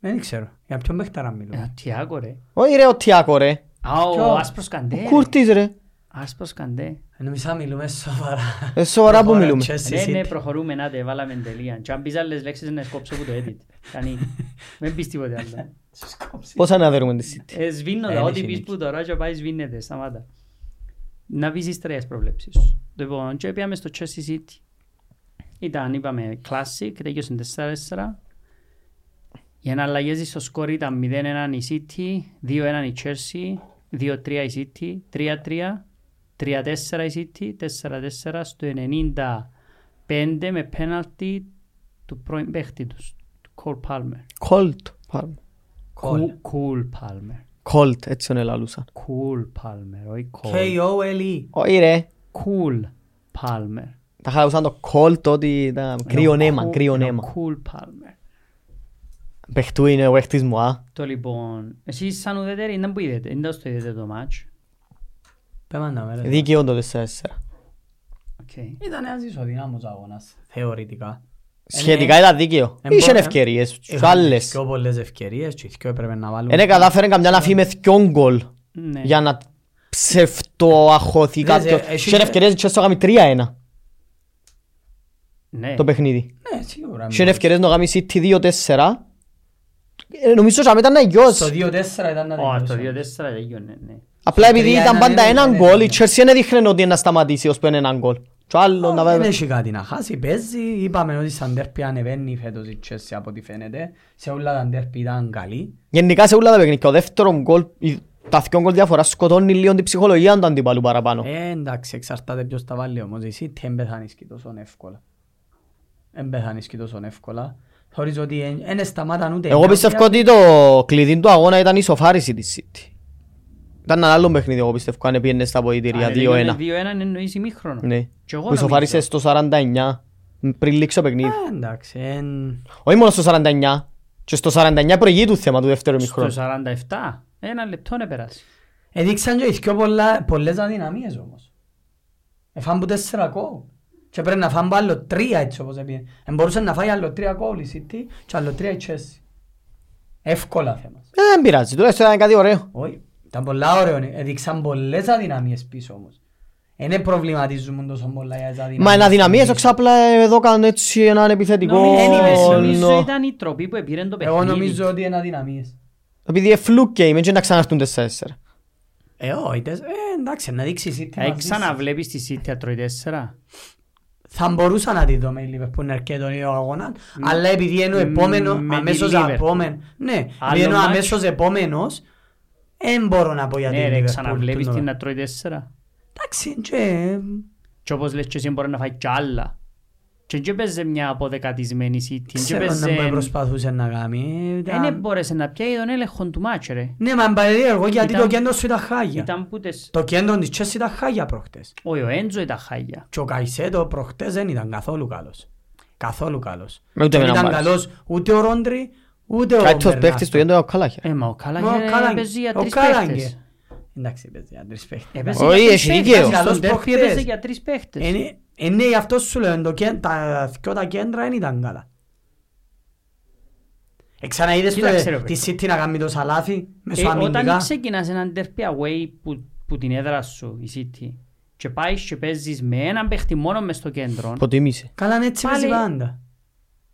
[SPEAKER 3] Δεν ξέρω. Για ποιον παίχταρα μιλούμε.
[SPEAKER 2] Ε, Τι άκο ρε.
[SPEAKER 1] Όχι ρε, ο Τιάκο ρε.
[SPEAKER 2] Α, ο
[SPEAKER 3] Ποιος?
[SPEAKER 2] Άσπρος Καντέ.
[SPEAKER 1] Ο
[SPEAKER 2] ρε.
[SPEAKER 1] Κούρτις ρε.
[SPEAKER 2] Άσπρος Καντέ.
[SPEAKER 3] Νομίζω μιλούμε σοβαρά.
[SPEAKER 1] Ε, σοβαρά που
[SPEAKER 3] Προχώρα,
[SPEAKER 1] μιλούμε.
[SPEAKER 3] Chelsea
[SPEAKER 2] Ναι, ναι,
[SPEAKER 3] City.
[SPEAKER 2] προχωρούμε, να τε, βάλαμε τελεία. Και αν πεις άλλες λέξεις να σκόψω που το edit. Κανεί. Μην πεις τίποτε άλλο.
[SPEAKER 3] Στους κόψει.
[SPEAKER 1] Πώς αναδέρουμε τη City.
[SPEAKER 2] Ε, Σβήνω
[SPEAKER 3] Ε,
[SPEAKER 2] τα, ό,τι
[SPEAKER 3] είναι
[SPEAKER 2] πεις
[SPEAKER 3] χινίκι.
[SPEAKER 2] που τώρα και πάει σβήνεται, σταμάτα. Να πεις τις τρεις προβλέψεις σου. Λοιπόν, και πήγαμε στο Chelsea City. Ήταν, είπαμε, classic, τελειωσε 4-4. Οι εναλλαγές στο σκορ ήταν 0-1 η City, 2-1 η Chelsea, 2-3 η City, 3-3, 3-4 η City, 4-4 στο 95 με πέναλτι του πρώην παίχτη τους, του Cole Palmer.
[SPEAKER 1] Κολτ. Πάρμε.
[SPEAKER 3] Cole.
[SPEAKER 2] Cool- Cool Palmer.
[SPEAKER 1] Κολτ, έτσι τον ελαλούσαν.
[SPEAKER 2] Cool Palmer, όχι Cool.
[SPEAKER 3] K-O-L-E.
[SPEAKER 1] Όχι ρε.
[SPEAKER 2] Cool Palmer.
[SPEAKER 1] Τα χαλούσαν το κολτ ότι ήταν κρύο
[SPEAKER 2] Ενώ
[SPEAKER 1] νέμα,
[SPEAKER 2] cool-
[SPEAKER 1] κρύο
[SPEAKER 2] ενώ
[SPEAKER 1] νέμα.
[SPEAKER 2] Cool Palmer.
[SPEAKER 1] Παιχτού είναι ο παίχτης μου, α.
[SPEAKER 2] Το λοιπόν, εσείς σαν ουδέτεροι δεν που είδετε, δεν το είδετε το μάτς.
[SPEAKER 3] Πέμα να μέρες.
[SPEAKER 1] Δίκαιο το 4-4.
[SPEAKER 2] Οκ.
[SPEAKER 3] Ήταν ένας ισοδυνάμος αγώνας, θεωρητικά.
[SPEAKER 1] Σχετικά ήταν δίκαιο.
[SPEAKER 3] Ε,
[SPEAKER 1] Είχε
[SPEAKER 3] μπορεί-
[SPEAKER 1] ευκαιρίες, στους
[SPEAKER 3] Είχαμε
[SPEAKER 1] άλλες.
[SPEAKER 3] Πιο πολλές ευκαιρίες και οι δυο έπρεπε να βάλουμε.
[SPEAKER 1] Είναι κατάφερε καμιά να φύγει με δυο γκολ
[SPEAKER 2] Ναι.
[SPEAKER 1] για να ψευτοαχωθεί
[SPEAKER 3] Δες,
[SPEAKER 1] κάποιος.
[SPEAKER 3] ε, εσύ-
[SPEAKER 1] Είχε ευκαιρίες και στο γάμι 3-1
[SPEAKER 2] Ναι.
[SPEAKER 1] το παιχνίδι.
[SPEAKER 3] Ναι, σίγουρα.
[SPEAKER 1] Είχε ευκαιρίες να γάμι City 2-4. Ε, Νομίζω ότι ήταν
[SPEAKER 3] Στο
[SPEAKER 1] γιος.
[SPEAKER 3] 2-4 ήταν να
[SPEAKER 2] Ω, το
[SPEAKER 3] τελειώσω.
[SPEAKER 2] 2-4 τελειώνε, ναι.
[SPEAKER 1] Απλά επειδή
[SPEAKER 3] 3-1
[SPEAKER 1] ήταν πάντα
[SPEAKER 3] είναι-
[SPEAKER 1] έναν
[SPEAKER 3] είναι-
[SPEAKER 1] γκολ,
[SPEAKER 3] είναι-
[SPEAKER 1] η Chelsea δεν έδειχνε ότι είναι να σταματήσει ως πέντε έναν γκολ. Και άλλο να
[SPEAKER 3] Δεν
[SPEAKER 1] βάλει...
[SPEAKER 3] έχει κάτι να χάσει, παίζει. Είπαμε ότι σαν τέρπι ανεβαίνει φέτος η Chelsea από ό,τι φαίνεται. Σε όλα τα τέρπι ήταν καλή.
[SPEAKER 1] Γενικά σε όλα τα παιχνίδια, ο δεύτερο γκολ, η- τα δυο γκολ διαφοράς σκοτώνει λίγο την ψυχολογία του αντιπάλου παραπάνω.
[SPEAKER 3] Ε, εντάξει, εξαρτάται ποιος τα βάλει όμως. Εσύ τι δεν πεθάνεις και τόσο εύκολα. Δεν πεθάνεις και τόσο εύκολα. Θεωρείς ότι δεν σταμάταν ούτε...
[SPEAKER 1] Εγώ
[SPEAKER 3] μια
[SPEAKER 1] πιστεύω
[SPEAKER 3] ουσία.
[SPEAKER 1] ότι το κλειδί του αγώνα ήταν η σοφάριση της City. Ήταν ένα άλλο παιχνίδι, εγώ πιστεύω, αν πήγαινε στα
[SPEAKER 2] Αν
[SPEAKER 1] βοήθεια
[SPEAKER 2] τελειώνε
[SPEAKER 1] 2-1.
[SPEAKER 2] 2-1 εννοείς ημίχρονο.
[SPEAKER 1] Ναι.
[SPEAKER 2] Κι εγώ
[SPEAKER 1] Που
[SPEAKER 2] νομίζω.
[SPEAKER 1] σοφάρισες στο 49. πριν λήξει το παιχνίδι.
[SPEAKER 3] Ε, Εντάξει. εν-
[SPEAKER 1] Όχι μόνο στο 49. Και στο 49 προηγεί του θέμα του δεύτερου
[SPEAKER 2] Στο
[SPEAKER 1] μικρού.
[SPEAKER 2] 47, ένα λεπτό να περάσει.
[SPEAKER 3] Έδειξαν και οι δυο πολλά, πολλές αδυναμίες όμως. Εφάν που τέσσερα κόλ. Και πρέπει να φάμε άλλο τρία έτσι όπως έπιε. Εν μπορούσε να φάει άλλο τρία κόλ η City και άλλο τρία η Chelsea. Εύκολα θέμα.
[SPEAKER 1] Ε, δεν πειράζει, τουλάχιστον ήταν κάτι ωραίο.
[SPEAKER 3] Όχι, ήταν πολλά ωραίο. ναι. Έδειξαν πολλές αδυναμίες πίσω όμως. Δεν προβληματίζουμε τόσο πολλά για τις αδυναμίες.
[SPEAKER 1] Μα είναι αδυναμίες, όχι απλά ε, εδώ κάνουν έτσι έναν επιθετικό...
[SPEAKER 3] Νομίζω-
[SPEAKER 1] νο-
[SPEAKER 2] Νομίζω ήταν η τροπή που επήρε το παιχνίδι.
[SPEAKER 3] Εγώ νομίζω ότι είναι αδυναμίες.
[SPEAKER 1] Επειδή είναι fluke game, έτσι να ξαναρθούν 4-4.
[SPEAKER 3] Ε, όχι, τες- ε, εντάξει, να δείξει η City.
[SPEAKER 2] Θα
[SPEAKER 3] μαζί.
[SPEAKER 2] ξαναβλέπεις τη City τρώει τέσσερα.
[SPEAKER 3] Θα μπορούσα να τη δούμε η Λίβερπουλ να έρχεται τον ίδιο αγώνα, αλλά επειδή είναι ο επόμενο,
[SPEAKER 2] με τη
[SPEAKER 3] αμέσως
[SPEAKER 2] Liverpool.
[SPEAKER 3] επόμενο, ναι,
[SPEAKER 2] Άλλο
[SPEAKER 3] επειδή είναι ο
[SPEAKER 2] match.
[SPEAKER 3] αμέσως επόμενος, δεν μπορώ να πω για την
[SPEAKER 2] Ναι ρε,
[SPEAKER 3] Liverpool
[SPEAKER 2] ξαναβλέπεις
[SPEAKER 3] τούτο.
[SPEAKER 2] την να τρώει τέσσερα.
[SPEAKER 3] Εντάξει, και...
[SPEAKER 2] Και όπως λες και εσύ μπορεί να φάει κι άλλα. Και και παίζε μια αποδεκατισμένη City. Και
[SPEAKER 3] Ξέρω να
[SPEAKER 2] παίζε...
[SPEAKER 3] μπορεί προσπαθούσε να κάνει. ήταν-
[SPEAKER 2] Δεν μπόρεσε να πιάει τον έλεγχο του μάτς ρε.
[SPEAKER 3] Ναι, μα είναι περίεργο γιατί
[SPEAKER 2] Ήταν-
[SPEAKER 3] το κέντρο σου ήταν χάγια.
[SPEAKER 2] Ήταν που τες...
[SPEAKER 3] Το κέντρο της Chelsea ήταν χάγια προχτές.
[SPEAKER 2] Όχι, ο Έντζο ήταν χάγια.
[SPEAKER 3] Και ο Καϊσέτο προχτές δεν ήταν καθόλου καλός. Καθόλου καλός.
[SPEAKER 1] Με ούτε
[SPEAKER 3] Δεν
[SPEAKER 1] με έναν
[SPEAKER 3] ήταν
[SPEAKER 1] μπάρις.
[SPEAKER 3] καλός ούτε ο Ρόντρι, ούτε ο
[SPEAKER 1] Κάτι ως
[SPEAKER 3] Μπερνάτο.
[SPEAKER 1] παίχτης του Γιέντο Καλάχερ.
[SPEAKER 2] Ε, μα ο
[SPEAKER 3] Μα ο
[SPEAKER 2] Καλάγερ
[SPEAKER 3] Καλάγκε-
[SPEAKER 2] παίζει για
[SPEAKER 3] ο ε,
[SPEAKER 2] τρεις
[SPEAKER 3] Καλάγκε.
[SPEAKER 2] παίχτες.
[SPEAKER 3] Εντάξει, παίζει για τρεις παίχτες.
[SPEAKER 2] Έπαιζε
[SPEAKER 1] Όχι,
[SPEAKER 2] για
[SPEAKER 1] έχει
[SPEAKER 2] τρεις παίχτες.
[SPEAKER 1] δίκαιο.
[SPEAKER 2] Στον
[SPEAKER 3] Καλός
[SPEAKER 2] derby
[SPEAKER 3] προχτές.
[SPEAKER 2] έπαιζε για τρεις παίχτες.
[SPEAKER 3] Είναι- ε, Ναι, γι' αυτό σου λέω, το κεν- τα δυο τα κέντρα δεν ήταν καλά. Εξαναείδες
[SPEAKER 2] Κοίταξε, ρε,
[SPEAKER 3] το- τη City να κάνει το σαλάθι
[SPEAKER 2] Ε,
[SPEAKER 3] μέσω
[SPEAKER 2] όταν
[SPEAKER 3] αμυντικά.
[SPEAKER 2] ξεκινάς έναν derby away που, που την έδρα σου, η City, και πάεις και παίζεις με έναν παίχτη μόνο μες στο κέντρο, Ε,
[SPEAKER 1] Υποτίμησε.
[SPEAKER 3] Καλά, ναι, έτσι παίζει
[SPEAKER 2] Πάλι-
[SPEAKER 3] πάντα.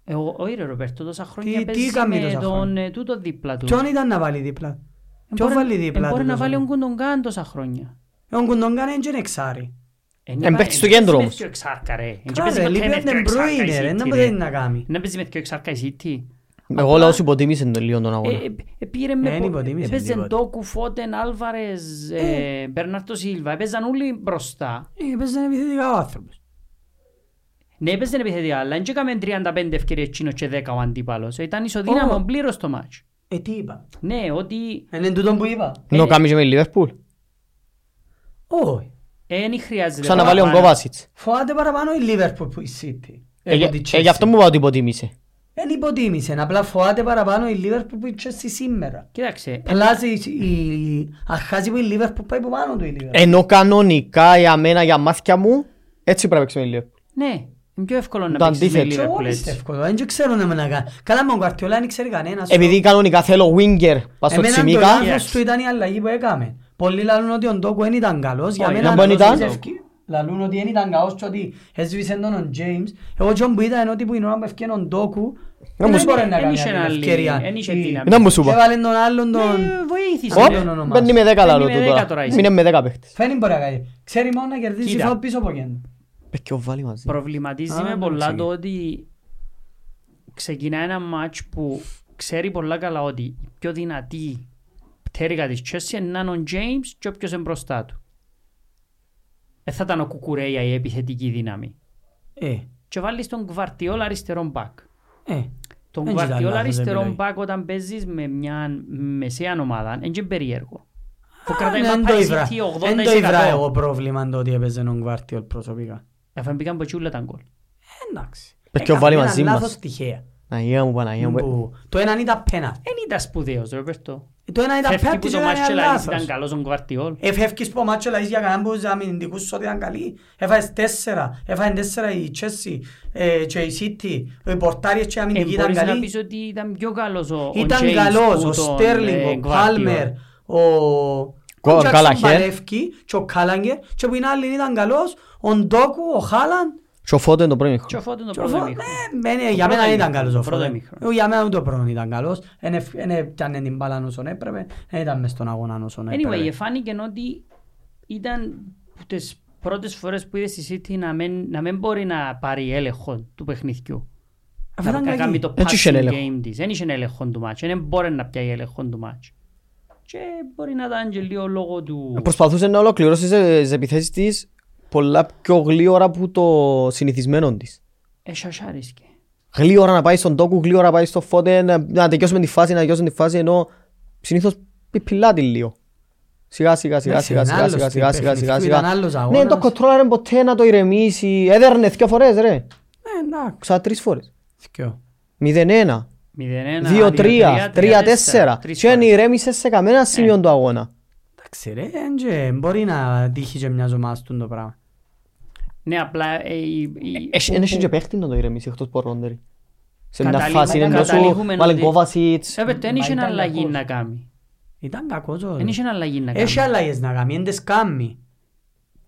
[SPEAKER 2] εγώ, όχι ρε Ροπέρτο, τόσα χρόνια
[SPEAKER 3] τι
[SPEAKER 2] παίζεις
[SPEAKER 3] έκαμε
[SPEAKER 2] με
[SPEAKER 3] τόσα
[SPEAKER 2] τον
[SPEAKER 3] χρόνια?
[SPEAKER 2] ε, τούτο δίπλα του.
[SPEAKER 3] Ποιον ήταν να βάλει δίπλα.
[SPEAKER 2] Ε,
[SPEAKER 3] Ποιον
[SPEAKER 2] μπορεί-
[SPEAKER 3] βάλει
[SPEAKER 2] ε,
[SPEAKER 3] δίπλα.
[SPEAKER 2] Μπορεί
[SPEAKER 3] του
[SPEAKER 2] να
[SPEAKER 3] τόσο.
[SPEAKER 2] βάλει ο Κουντογκάν τόσα χρόνια.
[SPEAKER 3] Ε, Ο Κουντογκάν είναι και ένα εξάρι.
[SPEAKER 2] Είναι
[SPEAKER 1] Εν
[SPEAKER 2] πα-
[SPEAKER 1] παίχτης στο
[SPEAKER 2] ε,
[SPEAKER 1] κέντρο
[SPEAKER 2] παίζει
[SPEAKER 1] όμως.
[SPEAKER 2] με πιο εξάρκα, ρε. Ε, και
[SPEAKER 3] Καλά,
[SPEAKER 2] παίζει
[SPEAKER 3] ρε,
[SPEAKER 2] ποτέ
[SPEAKER 3] λείπει
[SPEAKER 2] με
[SPEAKER 3] ο
[SPEAKER 2] πιο
[SPEAKER 3] De Bruyne,
[SPEAKER 2] εξάρκα η
[SPEAKER 3] ρε,
[SPEAKER 2] City,
[SPEAKER 3] δεν
[SPEAKER 2] ρε.
[SPEAKER 3] μπορεί να κάνει.
[SPEAKER 2] Να παίζει με πιο εξάρκα η City.
[SPEAKER 1] Εγώ λαός υποτίμησε τον λίγο τον αγώνα.
[SPEAKER 2] Ε, ε, ε, Πήρε με
[SPEAKER 3] Ε,
[SPEAKER 2] πο-
[SPEAKER 3] εν υποτίμησε
[SPEAKER 2] έπαιζε
[SPEAKER 3] τίποτα.
[SPEAKER 2] Ντόκου, Φώτεν, Άλβαρες, ε, Μπερνάρτο Σίλβα. Έπαιζαν όλοι μπροστά.
[SPEAKER 3] Ε, παίζει επιθετικά ο άνθρωπος.
[SPEAKER 2] Ναι, έπαιζε επιθετικά, αλλά δεν έκαμε 35 ευκαιρίες εκείνος και 10 ο αντίπαλος. Ε, Ήταν ισοδύναμο
[SPEAKER 3] Ω.
[SPEAKER 2] πλήρως το μάτς.
[SPEAKER 3] Ε, τι είπα.
[SPEAKER 2] Ναι, ότι
[SPEAKER 3] Ε, Είναι τούτο που είπα.
[SPEAKER 1] Ενώ κάνει και με η Λίβερπουλ.
[SPEAKER 3] Όχι.
[SPEAKER 2] δεν ε, χρειάζεται
[SPEAKER 1] Ξαναβάλει ο
[SPEAKER 2] παραπάνω.
[SPEAKER 1] Γκοβάσιτς.
[SPEAKER 3] Φοβάται παραπάνω η Λίβερπουλ που η City.
[SPEAKER 1] Ε,
[SPEAKER 3] από τη
[SPEAKER 1] ε, γι'
[SPEAKER 3] Chelsea.
[SPEAKER 1] αυτό μου είπα ότι υποτίμησε.
[SPEAKER 3] Δεν υποτίμησε, απλά φοβάται παραπάνω η Λίβερπουλ που η Chelsea σήμερα.
[SPEAKER 2] Κοίταξε,
[SPEAKER 3] Πλάζει η αχάζει που η Λίβερπουλ πάει από πάνω του η Λίβερπουλ.
[SPEAKER 1] Ενώ κανονικά για μένα, για μάθια μου, έτσι πρέπει να παίξει με η Λίβερπουλ.
[SPEAKER 2] ναι, είναι πιο εύκολο να
[SPEAKER 1] Το
[SPEAKER 2] παίξεις με
[SPEAKER 1] αντίθετο.
[SPEAKER 3] Και εγώ
[SPEAKER 2] Liverpool
[SPEAKER 3] είστε
[SPEAKER 2] έτσι.
[SPEAKER 3] εύκολο, δεν ξέρω να με να κάνω. Καλά με ο Γκαρτιόλα δεν ξέρει κανένας.
[SPEAKER 1] Επειδή κανονικά θέλω winger, πας στο
[SPEAKER 3] Εμένα το
[SPEAKER 1] Τσιμίκα,
[SPEAKER 3] λάθος του ήταν η αλλαγή που έκαμε. Πολλοί λαλούν ότι ο Ντόκου δεν ήταν καλός. Για
[SPEAKER 2] Όχι,
[SPEAKER 3] μένα
[SPEAKER 1] δεν ήταν.
[SPEAKER 3] λαλούν ότι- Λαλούν ότι δεν ήταν καλός και ότι έσβησε τον ο Τζέιμς. Εγώ και όπου είδα ενώ ότι που η ώρα που ευκαιρία ο Ντόκου δεν
[SPEAKER 1] μου σου-
[SPEAKER 3] μπορεί να
[SPEAKER 2] Εν
[SPEAKER 3] κάνει
[SPEAKER 2] είχε
[SPEAKER 3] άλλη
[SPEAKER 2] άλλη-
[SPEAKER 3] ευκαιρία.
[SPEAKER 2] εν είχε
[SPEAKER 3] Ε,
[SPEAKER 2] δύναμη.
[SPEAKER 1] ήταν μου σου είπα.
[SPEAKER 3] Έβαλε τον άλλον τον...
[SPEAKER 2] Ε, βοήθησες.
[SPEAKER 1] Οπ,
[SPEAKER 2] ρε.
[SPEAKER 3] το ονομάζω.
[SPEAKER 1] μπαίνει με 10 λαλό
[SPEAKER 2] Μπαίνει
[SPEAKER 1] του
[SPEAKER 2] με δέκα τώρα
[SPEAKER 1] τώρα.
[SPEAKER 2] η
[SPEAKER 1] Μείνε με 10 παίχτες.
[SPEAKER 3] Φαίνει μπορεί να κάνει. Ξέρει μόνο να κερδίζει
[SPEAKER 2] Κοίτα.
[SPEAKER 3] φάω πίσω από κέντρο.
[SPEAKER 1] Παίκιο βάλει μαζί.
[SPEAKER 2] Προβληματίζει
[SPEAKER 3] Α,
[SPEAKER 2] με
[SPEAKER 3] ναι,
[SPEAKER 2] πολλά
[SPEAKER 3] ξεκινά.
[SPEAKER 2] το ότι ξεκινά ένα μάτς που ξέρει πολλά καλά ότι η πιο δυνατή πτέρυγα της Chelsea είναι να είναι ο James και όποιος είναι μπροστά του. Δεν θα ήταν ο Κουκουρέια η επιθετική δύναμη.
[SPEAKER 3] Ε,
[SPEAKER 2] Και βάλεις τον Κβαρτιόλ αριστερόν μπακ.
[SPEAKER 3] ε.
[SPEAKER 2] Τον
[SPEAKER 3] Δεν ήταν
[SPEAKER 2] Κβαρτιόλ
[SPEAKER 3] λάθος
[SPEAKER 2] αριστερόν
[SPEAKER 3] επιλογή.
[SPEAKER 2] μπακ όταν παίζεις με μια μεσαία ομάδα είναι και περίεργο. Που κρατάει
[SPEAKER 3] Δεν
[SPEAKER 2] μπακ
[SPEAKER 3] ναι, το
[SPEAKER 2] η
[SPEAKER 3] ήβρα.
[SPEAKER 2] City
[SPEAKER 3] Εν το ήβρα
[SPEAKER 2] 80%.
[SPEAKER 3] εγώ πρόβλημα το ότι έπαιζε τον Γκβάρτιολ προσωπικά.
[SPEAKER 2] Ε, Αφού μπήκαν ποτσιούλα τα γκολ.
[SPEAKER 3] Εντάξει.
[SPEAKER 1] Πες και ο Βάλη
[SPEAKER 3] Έκαμε
[SPEAKER 1] μαζί
[SPEAKER 3] ένα
[SPEAKER 1] μας. Ε,
[SPEAKER 3] λάθος τυχαία.
[SPEAKER 1] Αγία μου, Παναγία μου.
[SPEAKER 3] Που Το έναν ήταν πέναλτι.
[SPEAKER 2] Δεν ήταν σπουδαίος, Ροπέρτο.
[SPEAKER 3] Το ένα ήταν
[SPEAKER 2] Φεύγει
[SPEAKER 3] πέναλτι
[SPEAKER 2] που
[SPEAKER 3] και
[SPEAKER 2] το
[SPEAKER 3] το άλλο
[SPEAKER 2] μάτς
[SPEAKER 3] ήταν
[SPEAKER 2] και λαλείς ήταν
[SPEAKER 3] λάθος.
[SPEAKER 2] καλός ο Γκβαρτιόλ.
[SPEAKER 3] Εφεύγεις που ο μάτσο λαείς για κανέναν που αμυντικούς ότι ήταν καλή. Έφαγες τέσσερα. Έφαγες τέσσερα η Τσέσσι και η Σίτι. Οι πορτάριες και
[SPEAKER 2] Ε,
[SPEAKER 3] η αμυντική ήταν
[SPEAKER 2] μπορείς να
[SPEAKER 3] καλή.
[SPEAKER 2] πεις ότι ήταν πιο καλός ο ο
[SPEAKER 3] Ήταν
[SPEAKER 2] James
[SPEAKER 3] καλός
[SPEAKER 2] που
[SPEAKER 3] ο
[SPEAKER 2] τον, ε,
[SPEAKER 3] Στέρλινγκ, ο
[SPEAKER 2] Γκβάρντιολ.
[SPEAKER 3] Πάλμερ, ο
[SPEAKER 1] Γκο-
[SPEAKER 3] Τζάκσον
[SPEAKER 1] Γκάλαχερ.
[SPEAKER 3] Παλεύκη και ο Κάλαγκερ και που είναι άλλοι ήταν καλός, ο Ντόκου, ο Χάλαν
[SPEAKER 1] Και ο Φώτο είναι το πρώτο
[SPEAKER 2] Και ο
[SPEAKER 1] ημίχρονο.
[SPEAKER 2] Φώτον το
[SPEAKER 3] και ο
[SPEAKER 2] πρώτο
[SPEAKER 3] Φο-
[SPEAKER 2] ημίχρονο.
[SPEAKER 3] Ναι, ναι, για
[SPEAKER 2] πρώτο
[SPEAKER 3] μένα δεν
[SPEAKER 2] ημίχρονο,
[SPEAKER 3] ήταν καλός ο
[SPEAKER 2] το πρώτο
[SPEAKER 3] Φώτεν.
[SPEAKER 2] ημίχρονο.
[SPEAKER 3] Για μένα ούτε ο πρώτον ήταν καλός. Εν εφ- εν έπιανε την μπάλα όσο έπρεπε, δεν ήταν μες στον αγώνα όσο
[SPEAKER 2] Anyway,
[SPEAKER 3] έπρεπε.
[SPEAKER 2] εφάνηκε ότι ήταν που τις πρώτες φορές που είδες η City να μην, να μην μπορεί να πάρει έλεγχο του παιχνιδιού. να
[SPEAKER 3] Αφού ήταν
[SPEAKER 2] να κάνει
[SPEAKER 3] Ε, κακή.
[SPEAKER 2] το
[SPEAKER 1] Έτσι είχε
[SPEAKER 2] passing
[SPEAKER 1] έλεγχο.
[SPEAKER 2] game της. Δεν είχε έλεγχο του μάτς. Δεν μπορεί να πιάει έλεγχο του μάτς. Και μπορεί να ήταν και λίγο λόγω
[SPEAKER 1] Ε,
[SPEAKER 2] του...
[SPEAKER 1] Προσπαθούσε να ολοκληρώσει τις επιθέσεις της πολλά πιο γλύωρα από το συνηθισμένο της.
[SPEAKER 2] Ε, σασάρισκε.
[SPEAKER 1] Γλύωρα να πάει στον τόκου, γλύωρα να πάει στο φώτε, να, να τελειώσουμε τη φάση, να τελειώσουμε τη φάση, ενώ συνήθως πιπιλάτη λίγο. Σιγά σιγά σιγά
[SPEAKER 3] Εντάξει,
[SPEAKER 1] σιγά
[SPEAKER 3] Ε, είναι
[SPEAKER 1] σιγά
[SPEAKER 3] άλλος
[SPEAKER 1] σιγά
[SPEAKER 3] τύπος
[SPEAKER 1] σιγά σιγά
[SPEAKER 3] παιχνιδιού,
[SPEAKER 1] σιγά
[SPEAKER 3] ήταν άλλος
[SPEAKER 1] Ναι,
[SPEAKER 3] αγώνας.
[SPEAKER 1] το κοτρόλαρε ποτέ να το ηρεμήσει, έδερνε δυο φορές ρε.
[SPEAKER 3] Ναι, εντάξει.
[SPEAKER 1] Ξα τρεις φορές.
[SPEAKER 3] Θκυο.
[SPEAKER 1] 0-1,
[SPEAKER 2] 0-1,
[SPEAKER 1] 2-3, 3-4.
[SPEAKER 2] 3-4.
[SPEAKER 1] Και αν ηρέμησες σε
[SPEAKER 3] Ε.
[SPEAKER 1] κανένα σημείο του αγώνα.
[SPEAKER 3] Εντάξει ρε, εν και μπορεί να τύχει και μιας ομάδας τούτο το πράγμα.
[SPEAKER 2] Ναι, απλά ε, η- η-
[SPEAKER 1] Έχει έχει και παίχτη να το ηρεμήσει εκτός πορόντέρι. Σε μια
[SPEAKER 2] Καταλήγουμε-
[SPEAKER 1] φάση είναι τόσο
[SPEAKER 2] καταλήγουμε
[SPEAKER 1] βάλε
[SPEAKER 2] ότι-
[SPEAKER 1] Κόβασιτς.
[SPEAKER 2] Ε, παιδιά, δεν είχε
[SPEAKER 3] ήταν
[SPEAKER 2] αλλαγή
[SPEAKER 3] κακός.
[SPEAKER 2] να κάνει.
[SPEAKER 3] Ήταν κακός ο
[SPEAKER 2] Δεν είχε αλλαγή να κάνει.
[SPEAKER 3] Έχει αλλαγές να κάνει, εν τις κάνει.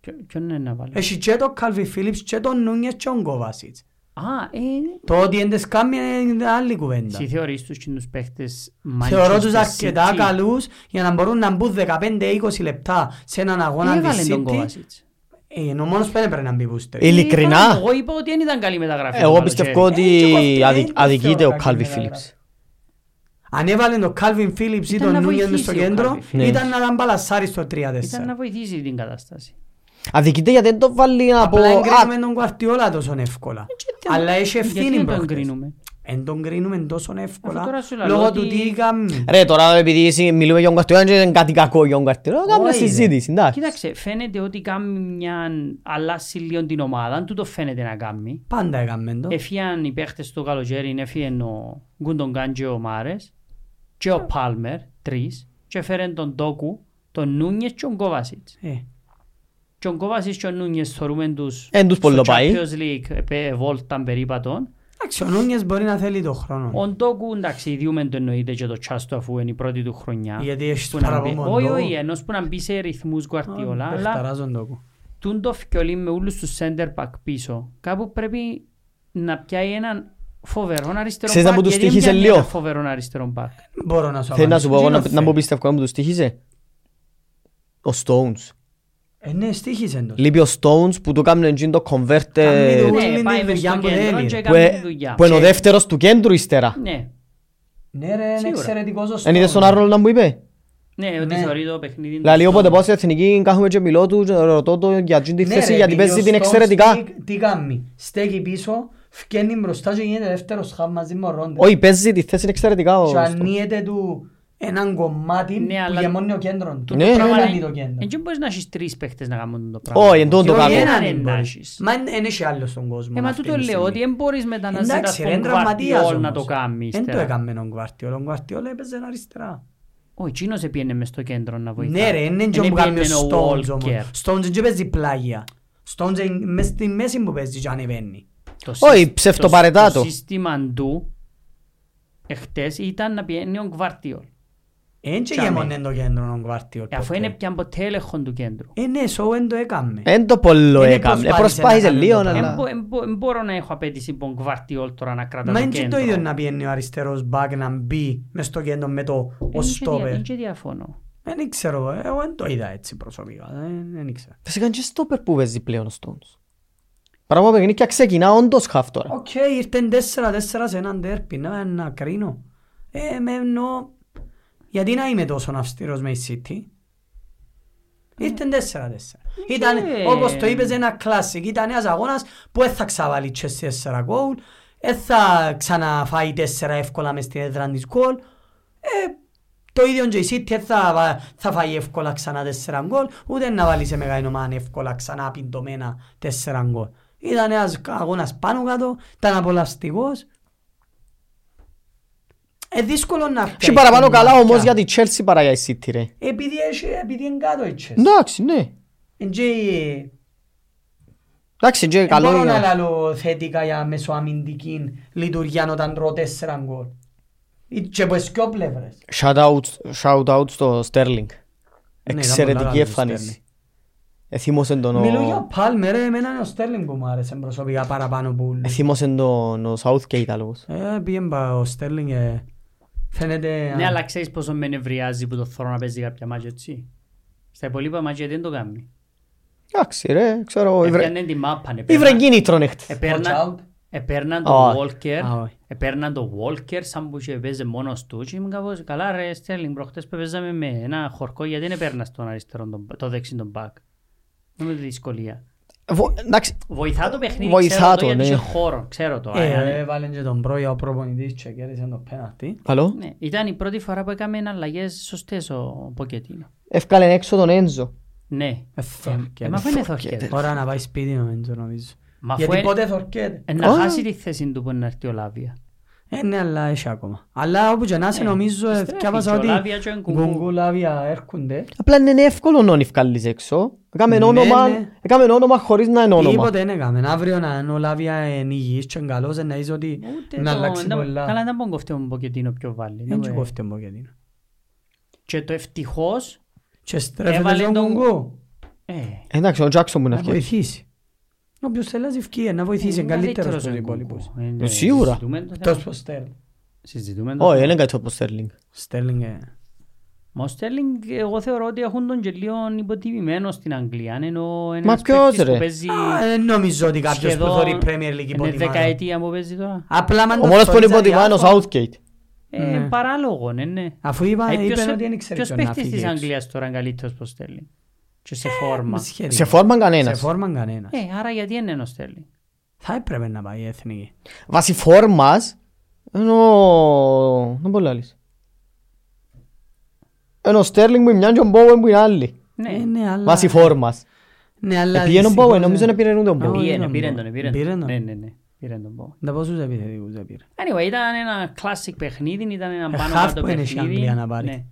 [SPEAKER 2] Ποιο- Ποιον είναι να βάλει.
[SPEAKER 3] Έχει και τον Καλβι Φίλιπς και τον Νούνιες και τον Κόβασιτς.
[SPEAKER 2] Α, ε,
[SPEAKER 3] Το ότι εν τις κάνει είναι άλλη κουβέντα.
[SPEAKER 2] εσύ θεωρείς τους κοινούς παίχτες
[SPEAKER 3] Θεωρώ τους
[SPEAKER 2] Manchester
[SPEAKER 3] αρκετά
[SPEAKER 2] City.
[SPEAKER 3] καλούς για να μπορούν να μπουν 15-20 λεπτά σε έναν αγώνα
[SPEAKER 2] Τι
[SPEAKER 3] της
[SPEAKER 2] έβαλε τον Ε-
[SPEAKER 3] City.
[SPEAKER 2] Κόβασιτς.
[SPEAKER 3] Ε, ενώ μόνος που έπρεπε να μπει βούστε.
[SPEAKER 1] Ειλικρινά.
[SPEAKER 2] Εγώ είπα ότι δεν ήταν καλή μεταγραφή.
[SPEAKER 1] Εγώ πιστεύω
[SPEAKER 3] Ε, και
[SPEAKER 1] ότι
[SPEAKER 3] εγώ αυτή δεν
[SPEAKER 1] αδικ-
[SPEAKER 3] το
[SPEAKER 1] αδικείται
[SPEAKER 3] θεωρώ
[SPEAKER 1] ο
[SPEAKER 3] κακή
[SPEAKER 1] Κάλβι
[SPEAKER 3] μεταγραφή.
[SPEAKER 1] Φίλιπς.
[SPEAKER 3] Αν έβαλε τον Calvin Phillips ή
[SPEAKER 2] Ήταν να
[SPEAKER 3] τον Νούνιες μες
[SPEAKER 2] βοηθήσει
[SPEAKER 3] στο
[SPEAKER 2] ο
[SPEAKER 3] κέντρο,
[SPEAKER 2] Calvin Phillips.
[SPEAKER 1] Ναι.
[SPEAKER 3] ήταν να ήταν μπαλασάρι στο 3-4.
[SPEAKER 2] Ήταν να βοηθήσει την κατάσταση.
[SPEAKER 1] Αδικείται γιατί δεν το βάλει να πω...
[SPEAKER 3] Απλά
[SPEAKER 1] «Α,
[SPEAKER 3] εγκρίνουμε τον Κουαρτιόλα τόσο εύκολα. Αλλά έχει
[SPEAKER 2] Ε, Γιατί
[SPEAKER 3] ευθύνη
[SPEAKER 2] δεν τον
[SPEAKER 3] προχτές.
[SPEAKER 2] κρίνουμε.
[SPEAKER 3] Εν τον κρίνουμε τόσο
[SPEAKER 2] Αφού
[SPEAKER 3] εύκολα
[SPEAKER 2] τώρα σου λέω
[SPEAKER 3] λόγω
[SPEAKER 2] ότι-
[SPEAKER 3] του τι έκαμε.
[SPEAKER 1] Ρε τώρα επειδή εσύ- μιλούμε για τον Καρτιόλα δεν είναι κάτι κακό για τον Καρτιόλα, κάνουμε
[SPEAKER 3] Όχι, ρε.
[SPEAKER 1] συζήτηση, εντάξει.
[SPEAKER 2] Κοίταξε, φαίνεται ότι κάνει μια αλλάση λίγο την ομάδα. Του το φαίνεται να κάνει.
[SPEAKER 3] Πάντα έκαμε
[SPEAKER 2] Ε,
[SPEAKER 3] το.
[SPEAKER 2] Έφυγαν οι παίχτες του καλοκαίρι, έφυγαν ο Γκούντογκάν και ο Μάρες και ο Πάλμερ, τρεις, και έφεραν τον Ντόκου, τον Νούνιες και τον Κόβασιτς.
[SPEAKER 3] Ε,
[SPEAKER 2] Και ο Κόβασιτς και ο Νούνιες θεωρούμε τους
[SPEAKER 1] Εν τους
[SPEAKER 2] στο
[SPEAKER 1] πολλοπάει.
[SPEAKER 2] Champions League επέ- βόλταν περίπατον.
[SPEAKER 3] Εντάξει, ο Νούνιες μπορεί να θέλει τον χρόνο.
[SPEAKER 2] Ο Ντόκου, εντάξει, διούμε το εννοείται και το τσάστο αφού είναι η πρώτη του χρονιά.
[SPEAKER 3] Γιατί έχεις
[SPEAKER 2] Που να
[SPEAKER 3] παραπάνω
[SPEAKER 2] μπει-
[SPEAKER 3] τον
[SPEAKER 2] Όχι,
[SPEAKER 3] Ντόκου.
[SPEAKER 2] όχι, ενός που να μπει σε ρυθμούς Γκουαρτιόλα,
[SPEAKER 3] Α,
[SPEAKER 2] αλλά
[SPEAKER 3] παιχταράζω τον Ντόκου.
[SPEAKER 2] τούν το φκιολί με όλους τους center back πίσω. Κάπου πρέπει να πιάει έναν φοβερό αριστερό
[SPEAKER 1] Ξέρεις να μου
[SPEAKER 2] back,
[SPEAKER 1] τους
[SPEAKER 2] γιατί δεν
[SPEAKER 1] τύχησε
[SPEAKER 2] πιάνει
[SPEAKER 1] λίγο.
[SPEAKER 2] έναν φοβερό αριστερό back.
[SPEAKER 3] Μπορώ να σου
[SPEAKER 1] Θέλεις να
[SPEAKER 3] απαντήσω.
[SPEAKER 1] σου πω εγώ
[SPEAKER 3] Τι
[SPEAKER 1] να-
[SPEAKER 3] θέλει.
[SPEAKER 1] να μου πιστεύω να μου τους τύχησε. Ο Stones.
[SPEAKER 3] Ε, ναι, στήχησε το.
[SPEAKER 1] Λείπει ο Stones που του έκανε εκείνο το
[SPEAKER 3] Κάνει
[SPEAKER 1] converter
[SPEAKER 3] δουλειά.
[SPEAKER 2] Ναι,
[SPEAKER 3] είναι
[SPEAKER 2] πάει
[SPEAKER 3] η
[SPEAKER 2] μες
[SPEAKER 3] δουλειά
[SPEAKER 2] στο
[SPEAKER 3] που
[SPEAKER 1] Ε, που
[SPEAKER 2] κέντρο και
[SPEAKER 3] θέλει.
[SPEAKER 2] κάνει
[SPEAKER 1] ε-
[SPEAKER 2] δουλειά.
[SPEAKER 1] που είναι ο δεύτερος του κέντρου ύστερα.
[SPEAKER 2] Ναι,
[SPEAKER 3] Ναι ρε, είναι
[SPEAKER 2] Σίγουρα.
[SPEAKER 3] εξαιρετικός ο
[SPEAKER 1] Εν
[SPEAKER 3] Στόουν.
[SPEAKER 1] είδες τον Άρνολ να μου είπε.
[SPEAKER 2] ναι, ότι
[SPEAKER 3] Ναι.
[SPEAKER 2] θεωρεί το παιχνίδι. του
[SPEAKER 1] Δηλαδή
[SPEAKER 2] στο-
[SPEAKER 1] όποτε πάω στην εθνική κάθομαι και μιλώ τους και ρωτώ το για εκείνη τη
[SPEAKER 3] Ναι,
[SPEAKER 1] θέση
[SPEAKER 3] ρε,
[SPEAKER 1] γιατί
[SPEAKER 3] επειδή
[SPEAKER 1] παίζει
[SPEAKER 3] ο
[SPEAKER 1] την
[SPEAKER 3] Stones
[SPEAKER 1] εξαιρετικά.
[SPEAKER 3] τι- Τι κάνει, στέκει πίσω, φκαίνει μπροστά και γίνεται δεύτερος χαμ μαζί με ο Ρόντερ.
[SPEAKER 1] Όχι παίζει τη θέση εξαιρετικά ο
[SPEAKER 3] Και
[SPEAKER 1] Stones.
[SPEAKER 3] ανοίγεται του έναν κομμάτι
[SPEAKER 2] Ναι,
[SPEAKER 3] που
[SPEAKER 2] αλλά-
[SPEAKER 3] γεμώνει ο κέντρο του.
[SPEAKER 2] Τούτο
[SPEAKER 1] Ναι.
[SPEAKER 2] πράγμα
[SPEAKER 3] Δεν
[SPEAKER 2] είναι-
[SPEAKER 3] λαλεί το κέντρο.
[SPEAKER 2] Εν και μπορείς να έχεις τρεις παίχτες να κάνουν το πράγμα.
[SPEAKER 1] Όχι εν τούτο το
[SPEAKER 3] Και όχι
[SPEAKER 2] κάνω.
[SPEAKER 1] κάνω.
[SPEAKER 3] έναν
[SPEAKER 2] Δεν
[SPEAKER 3] εν μπορεί.
[SPEAKER 2] τάσεις.
[SPEAKER 3] Μα εν- εν έχει άλλο στον κόσμο.
[SPEAKER 2] Ε, μα
[SPEAKER 3] αυτή
[SPEAKER 2] τούτο
[SPEAKER 3] τη
[SPEAKER 2] λέω
[SPEAKER 3] στιγμή.
[SPEAKER 2] ότι δεν μπορείς μετά να ζητάς
[SPEAKER 3] Εντάξει, ρε,
[SPEAKER 2] τον
[SPEAKER 3] είναι τραυματίας
[SPEAKER 2] Guardiola να
[SPEAKER 3] όμως.
[SPEAKER 2] το κάνεις.
[SPEAKER 3] Δεν το έκαμε τον Κουαρτιόλα. Ο Κουαρτιόλα έπαιζε αριστερά.
[SPEAKER 2] Ο Τσίνος έπιένε μες στο κέντρο να βοηθάει.
[SPEAKER 3] Ναι ρε, είναι και
[SPEAKER 2] Εν
[SPEAKER 3] που κάνει ο
[SPEAKER 2] έπιένε
[SPEAKER 3] Stones όμως.
[SPEAKER 2] Walker.
[SPEAKER 3] Stones δεν παίζει πλάγια. Stones είναι μες στη μέση που παίζει και ανεβαίνει.
[SPEAKER 2] Το
[SPEAKER 1] Όχι,
[SPEAKER 2] σύσ-
[SPEAKER 1] ψευτοπαρετά
[SPEAKER 2] Το
[SPEAKER 1] το.
[SPEAKER 2] σύστημα του εχθές ήταν να πιένει ο Γκβαρτιόλ.
[SPEAKER 3] Εν και
[SPEAKER 2] Τσάμε.
[SPEAKER 3] γεμώνει το κέντρο ο Κουαρτιόλα.
[SPEAKER 2] Ε, Αφού είναι πια ποτέ έλεγχον του κέντρου.
[SPEAKER 3] Ε, ναι, σο εν το έκαμε.
[SPEAKER 1] Εν το πολλό
[SPEAKER 3] Είναι
[SPEAKER 1] έκαμε.
[SPEAKER 3] προσπάθησε
[SPEAKER 1] Προσπάθησε
[SPEAKER 3] να κάνει
[SPEAKER 1] λίγο
[SPEAKER 2] Εν
[SPEAKER 3] το
[SPEAKER 1] αλλά...
[SPEAKER 3] πράγμα.
[SPEAKER 2] μπο- εν μπο- εν μπορώ να έχω απέτηση από τον Γκβαρτιόλ τώρα να κρατάς
[SPEAKER 3] Μα
[SPEAKER 2] το
[SPEAKER 3] είναι και το
[SPEAKER 2] κέντρο.
[SPEAKER 3] ίδιο να πιένει ο αριστερός μπακ να μπει μες στο κέντρο με το ο στόπερ.
[SPEAKER 2] Δεν και διαφωνώ.
[SPEAKER 3] Δεν ξέρω, εγώ δεν το είδα έτσι προσωπικά. Δεν δεν ήξερα.
[SPEAKER 1] Φυσικά είναι και στόπερ που παίζει πλέον ο Stones. Πράγμα που παιχνίδια ξεκινά όντως χαφ τώρα.
[SPEAKER 3] Οκ, ήρθεν 4-4 σε έναν τέρπι, να, να κρίνω. Ε, με εννοώ, γιατί να είμαι τόσο αυστηρός με η City. Ήρθεν 4-4. Ήταν,
[SPEAKER 2] Και-
[SPEAKER 3] όπως το είπες, ένα κλάσικ. Ήταν ένας αγώνας που δεν θα ξαβάλει η Chelsea 4 γκολ, δεν θα ξαναφάει 4 εύκολα μες στην έδρα της γκολ. Ε, το ίδιο και η City δεν θα, βα- θα φάει εύκολα ξανά 4 γκολ, ούτε να βάλει σε μεγάλη ομάδα εύκολα ξανά πιντωμένα 4 γκολ. Ήταν ένας αγώνας πάνω κάτω, ήταν απολαυστικός. Ε, δύσκολο να
[SPEAKER 1] Έχει
[SPEAKER 3] φτιάξει
[SPEAKER 1] παραπάνω καλά
[SPEAKER 3] μάτια.
[SPEAKER 1] όμως για τη Chelsea παρά για η City ρε.
[SPEAKER 3] Επειδή, έχει, επειδή είναι κάτω η Chelsea.
[SPEAKER 1] Εντάξει, ναι.
[SPEAKER 3] Εν και-
[SPEAKER 1] Εντάξει, και
[SPEAKER 3] Δεν
[SPEAKER 1] Ε, καλό
[SPEAKER 3] Ε, μπορώ να
[SPEAKER 1] είναι.
[SPEAKER 3] λαλώ θετικά για μεσοαμυντική λειτουργία όταν τρώω τέσσερα γκολ. Ή Και από τις δυο πλευρές.
[SPEAKER 1] Shout out, shout out στο
[SPEAKER 3] Ναι,
[SPEAKER 1] Sterling.
[SPEAKER 3] ήταν πολλά
[SPEAKER 1] Εξαιρετική
[SPEAKER 3] καλά
[SPEAKER 1] εμφάνιση. Εθύμωσε τον
[SPEAKER 3] Μιλώ για
[SPEAKER 1] ο...
[SPEAKER 3] Πάλμερ, εμένα είναι ο Στέρλινγκ που μου άρεσε προσωπικά παραπάνω που...
[SPEAKER 1] Ε,
[SPEAKER 3] όλους.
[SPEAKER 1] Εθύμωσε τον ο Southgate άλλος.
[SPEAKER 3] Ε, πήγαινε πα- ο Στέρλινγκ, ε, φαίνεται...
[SPEAKER 2] Ναι,
[SPEAKER 3] α,
[SPEAKER 2] αλλά ξέρεις πόσο με νευριάζει που το θέλω να παίζει κάποια μάτια έτσι. Στα υπολείπα μάτια δεν το κάνει.
[SPEAKER 1] Εντάξει ρε, ξέρω
[SPEAKER 3] Ε,
[SPEAKER 1] εγώ. οι Βρε-
[SPEAKER 2] Έπιανε τη μάπα,
[SPEAKER 1] Οι
[SPEAKER 2] επέρνα-
[SPEAKER 1] Βρεγγίνοι τρώνε χτες.
[SPEAKER 2] επέρνα-
[SPEAKER 3] Watch out.
[SPEAKER 2] Επέρναν
[SPEAKER 1] Α,
[SPEAKER 2] τον Walker,
[SPEAKER 3] α, όχι.
[SPEAKER 2] επέρναν τον Walker σαν που είχε παίζει μόνος του και ήμουν κάπως καλά ρε Στέρλινγκ προχτές που παίζαμε με ένα χορκό γιατί δεν επέρνας τον αριστερό, τον- το δεξί τον μπακ. Δεν είναι δυσκολία.
[SPEAKER 1] Βο- Εντάξει,
[SPEAKER 2] Βοηθά το παιχνίδι,
[SPEAKER 1] Βοηθά
[SPEAKER 2] ξέρω
[SPEAKER 1] το,
[SPEAKER 2] το, γιατί
[SPEAKER 1] ναι.
[SPEAKER 2] είχε χώρο, ξέρω το.
[SPEAKER 3] Ε,
[SPEAKER 2] αλλά, ναι.
[SPEAKER 3] έβαλε και τον Μπρόια ο προπονητής και κέρδισε το πέναλτι.
[SPEAKER 1] καλό.
[SPEAKER 2] Ναι, Ήταν η πρώτη φορά που έκαμε αλλαγές σωστές ο Ποκετίνο.
[SPEAKER 1] Ευκάλεν έξω τον Ένζο.
[SPEAKER 2] Ναι.
[SPEAKER 3] Ε, θωρκέται.
[SPEAKER 2] Eh, Ε, Μα δεν είναι θωρκέται.
[SPEAKER 3] Τώρα να πάει σπίτι νομίζω νομίζω.
[SPEAKER 2] Μα αφού
[SPEAKER 3] Γιατί
[SPEAKER 2] ε-
[SPEAKER 3] ποτέ θορκέται.
[SPEAKER 2] ε, να
[SPEAKER 1] Α.
[SPEAKER 2] χάσει τη θέση του που είναι να έρθει ο Λάβια.
[SPEAKER 3] Ε, ναι, αλλά έχει ακόμα. Αλλά όπου και να είσαι
[SPEAKER 2] Ε,
[SPEAKER 3] νομίζω, ε,
[SPEAKER 2] στρέφεις
[SPEAKER 3] διάβαζα
[SPEAKER 2] και ο
[SPEAKER 3] ότι
[SPEAKER 2] Λάβια και ο Νκουγκού.
[SPEAKER 3] Νκουγκού, Λάβια έρχονται.
[SPEAKER 1] Απλά είναι εύκολο να νυφκάλεις έξω. Έκαμε
[SPEAKER 3] Ναι,
[SPEAKER 1] όνομα,
[SPEAKER 3] ναι.
[SPEAKER 1] έκαμε όνομα χωρίς να είναι όνομα.
[SPEAKER 3] Τίποτε δεν έκαμε. Αύριο να είναι ο Λάβια εν υγιής και εν καλός, ε, να είσαι ότι
[SPEAKER 2] Ούτε
[SPEAKER 3] να
[SPEAKER 2] το-
[SPEAKER 3] αλλάξει
[SPEAKER 2] να-
[SPEAKER 3] πολλά.
[SPEAKER 2] Καλά να πω ο Μποκετίνο πιο βάλει.
[SPEAKER 3] Δεν
[SPEAKER 2] Να
[SPEAKER 3] του
[SPEAKER 2] πω-
[SPEAKER 3] κόφτε μου γιατί.
[SPEAKER 2] Και το ευτυχώς...
[SPEAKER 3] Και στρέφεται
[SPEAKER 2] Έβαλε
[SPEAKER 3] στον
[SPEAKER 2] τον-
[SPEAKER 3] Κονγκό.
[SPEAKER 2] ε,
[SPEAKER 1] Εντάξει, ο Τζάκσον μου είναι
[SPEAKER 3] Να
[SPEAKER 1] αρχή.
[SPEAKER 3] βοηθήσει. Όποιος θέλει να ζευκεί, να βοηθήσει. Είναι
[SPEAKER 2] Ε, είναι
[SPEAKER 3] καλύτερος
[SPEAKER 2] ο
[SPEAKER 3] στους
[SPEAKER 2] Νκουγκού.
[SPEAKER 3] υπόλοιπους.
[SPEAKER 2] Ε, ναι,
[SPEAKER 1] Σίγουρα. ε.
[SPEAKER 2] συζητούμε το θέμα.
[SPEAKER 3] Εκτός που ο Στέρλινγκ.
[SPEAKER 2] Συζητούμε το
[SPEAKER 1] Όχι, δεν
[SPEAKER 2] θέμα.
[SPEAKER 1] είναι κάτι όπως Στέρλινγκ.
[SPEAKER 3] Στέρλινγκ, ε,
[SPEAKER 2] Μα ο Στέρλινγκ, εγώ θεωρώ ότι έχουν τον και λίγο υποτιμημένο στην Αγγλία. Ενώ είναι
[SPEAKER 1] Μα
[SPEAKER 2] ένας
[SPEAKER 1] ποιος,
[SPEAKER 2] παίκτης
[SPEAKER 1] ρε?
[SPEAKER 2] που παίζει
[SPEAKER 3] Α, δεν νομίζω ότι κάποιος που
[SPEAKER 2] σχεδόν-
[SPEAKER 3] θεωρεί Premier League
[SPEAKER 2] Είναι
[SPEAKER 3] υποτιμάται.
[SPEAKER 2] δεκαετία που παίζει τώρα.
[SPEAKER 3] Απλά μαν
[SPEAKER 1] Ο
[SPEAKER 3] το
[SPEAKER 1] μόνος που είναι
[SPEAKER 3] θωρείς
[SPEAKER 1] υποτιμάνος,
[SPEAKER 3] αδιάφορο.
[SPEAKER 1] Southgate.
[SPEAKER 2] Ε,
[SPEAKER 3] Ναι.
[SPEAKER 2] Παράλογο, ναι, ναι.
[SPEAKER 3] Αφού είπα,
[SPEAKER 2] Ε,
[SPEAKER 3] είπε
[SPEAKER 2] ποιος-
[SPEAKER 3] ότι δεν ξέρει
[SPEAKER 2] ποιος
[SPEAKER 3] ποιον να
[SPEAKER 2] παίκτης
[SPEAKER 3] φύγει
[SPEAKER 2] της
[SPEAKER 3] έξω. Ε,
[SPEAKER 2] Αγγλίας τώρα είναι καλύτερος που στέλνει. Και σε φόρμα.
[SPEAKER 3] Σχετικά.
[SPEAKER 1] Σε φόρμα
[SPEAKER 3] Σε
[SPEAKER 1] κανένας.
[SPEAKER 3] φόρμα κανένας.
[SPEAKER 2] Ε, άρα γιατί είναι ο Στέρλινγκ.
[SPEAKER 3] Θα έπρεπε να πάει η εθνική.
[SPEAKER 1] Βάσει φόρμας, ενώ... Δεν μπορεί να λύσει. Ενώ ο Στέρλινγκ που μοιάζει και ο Μπόουεν που είναι άλλοι.
[SPEAKER 2] Ναι,
[SPEAKER 3] Ε, ναι, αλλά...
[SPEAKER 1] Βάσει φόρμας.
[SPEAKER 3] Ναι, αλλά
[SPEAKER 1] Επήγαινε ο
[SPEAKER 3] δυστυχώς,
[SPEAKER 1] Μπόουεν,
[SPEAKER 3] ε,
[SPEAKER 1] νομίζω να πήρε ούτε ο Μπόουεν.
[SPEAKER 3] Ε,
[SPEAKER 2] Πήγαινε,
[SPEAKER 3] τον
[SPEAKER 2] πήρε
[SPEAKER 3] Bowen.
[SPEAKER 2] τον, πήρε
[SPEAKER 3] Πήρε
[SPEAKER 2] τον.
[SPEAKER 3] τον.
[SPEAKER 2] Ναι, ναι, ναι, πήρε τον Bowen.
[SPEAKER 3] Να πόσους επιθετικούς δεν πήρε.
[SPEAKER 2] Anyway, ήταν ένα κλασικ παιχνίδι, ήταν ένα
[SPEAKER 3] Ε,
[SPEAKER 2] πάνω
[SPEAKER 3] half
[SPEAKER 2] κάτω
[SPEAKER 3] που είναι η
[SPEAKER 2] παιχνίδι.
[SPEAKER 3] Αγγλία να πάρει.
[SPEAKER 2] Ναι.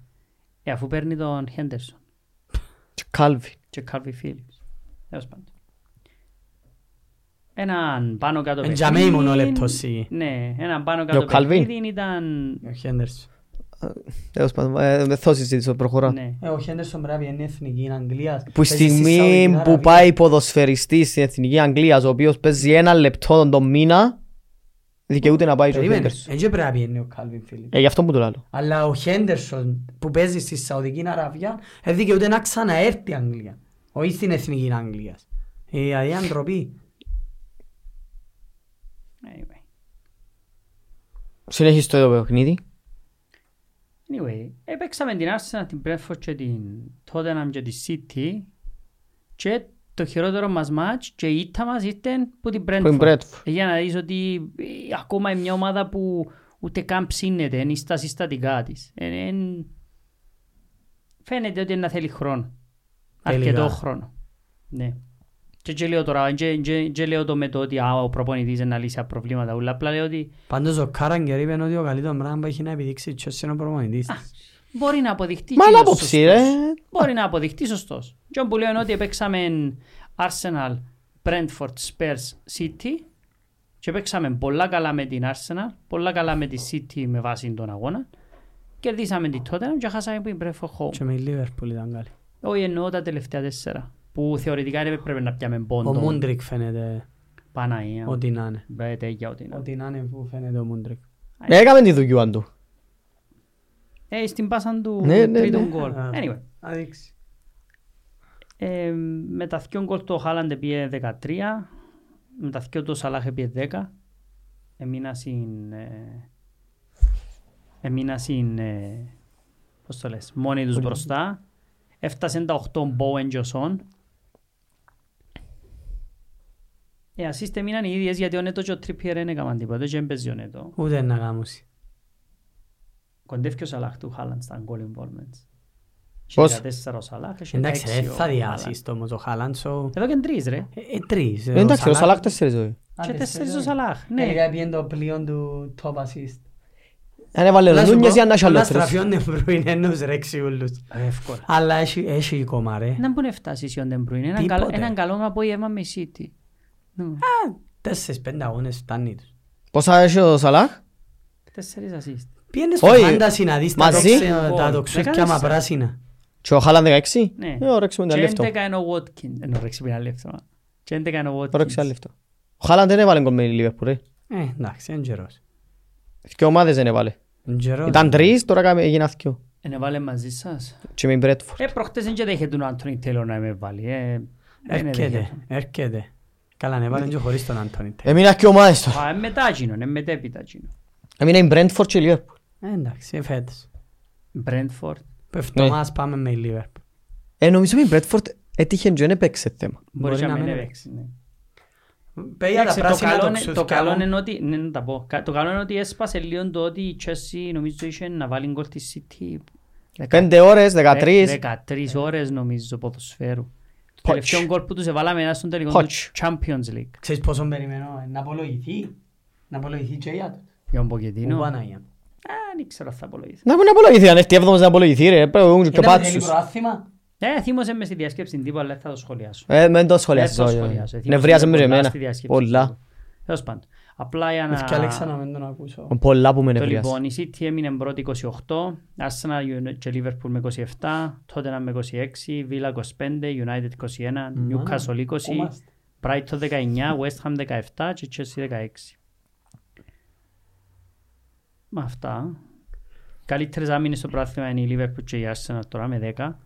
[SPEAKER 2] Ε, αφού παίρνει τον Χέντερσον
[SPEAKER 1] Και Κάλβιν.
[SPEAKER 2] και Κάρβι Φίλιπς. Έως πάντων. Έναν πάνω κάτω
[SPEAKER 3] Εν
[SPEAKER 2] παιχνίδι.
[SPEAKER 3] τζαμέ ήμουν ο λεπτός σίγη.
[SPEAKER 2] Ναι, έναν πάνω
[SPEAKER 1] Και ο
[SPEAKER 2] κάτω
[SPEAKER 1] Calvin.
[SPEAKER 2] παιχνίδι ήταν...
[SPEAKER 3] Ε, Ο Χέντερσον.
[SPEAKER 1] Τέλος πάντων, ε, δεν θα συζητήσω, προχωρά.
[SPEAKER 2] Ναι.
[SPEAKER 3] Ε, Ο Χέντερσον μπράβει είναι εθνική είναι Αγγλίας.
[SPEAKER 1] Που η
[SPEAKER 3] Παίζει στη Σαουδική
[SPEAKER 1] στιγμή που
[SPEAKER 3] Αραβία.
[SPEAKER 1] πάει ποδοσφαιριστής στην Εθνική Αγγλίας, ο οποίος παίζει ένα λεπτό τον μήνα, δικαιούται να πάει και ο
[SPEAKER 3] Περίμενε.
[SPEAKER 1] Χέντερσον.
[SPEAKER 3] Εν και πρέπει είναι ο Κάλβιν Φίλιπ.
[SPEAKER 1] Ε, γι' αυτό που το λέω.
[SPEAKER 3] Αλλά ο Χέντερσον που παίζει στη Σαουδική Αραβία ε, δικαιούται να ξαναέρθει η Αγγλία. Όχι στην εθνική Αγγλίας. Ε, Η αδία ντροπή.
[SPEAKER 2] Anyway.
[SPEAKER 1] Συνέχισε το παιχνίδι.
[SPEAKER 2] Anyway, έπαιξαμε την Arsenal, την Brentford και την Tottenham και τη City και το χειρότερο μας μάτς και η ήττα μας ήταν που την
[SPEAKER 1] Πριν
[SPEAKER 2] Brentford.
[SPEAKER 1] Brentford.
[SPEAKER 2] Για να δεις ότι ε, ακόμα είναι μια ομάδα που ούτε καν ψήνεται, είναι στα συστατικά της. Ε, εν- Φαίνεται ότι είναι να θέλει χρόνο.
[SPEAKER 3] Τελικά.
[SPEAKER 2] Αρκετό χρόνο. Ναι. Και, και λέω τώρα, και, και, και λέω το με το ότι α, ο προπονητής είναι να λύσει τα προβλήματα. ούλα. Απλά λέω ότι
[SPEAKER 3] Πάντως ο Κάραγκερ είπε ότι ο καλύτερος πράγμα που έχει να επιδείξει η Chelsea είναι ο προπονητής της.
[SPEAKER 2] μπορεί να αποδειχτεί
[SPEAKER 1] Μα
[SPEAKER 2] και
[SPEAKER 1] άλλα
[SPEAKER 2] είναι
[SPEAKER 1] άποψη, ε.
[SPEAKER 2] σωστός.
[SPEAKER 1] ρε.
[SPEAKER 2] Μπορεί να αποδειχτεί σωστός. Και όπου λέω είναι ότι επέξαμε Arsenal, Brentford, Spurs, City και παίξαμε πολλά καλά με την Arsenal, πολλά καλά με τη City με βάση τον αγώνα. Κερδίσαμε τη Tottenham και χάσαμε που την Brentford Home.
[SPEAKER 3] Και με η Λίβερπουλ ήταν καλή.
[SPEAKER 2] Όχι εννοώ τα τελευταία τέσσερα που θεωρητικά έπρεπε να πιάμε
[SPEAKER 3] Ο
[SPEAKER 2] πόντο.
[SPEAKER 3] Μούντρικ φαίνεται
[SPEAKER 2] Παναία.
[SPEAKER 3] ότι να είναι.
[SPEAKER 2] Μπε, τέτοια, ό,τι να.
[SPEAKER 3] Ότι να είναι που φαίνεται ο Μούντρικ.
[SPEAKER 1] Ε, Έκαμε τη δουλειά του.
[SPEAKER 2] Ε, στην πάσα του
[SPEAKER 1] Ναι, ναι,
[SPEAKER 2] τρίτου
[SPEAKER 1] ναι.
[SPEAKER 2] γκολ.
[SPEAKER 3] Α.
[SPEAKER 2] Anyway.
[SPEAKER 3] Να δείξει.
[SPEAKER 2] Ε, με τα δυο γκολ το Χάλαντ πήγε 13, με τα δυο το Σαλάχ πήγε 10. Εμείνα συν... Ε, εμείνα συν... Ε, πώς το λες, μόνοι τους μπροστά. Έφτασε τα 8 Μπόεν και ο Σον. Ε, ασίστε μείναν οι ίδιες γιατί ο Νέτο και ο Τρίπιερ δεν έκαναν τίποτα και δεν παίζει ο Νέτο.
[SPEAKER 3] Ούτε να γάμουσει.
[SPEAKER 2] Κοντεύει ο Σαλάχ του Χάλαντ στα goal involvements.
[SPEAKER 1] Πώς?
[SPEAKER 2] Είχε 14 ο Σαλάχ, είχε
[SPEAKER 3] Εντάξει,
[SPEAKER 2] 16
[SPEAKER 3] δεν
[SPEAKER 2] ο
[SPEAKER 3] θα
[SPEAKER 2] Χάλαντ.
[SPEAKER 3] διάσεις το όμως ο Χάλαντ. so-
[SPEAKER 2] Εδώ και τρεις ρε.
[SPEAKER 3] Ε, ε, Τρεις. ε,
[SPEAKER 1] Εντάξει, ο Σαλάχ τέσσερις ε. ζωή.
[SPEAKER 3] Α,
[SPEAKER 2] Και τέσσερις ο
[SPEAKER 3] τέσσερις.
[SPEAKER 2] Σαλάχ. Ναι.
[SPEAKER 3] Τελικά πήγαινε Ε, το πλοίο του top assist.
[SPEAKER 1] Αν έβαλε ο
[SPEAKER 3] Να σου
[SPEAKER 1] ναι, Νούνιες
[SPEAKER 3] πω,
[SPEAKER 1] για να έχει άλλο
[SPEAKER 3] να
[SPEAKER 1] τρεις.
[SPEAKER 3] στραφιών δεν μπορεί να τους ρέξει όλους.
[SPEAKER 2] Εύκολα.
[SPEAKER 3] Αλλά έχει- έχει κόμμα ρε.
[SPEAKER 2] Να μπορεί να φτάσει ο Ντεμπρούιν. Έναν
[SPEAKER 3] Τίποτε.
[SPEAKER 2] καλό, έναν καλό απόγευμα με η City. Ναι.
[SPEAKER 3] Τέσσερις πέντε αγώνες φτάνει τους.
[SPEAKER 1] Πόσα έχει ο Σαλάχ.
[SPEAKER 2] Τέσσερις assist.
[SPEAKER 3] Πήγαινε στο
[SPEAKER 1] Όχι,
[SPEAKER 3] φάνταση να δεις τα
[SPEAKER 1] μαζί.
[SPEAKER 3] τοξε- τα
[SPEAKER 2] Γκολ.
[SPEAKER 3] τοξούκια
[SPEAKER 2] Δεκατέσσερα.
[SPEAKER 3] μα πράσινα.
[SPEAKER 1] Και ο Χάλαν 16.
[SPEAKER 2] Ναι.
[SPEAKER 1] Ε, ωρέξουμε ένα
[SPEAKER 2] Και
[SPEAKER 1] λεπτό.
[SPEAKER 2] 11 είναι ο Watkins. Ε, Ενώ ρέξει ένα λεπτό. Και 11 είναι ο
[SPEAKER 1] Ωρέξε ένα
[SPEAKER 2] Watkins.
[SPEAKER 1] λεπτό. Ο Χάλαν δεν έβαλε γκολ με τη Λίβερπουλ, ρε.
[SPEAKER 3] Ε, εντάξει, εν καιρός.
[SPEAKER 1] Δυο ομάδες δεν έβαλε.
[SPEAKER 3] Εν καιρός.
[SPEAKER 1] Ήταν τρεις, τώρα έκαμε- έγιναν δυο.
[SPEAKER 2] Είναι Ε, βάλε μαζί σας.
[SPEAKER 1] Και με η Μπρέτφορντ.
[SPEAKER 2] Ε, προχτές δεν και δέχεται ο Άντωνι Τέλο να με βάλει. Ε, δεν δέχεται.
[SPEAKER 3] Έρχεται, έρχεται. Καλά, ναι, βάλε και χωρίς τον Αντώνη. Τε-
[SPEAKER 1] Έμεινα και ομάδες τώρα.
[SPEAKER 2] Α, ε, μετά γίνον, ε, μετέπειτα γίνον.
[SPEAKER 1] Έμεινα η Brentford και η Liverpool.
[SPEAKER 3] Ε, Εντάξει, ε, φέτος.
[SPEAKER 2] Brentford.
[SPEAKER 3] Πεφτώ
[SPEAKER 1] Ναι.
[SPEAKER 3] μας, πάμε με η Λίβερπουλ.
[SPEAKER 1] Ε, νομίζω η Brentford έτυχε και δεν έπαιξε θέμα.
[SPEAKER 2] Μπορεί
[SPEAKER 3] Μπορεί
[SPEAKER 2] να
[SPEAKER 3] να
[SPEAKER 2] μην
[SPEAKER 3] μην
[SPEAKER 2] έπαιξε, ναι.
[SPEAKER 3] Παιδιά, Ε, τα
[SPEAKER 2] Εντάξει, το
[SPEAKER 3] πράσινα
[SPEAKER 2] καλό είναι-
[SPEAKER 3] τοξούκια
[SPEAKER 2] Το καλό
[SPEAKER 3] μου.
[SPEAKER 2] είναι ότι, ναι, να τα πω. Κα- το καλό είναι ότι έσπασε λίγο το ότι η Chelsea νομίζω είχε να βάλει γκολ της City. δεκα- Ε,
[SPEAKER 1] Πέντε Ε, ώρες, δεκατρεις.
[SPEAKER 2] Δεκατρεις ώρες νομίζω ποδοσφαίρου. Τελευταίο γκολ που τους εβάλαμε ήταν στον τελικό του
[SPEAKER 1] Poch.
[SPEAKER 2] Champions League.
[SPEAKER 3] Ξέρεις πόσο περιμένω ε, να απολογηθεί. Να απολογηθεί και για του.
[SPEAKER 2] Για τον
[SPEAKER 3] Ο
[SPEAKER 2] Πογκετίνο. Α,
[SPEAKER 3] Παναγία.
[SPEAKER 2] δεν ήξερα θα απολογηθεί.
[SPEAKER 1] Να μην απολογηθεί, αν έρθει έβδομος να απολογηθεί ρε, πρέπει να βγουν και
[SPEAKER 3] Είναι με
[SPEAKER 1] πάτσους.
[SPEAKER 3] τελικό προάθλημα.
[SPEAKER 2] Ε, θύμωσε μες στη διάσκεψη τύπου, αλλά δεν θα το σχολιάσω.
[SPEAKER 1] Ε, δεν το σχολιάσω.
[SPEAKER 2] Δεν θα το σχολιάσω. Θύμωσε
[SPEAKER 1] Νευρίασε με
[SPEAKER 2] πολλά
[SPEAKER 1] και
[SPEAKER 2] στη
[SPEAKER 1] εμένα.
[SPEAKER 2] διάσκεψη
[SPEAKER 1] Πολλά.
[SPEAKER 2] τύπου. Τέλος πάντων. Απλά για
[SPEAKER 3] Και Αλέξα
[SPEAKER 2] να...
[SPEAKER 3] να μην τον ακούσω.
[SPEAKER 1] Πολλά που με
[SPEAKER 2] Το
[SPEAKER 1] νευρίασε.
[SPEAKER 2] λοιπόν, η City έμεινε πρώτη 28, Arsenal και Liverpool με 27, Tottenham με 26, Villa 25, United 21, Newcastle 20,
[SPEAKER 3] Κόμαστε.
[SPEAKER 2] Brighton 19, West Ham 17 και Chelsea 16. Με αυτά. Καλύτερες άμυνες στο πράθυμα είναι η Liverpool και η Arsenal τώρα με 10.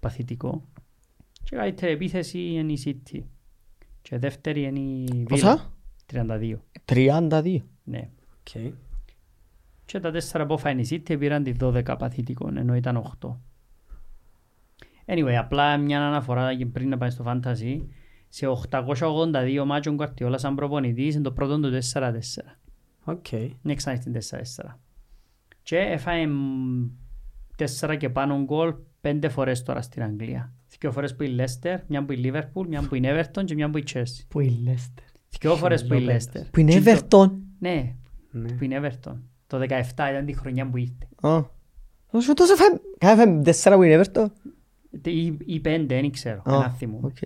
[SPEAKER 2] Παθητικό. Και καλύτερη επίθεση είναι η City. Και δεύτερη είναι η Villa.
[SPEAKER 1] Πόσα?
[SPEAKER 2] 32.
[SPEAKER 1] 32.
[SPEAKER 2] Ναι.
[SPEAKER 3] Οκ.
[SPEAKER 2] Και τα τέσσερα που έφαγαν η City πήραν τη 12 παθητικών, ενώ ήταν 8. Anyway, απλά μια αναφορά και πριν να πάει στο Fantasy. Σε 882 μάτσο ο Γκουαρτιόλα σαν προπονητής είναι το πρώτο του 4-4.
[SPEAKER 3] Οκ.
[SPEAKER 2] Είναι ξανά στην 4-4. Και έφαγε 4 και πάνω γκολ 5 φορές τώρα στην Αγγλία. Δύο φορές που η Λέστερ, μια που η Λίβερπουλ, μια που η Everton και μια που η Chelsea.
[SPEAKER 3] Που η Λέστερ.
[SPEAKER 2] Δύο φορές που η Λέστερ.
[SPEAKER 1] Που είναι Everton.
[SPEAKER 2] Ναι, που είναι Everton. Το 17 ήταν τη χρονιά που ήρθε.
[SPEAKER 1] Α. Όσο τόσο φάμε. Κάνε φάμε τέσσερα που είναι Everton.
[SPEAKER 2] Τι- Ή, ή πέντε, δεν ξέρω,
[SPEAKER 1] Α,
[SPEAKER 2] ένα θυμούμαι.
[SPEAKER 1] οκ.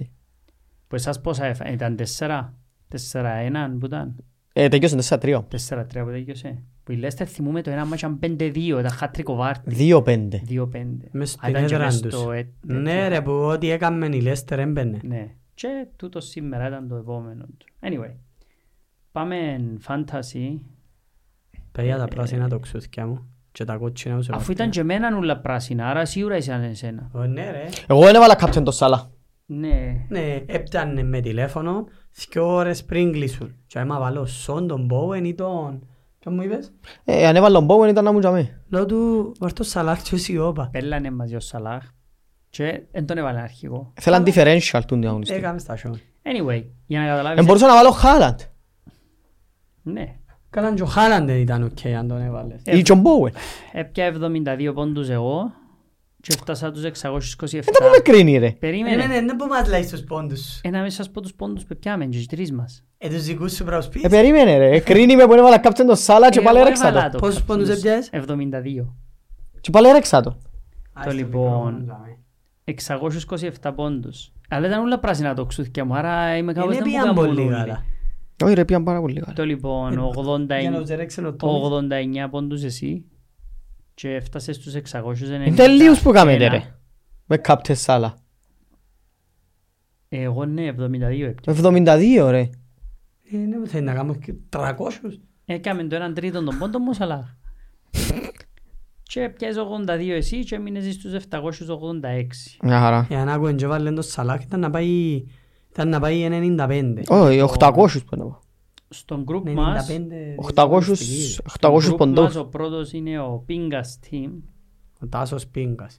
[SPEAKER 2] Που εσάς πόσα έφαγε, ήταν τέσσερα, τέσσερα έναν που ήταν,
[SPEAKER 1] Ε, τελειώσαν τέσσερα τρία.
[SPEAKER 2] τέσσερα τρία που τελειώσε. Που η Λέστερ θυμούμε το ένα μάτς ήταν πέντε-δύο, ήταν χάτρικο βάρτι,
[SPEAKER 1] Δύο πέντε.
[SPEAKER 2] δύο-πέντε.
[SPEAKER 3] Μες
[SPEAKER 2] Α,
[SPEAKER 3] στην
[SPEAKER 2] ήταν και
[SPEAKER 3] έδρα
[SPEAKER 2] μες
[SPEAKER 3] τους.
[SPEAKER 2] στο ε-
[SPEAKER 3] Ναι ρε που ό,τι έκαμε η Λέστερ έμπαινε.
[SPEAKER 2] Ναι. Και τούτο σήμερα ήταν το επόμενο του. Anyway, πάμε fantasy,
[SPEAKER 3] Παιδιά τα πράσινα το ξούθκια μου και τα κότσινα μου σε
[SPEAKER 2] Ε, αφού ήταν και εμένα ούλα πράσινα, άρα σίγουρα ήσαν εσένα.
[SPEAKER 3] Ω, Ναι ρε.
[SPEAKER 1] Εγώ δεν έβαλα κάποιον το σάλα.
[SPEAKER 2] Ναι,
[SPEAKER 3] Ναι, έπτανε με τηλέφωνο δύο ώρες πριν κλείσουν. Και άμα βάλω σον τον Bowen ή τον... Τι μου είπες?
[SPEAKER 1] Ε, αν έβαλα τον Bowen ήταν να μου τζαμί.
[SPEAKER 3] Λέω του βάρ' το Σαλάχ και ο Σιώπα.
[SPEAKER 2] πέλανε μαζί ο Σαλάχ και δεν τον έβαλε αρχηγό.
[SPEAKER 1] Θέλαν differential του διαγωνιστή.
[SPEAKER 3] Έκαμε στα σιόν.
[SPEAKER 2] Anyway, για να
[SPEAKER 1] Ε,
[SPEAKER 2] καταλάβεις...
[SPEAKER 1] μπορούσα να βάλω Χάλαντ
[SPEAKER 2] Ναι.
[SPEAKER 3] Καλάν και ο Χάλαντ δεν ήταν οκ αν τον έβαλες.
[SPEAKER 2] Ε,
[SPEAKER 1] ή τον Bowen.
[SPEAKER 2] Έπια 72 πόντους εγώ και έφτασα τους 627.
[SPEAKER 3] Ε,
[SPEAKER 1] Δεν τα πούμε κρίνει ρε.
[SPEAKER 2] Περίμενε.
[SPEAKER 3] Ναι, ναι, που μας λέει στους πόντους.
[SPEAKER 2] Ένα μέσα σας πω τους πόντους που πιάμε και οι τρεις μας.
[SPEAKER 3] Ε, τους δικούς σου πρέπει
[SPEAKER 1] Ε,
[SPEAKER 3] πεις.
[SPEAKER 1] περίμενε ρε. Ε, Κρίνει με που έβαλα κάποιον το σάλα και
[SPEAKER 2] Ε,
[SPEAKER 1] πάλι
[SPEAKER 2] εγώ
[SPEAKER 1] έρεξα
[SPEAKER 2] έβαλα
[SPEAKER 1] το.
[SPEAKER 2] το
[SPEAKER 3] Πόσους
[SPEAKER 2] κάποιους.
[SPEAKER 3] πόντους έπιασες?
[SPEAKER 2] 72.
[SPEAKER 1] Και πάλι έρεξα το.
[SPEAKER 2] Το λοιπόν, 627 πόντους. Αλλά ήταν όλα πράσινα το ξούθκια μου, άρα είμαι κάπως
[SPEAKER 3] Είναι
[SPEAKER 2] δεν μου
[SPEAKER 3] πήγαν
[SPEAKER 2] καμπούν
[SPEAKER 3] πολύ
[SPEAKER 2] όλοι.
[SPEAKER 3] καλά. Ε,
[SPEAKER 1] Όχι ρε, πήγαν πάρα πολύ καλά.
[SPEAKER 2] Το λοιπόν,
[SPEAKER 3] Για να
[SPEAKER 2] 89
[SPEAKER 3] ζερέξουν ο Τόμις.
[SPEAKER 2] 89 πόντους εσύ και έφτασες στους 690.
[SPEAKER 1] Είναι τελείως που κάμετε ρε. Με κάποιον σάλα.
[SPEAKER 2] Εγώ ναι, 72 έπια.
[SPEAKER 1] 72 ρε.
[SPEAKER 3] Ε, ναι, που θέλει να κάνω και 300.
[SPEAKER 2] Έκαμε το έναν τρίτο των πόντων μου, αλλά... και πιάσεις 82 εσύ και έμεινες στους 786.
[SPEAKER 1] Μια χαρά.
[SPEAKER 3] Για να ακούω Ε, και βάλει το σαλάκ ήταν να πάει, ήταν να πάει 95.
[SPEAKER 1] Όχι, 800 που να
[SPEAKER 2] Στον group
[SPEAKER 3] Ναι,
[SPEAKER 2] μας,
[SPEAKER 3] 95.
[SPEAKER 1] πω. 800
[SPEAKER 2] στον
[SPEAKER 1] 800
[SPEAKER 2] group μας
[SPEAKER 1] ποντός.
[SPEAKER 2] ο πρώτος είναι ο Pingas Team.
[SPEAKER 3] Ο Τάσος Πίγκας.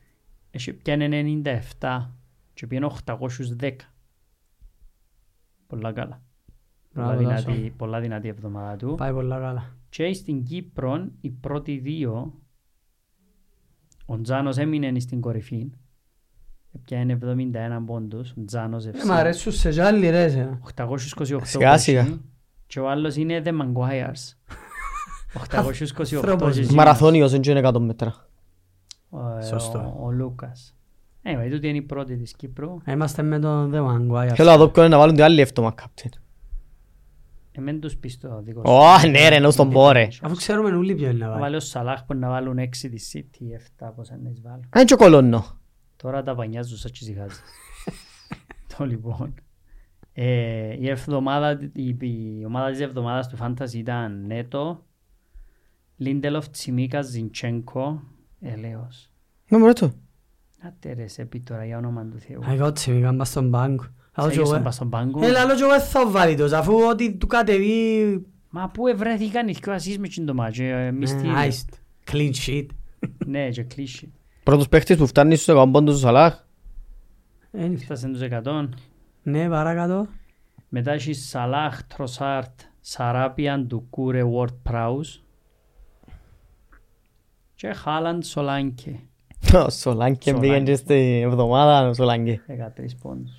[SPEAKER 2] Έχει πιάνει 97 και πιάνει 810. Πολλά καλά. Πολλά
[SPEAKER 3] Μπράβο, Τάσο.
[SPEAKER 2] δυνατή, πολλά δυνατή εβδομάδα του.
[SPEAKER 3] Πάει πολλά καλά.
[SPEAKER 2] Και στην Κύπρο, οι πρώτοι δύο, ο Τζάνος έμεινε στην κορυφή. Πιάνε 71 πόντους, ο Τζάνος
[SPEAKER 3] Ε, Μ'
[SPEAKER 2] FC.
[SPEAKER 3] αρέσουν σε ζάλι ρε εσένα.
[SPEAKER 2] 828
[SPEAKER 1] Ε, Σιγά, σιγά.
[SPEAKER 2] πόντους. Και ο άλλος είναι The Maguires. 828
[SPEAKER 3] Ανθρώπος.
[SPEAKER 2] και
[SPEAKER 1] Μαραθώνιος, δεν είναι 100 μέτρα.
[SPEAKER 2] ο- ε,
[SPEAKER 3] Σωστό.
[SPEAKER 2] Ο, ο Λούκας. Anyway, τούτη είναι η πρώτη της Κύπρου.
[SPEAKER 3] Είμαστε με τον The
[SPEAKER 1] Θέλω
[SPEAKER 3] Maguire.
[SPEAKER 1] να δω ποιον είναι να βάλουν την άλλη εύτομα κάποιον.
[SPEAKER 2] Εμέν τους πεις το δικό σου.
[SPEAKER 1] Ω, ναι ρε, εννοώ στον Πόρε.
[SPEAKER 3] Αφού ξέρουμε όλοι ποιο είναι να
[SPEAKER 2] Να
[SPEAKER 3] βάλει.
[SPEAKER 2] βάλει ο Σαλάχ που να βάλουν 6 της City, 7 πόσα να τις βάλουν.
[SPEAKER 1] Αν και ο κολόνο.
[SPEAKER 2] Τώρα τα πανιάζω σαν τσιζικάζεις. το λοιπόν. Ε, η, εβδομάδα, η, η ομάδα της εβδομάδας του Fantasy ήταν Νέτο, Λίντελοφ, Τσιμίκα, Ζιντσένκο, Ελέος.
[SPEAKER 1] Να μου ρωτώ.
[SPEAKER 2] Άτε ρε σε πει τώρα για όνομα του Θεού.
[SPEAKER 3] Α, εγώ τσιμικά μπας στον πάγκο. Λαλό
[SPEAKER 2] Σε
[SPEAKER 3] και εγώ,
[SPEAKER 2] έγιωσαν πας στον πάγκο.
[SPEAKER 3] Ε, λαλό και εγώ δεν θα βάλει τόσο, αφού ό,τι του κατεβεί...
[SPEAKER 2] Μα πού ευρέθηκαν οι δυο ασίς με τσιν το μάτσο. Εμείς τι...
[SPEAKER 3] Ε, Iced. Clean sheet.
[SPEAKER 2] Ναι, και κλείσι.
[SPEAKER 1] Πρώτος παίχτης που φτάνει στους 100 πόντους του Σαλάχ.
[SPEAKER 3] Ε, είναι-
[SPEAKER 2] Φτάσαν τους 100.
[SPEAKER 3] Ναι, παρακάτω.
[SPEAKER 2] Μετά έχει Σαλάχ, Τροσάρτ, Σαράπιαν, Ντουκούρε, Βόρτ Πράους. Και Χάλαντ, Σολάνκε.
[SPEAKER 1] Ο Σολάνκε
[SPEAKER 2] Σολάνκε.
[SPEAKER 1] μπήκε και στη εβδομάδα, ο Σολάνκε.
[SPEAKER 2] 13 πόντους.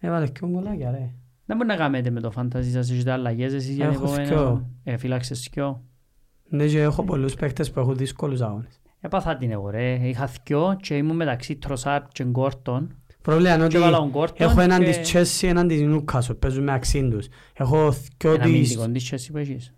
[SPEAKER 3] Έβαλε Ε, και γκολάκια ρε.
[SPEAKER 2] Δεν μπορεί να κάνετε με το φανταζί σας, έχετε αλλαγές εσείς για την
[SPEAKER 3] Έχω
[SPEAKER 2] επόμενη.
[SPEAKER 3] θκυο.
[SPEAKER 2] Ε, φύλαξες δυο.
[SPEAKER 3] Ναι, και έχω πολλούς παίχτες που έχουν δύσκολους αγώνες.
[SPEAKER 2] Έπαθα την εγώ ρε. Είχα δυο και ήμουν μεταξύ Τροσάρτ και Γκόρτον.
[SPEAKER 3] Πρόβλημα είναι ότι
[SPEAKER 2] Και βάλα τον Gordon
[SPEAKER 3] έχω έναν
[SPEAKER 2] και-
[SPEAKER 3] της Chelsea, έναν της Newcastle, παίζουν με αξίν τους. Έχω δυο
[SPEAKER 2] Ένα
[SPEAKER 3] της...
[SPEAKER 2] μυντικό της Chelsea που έχεις.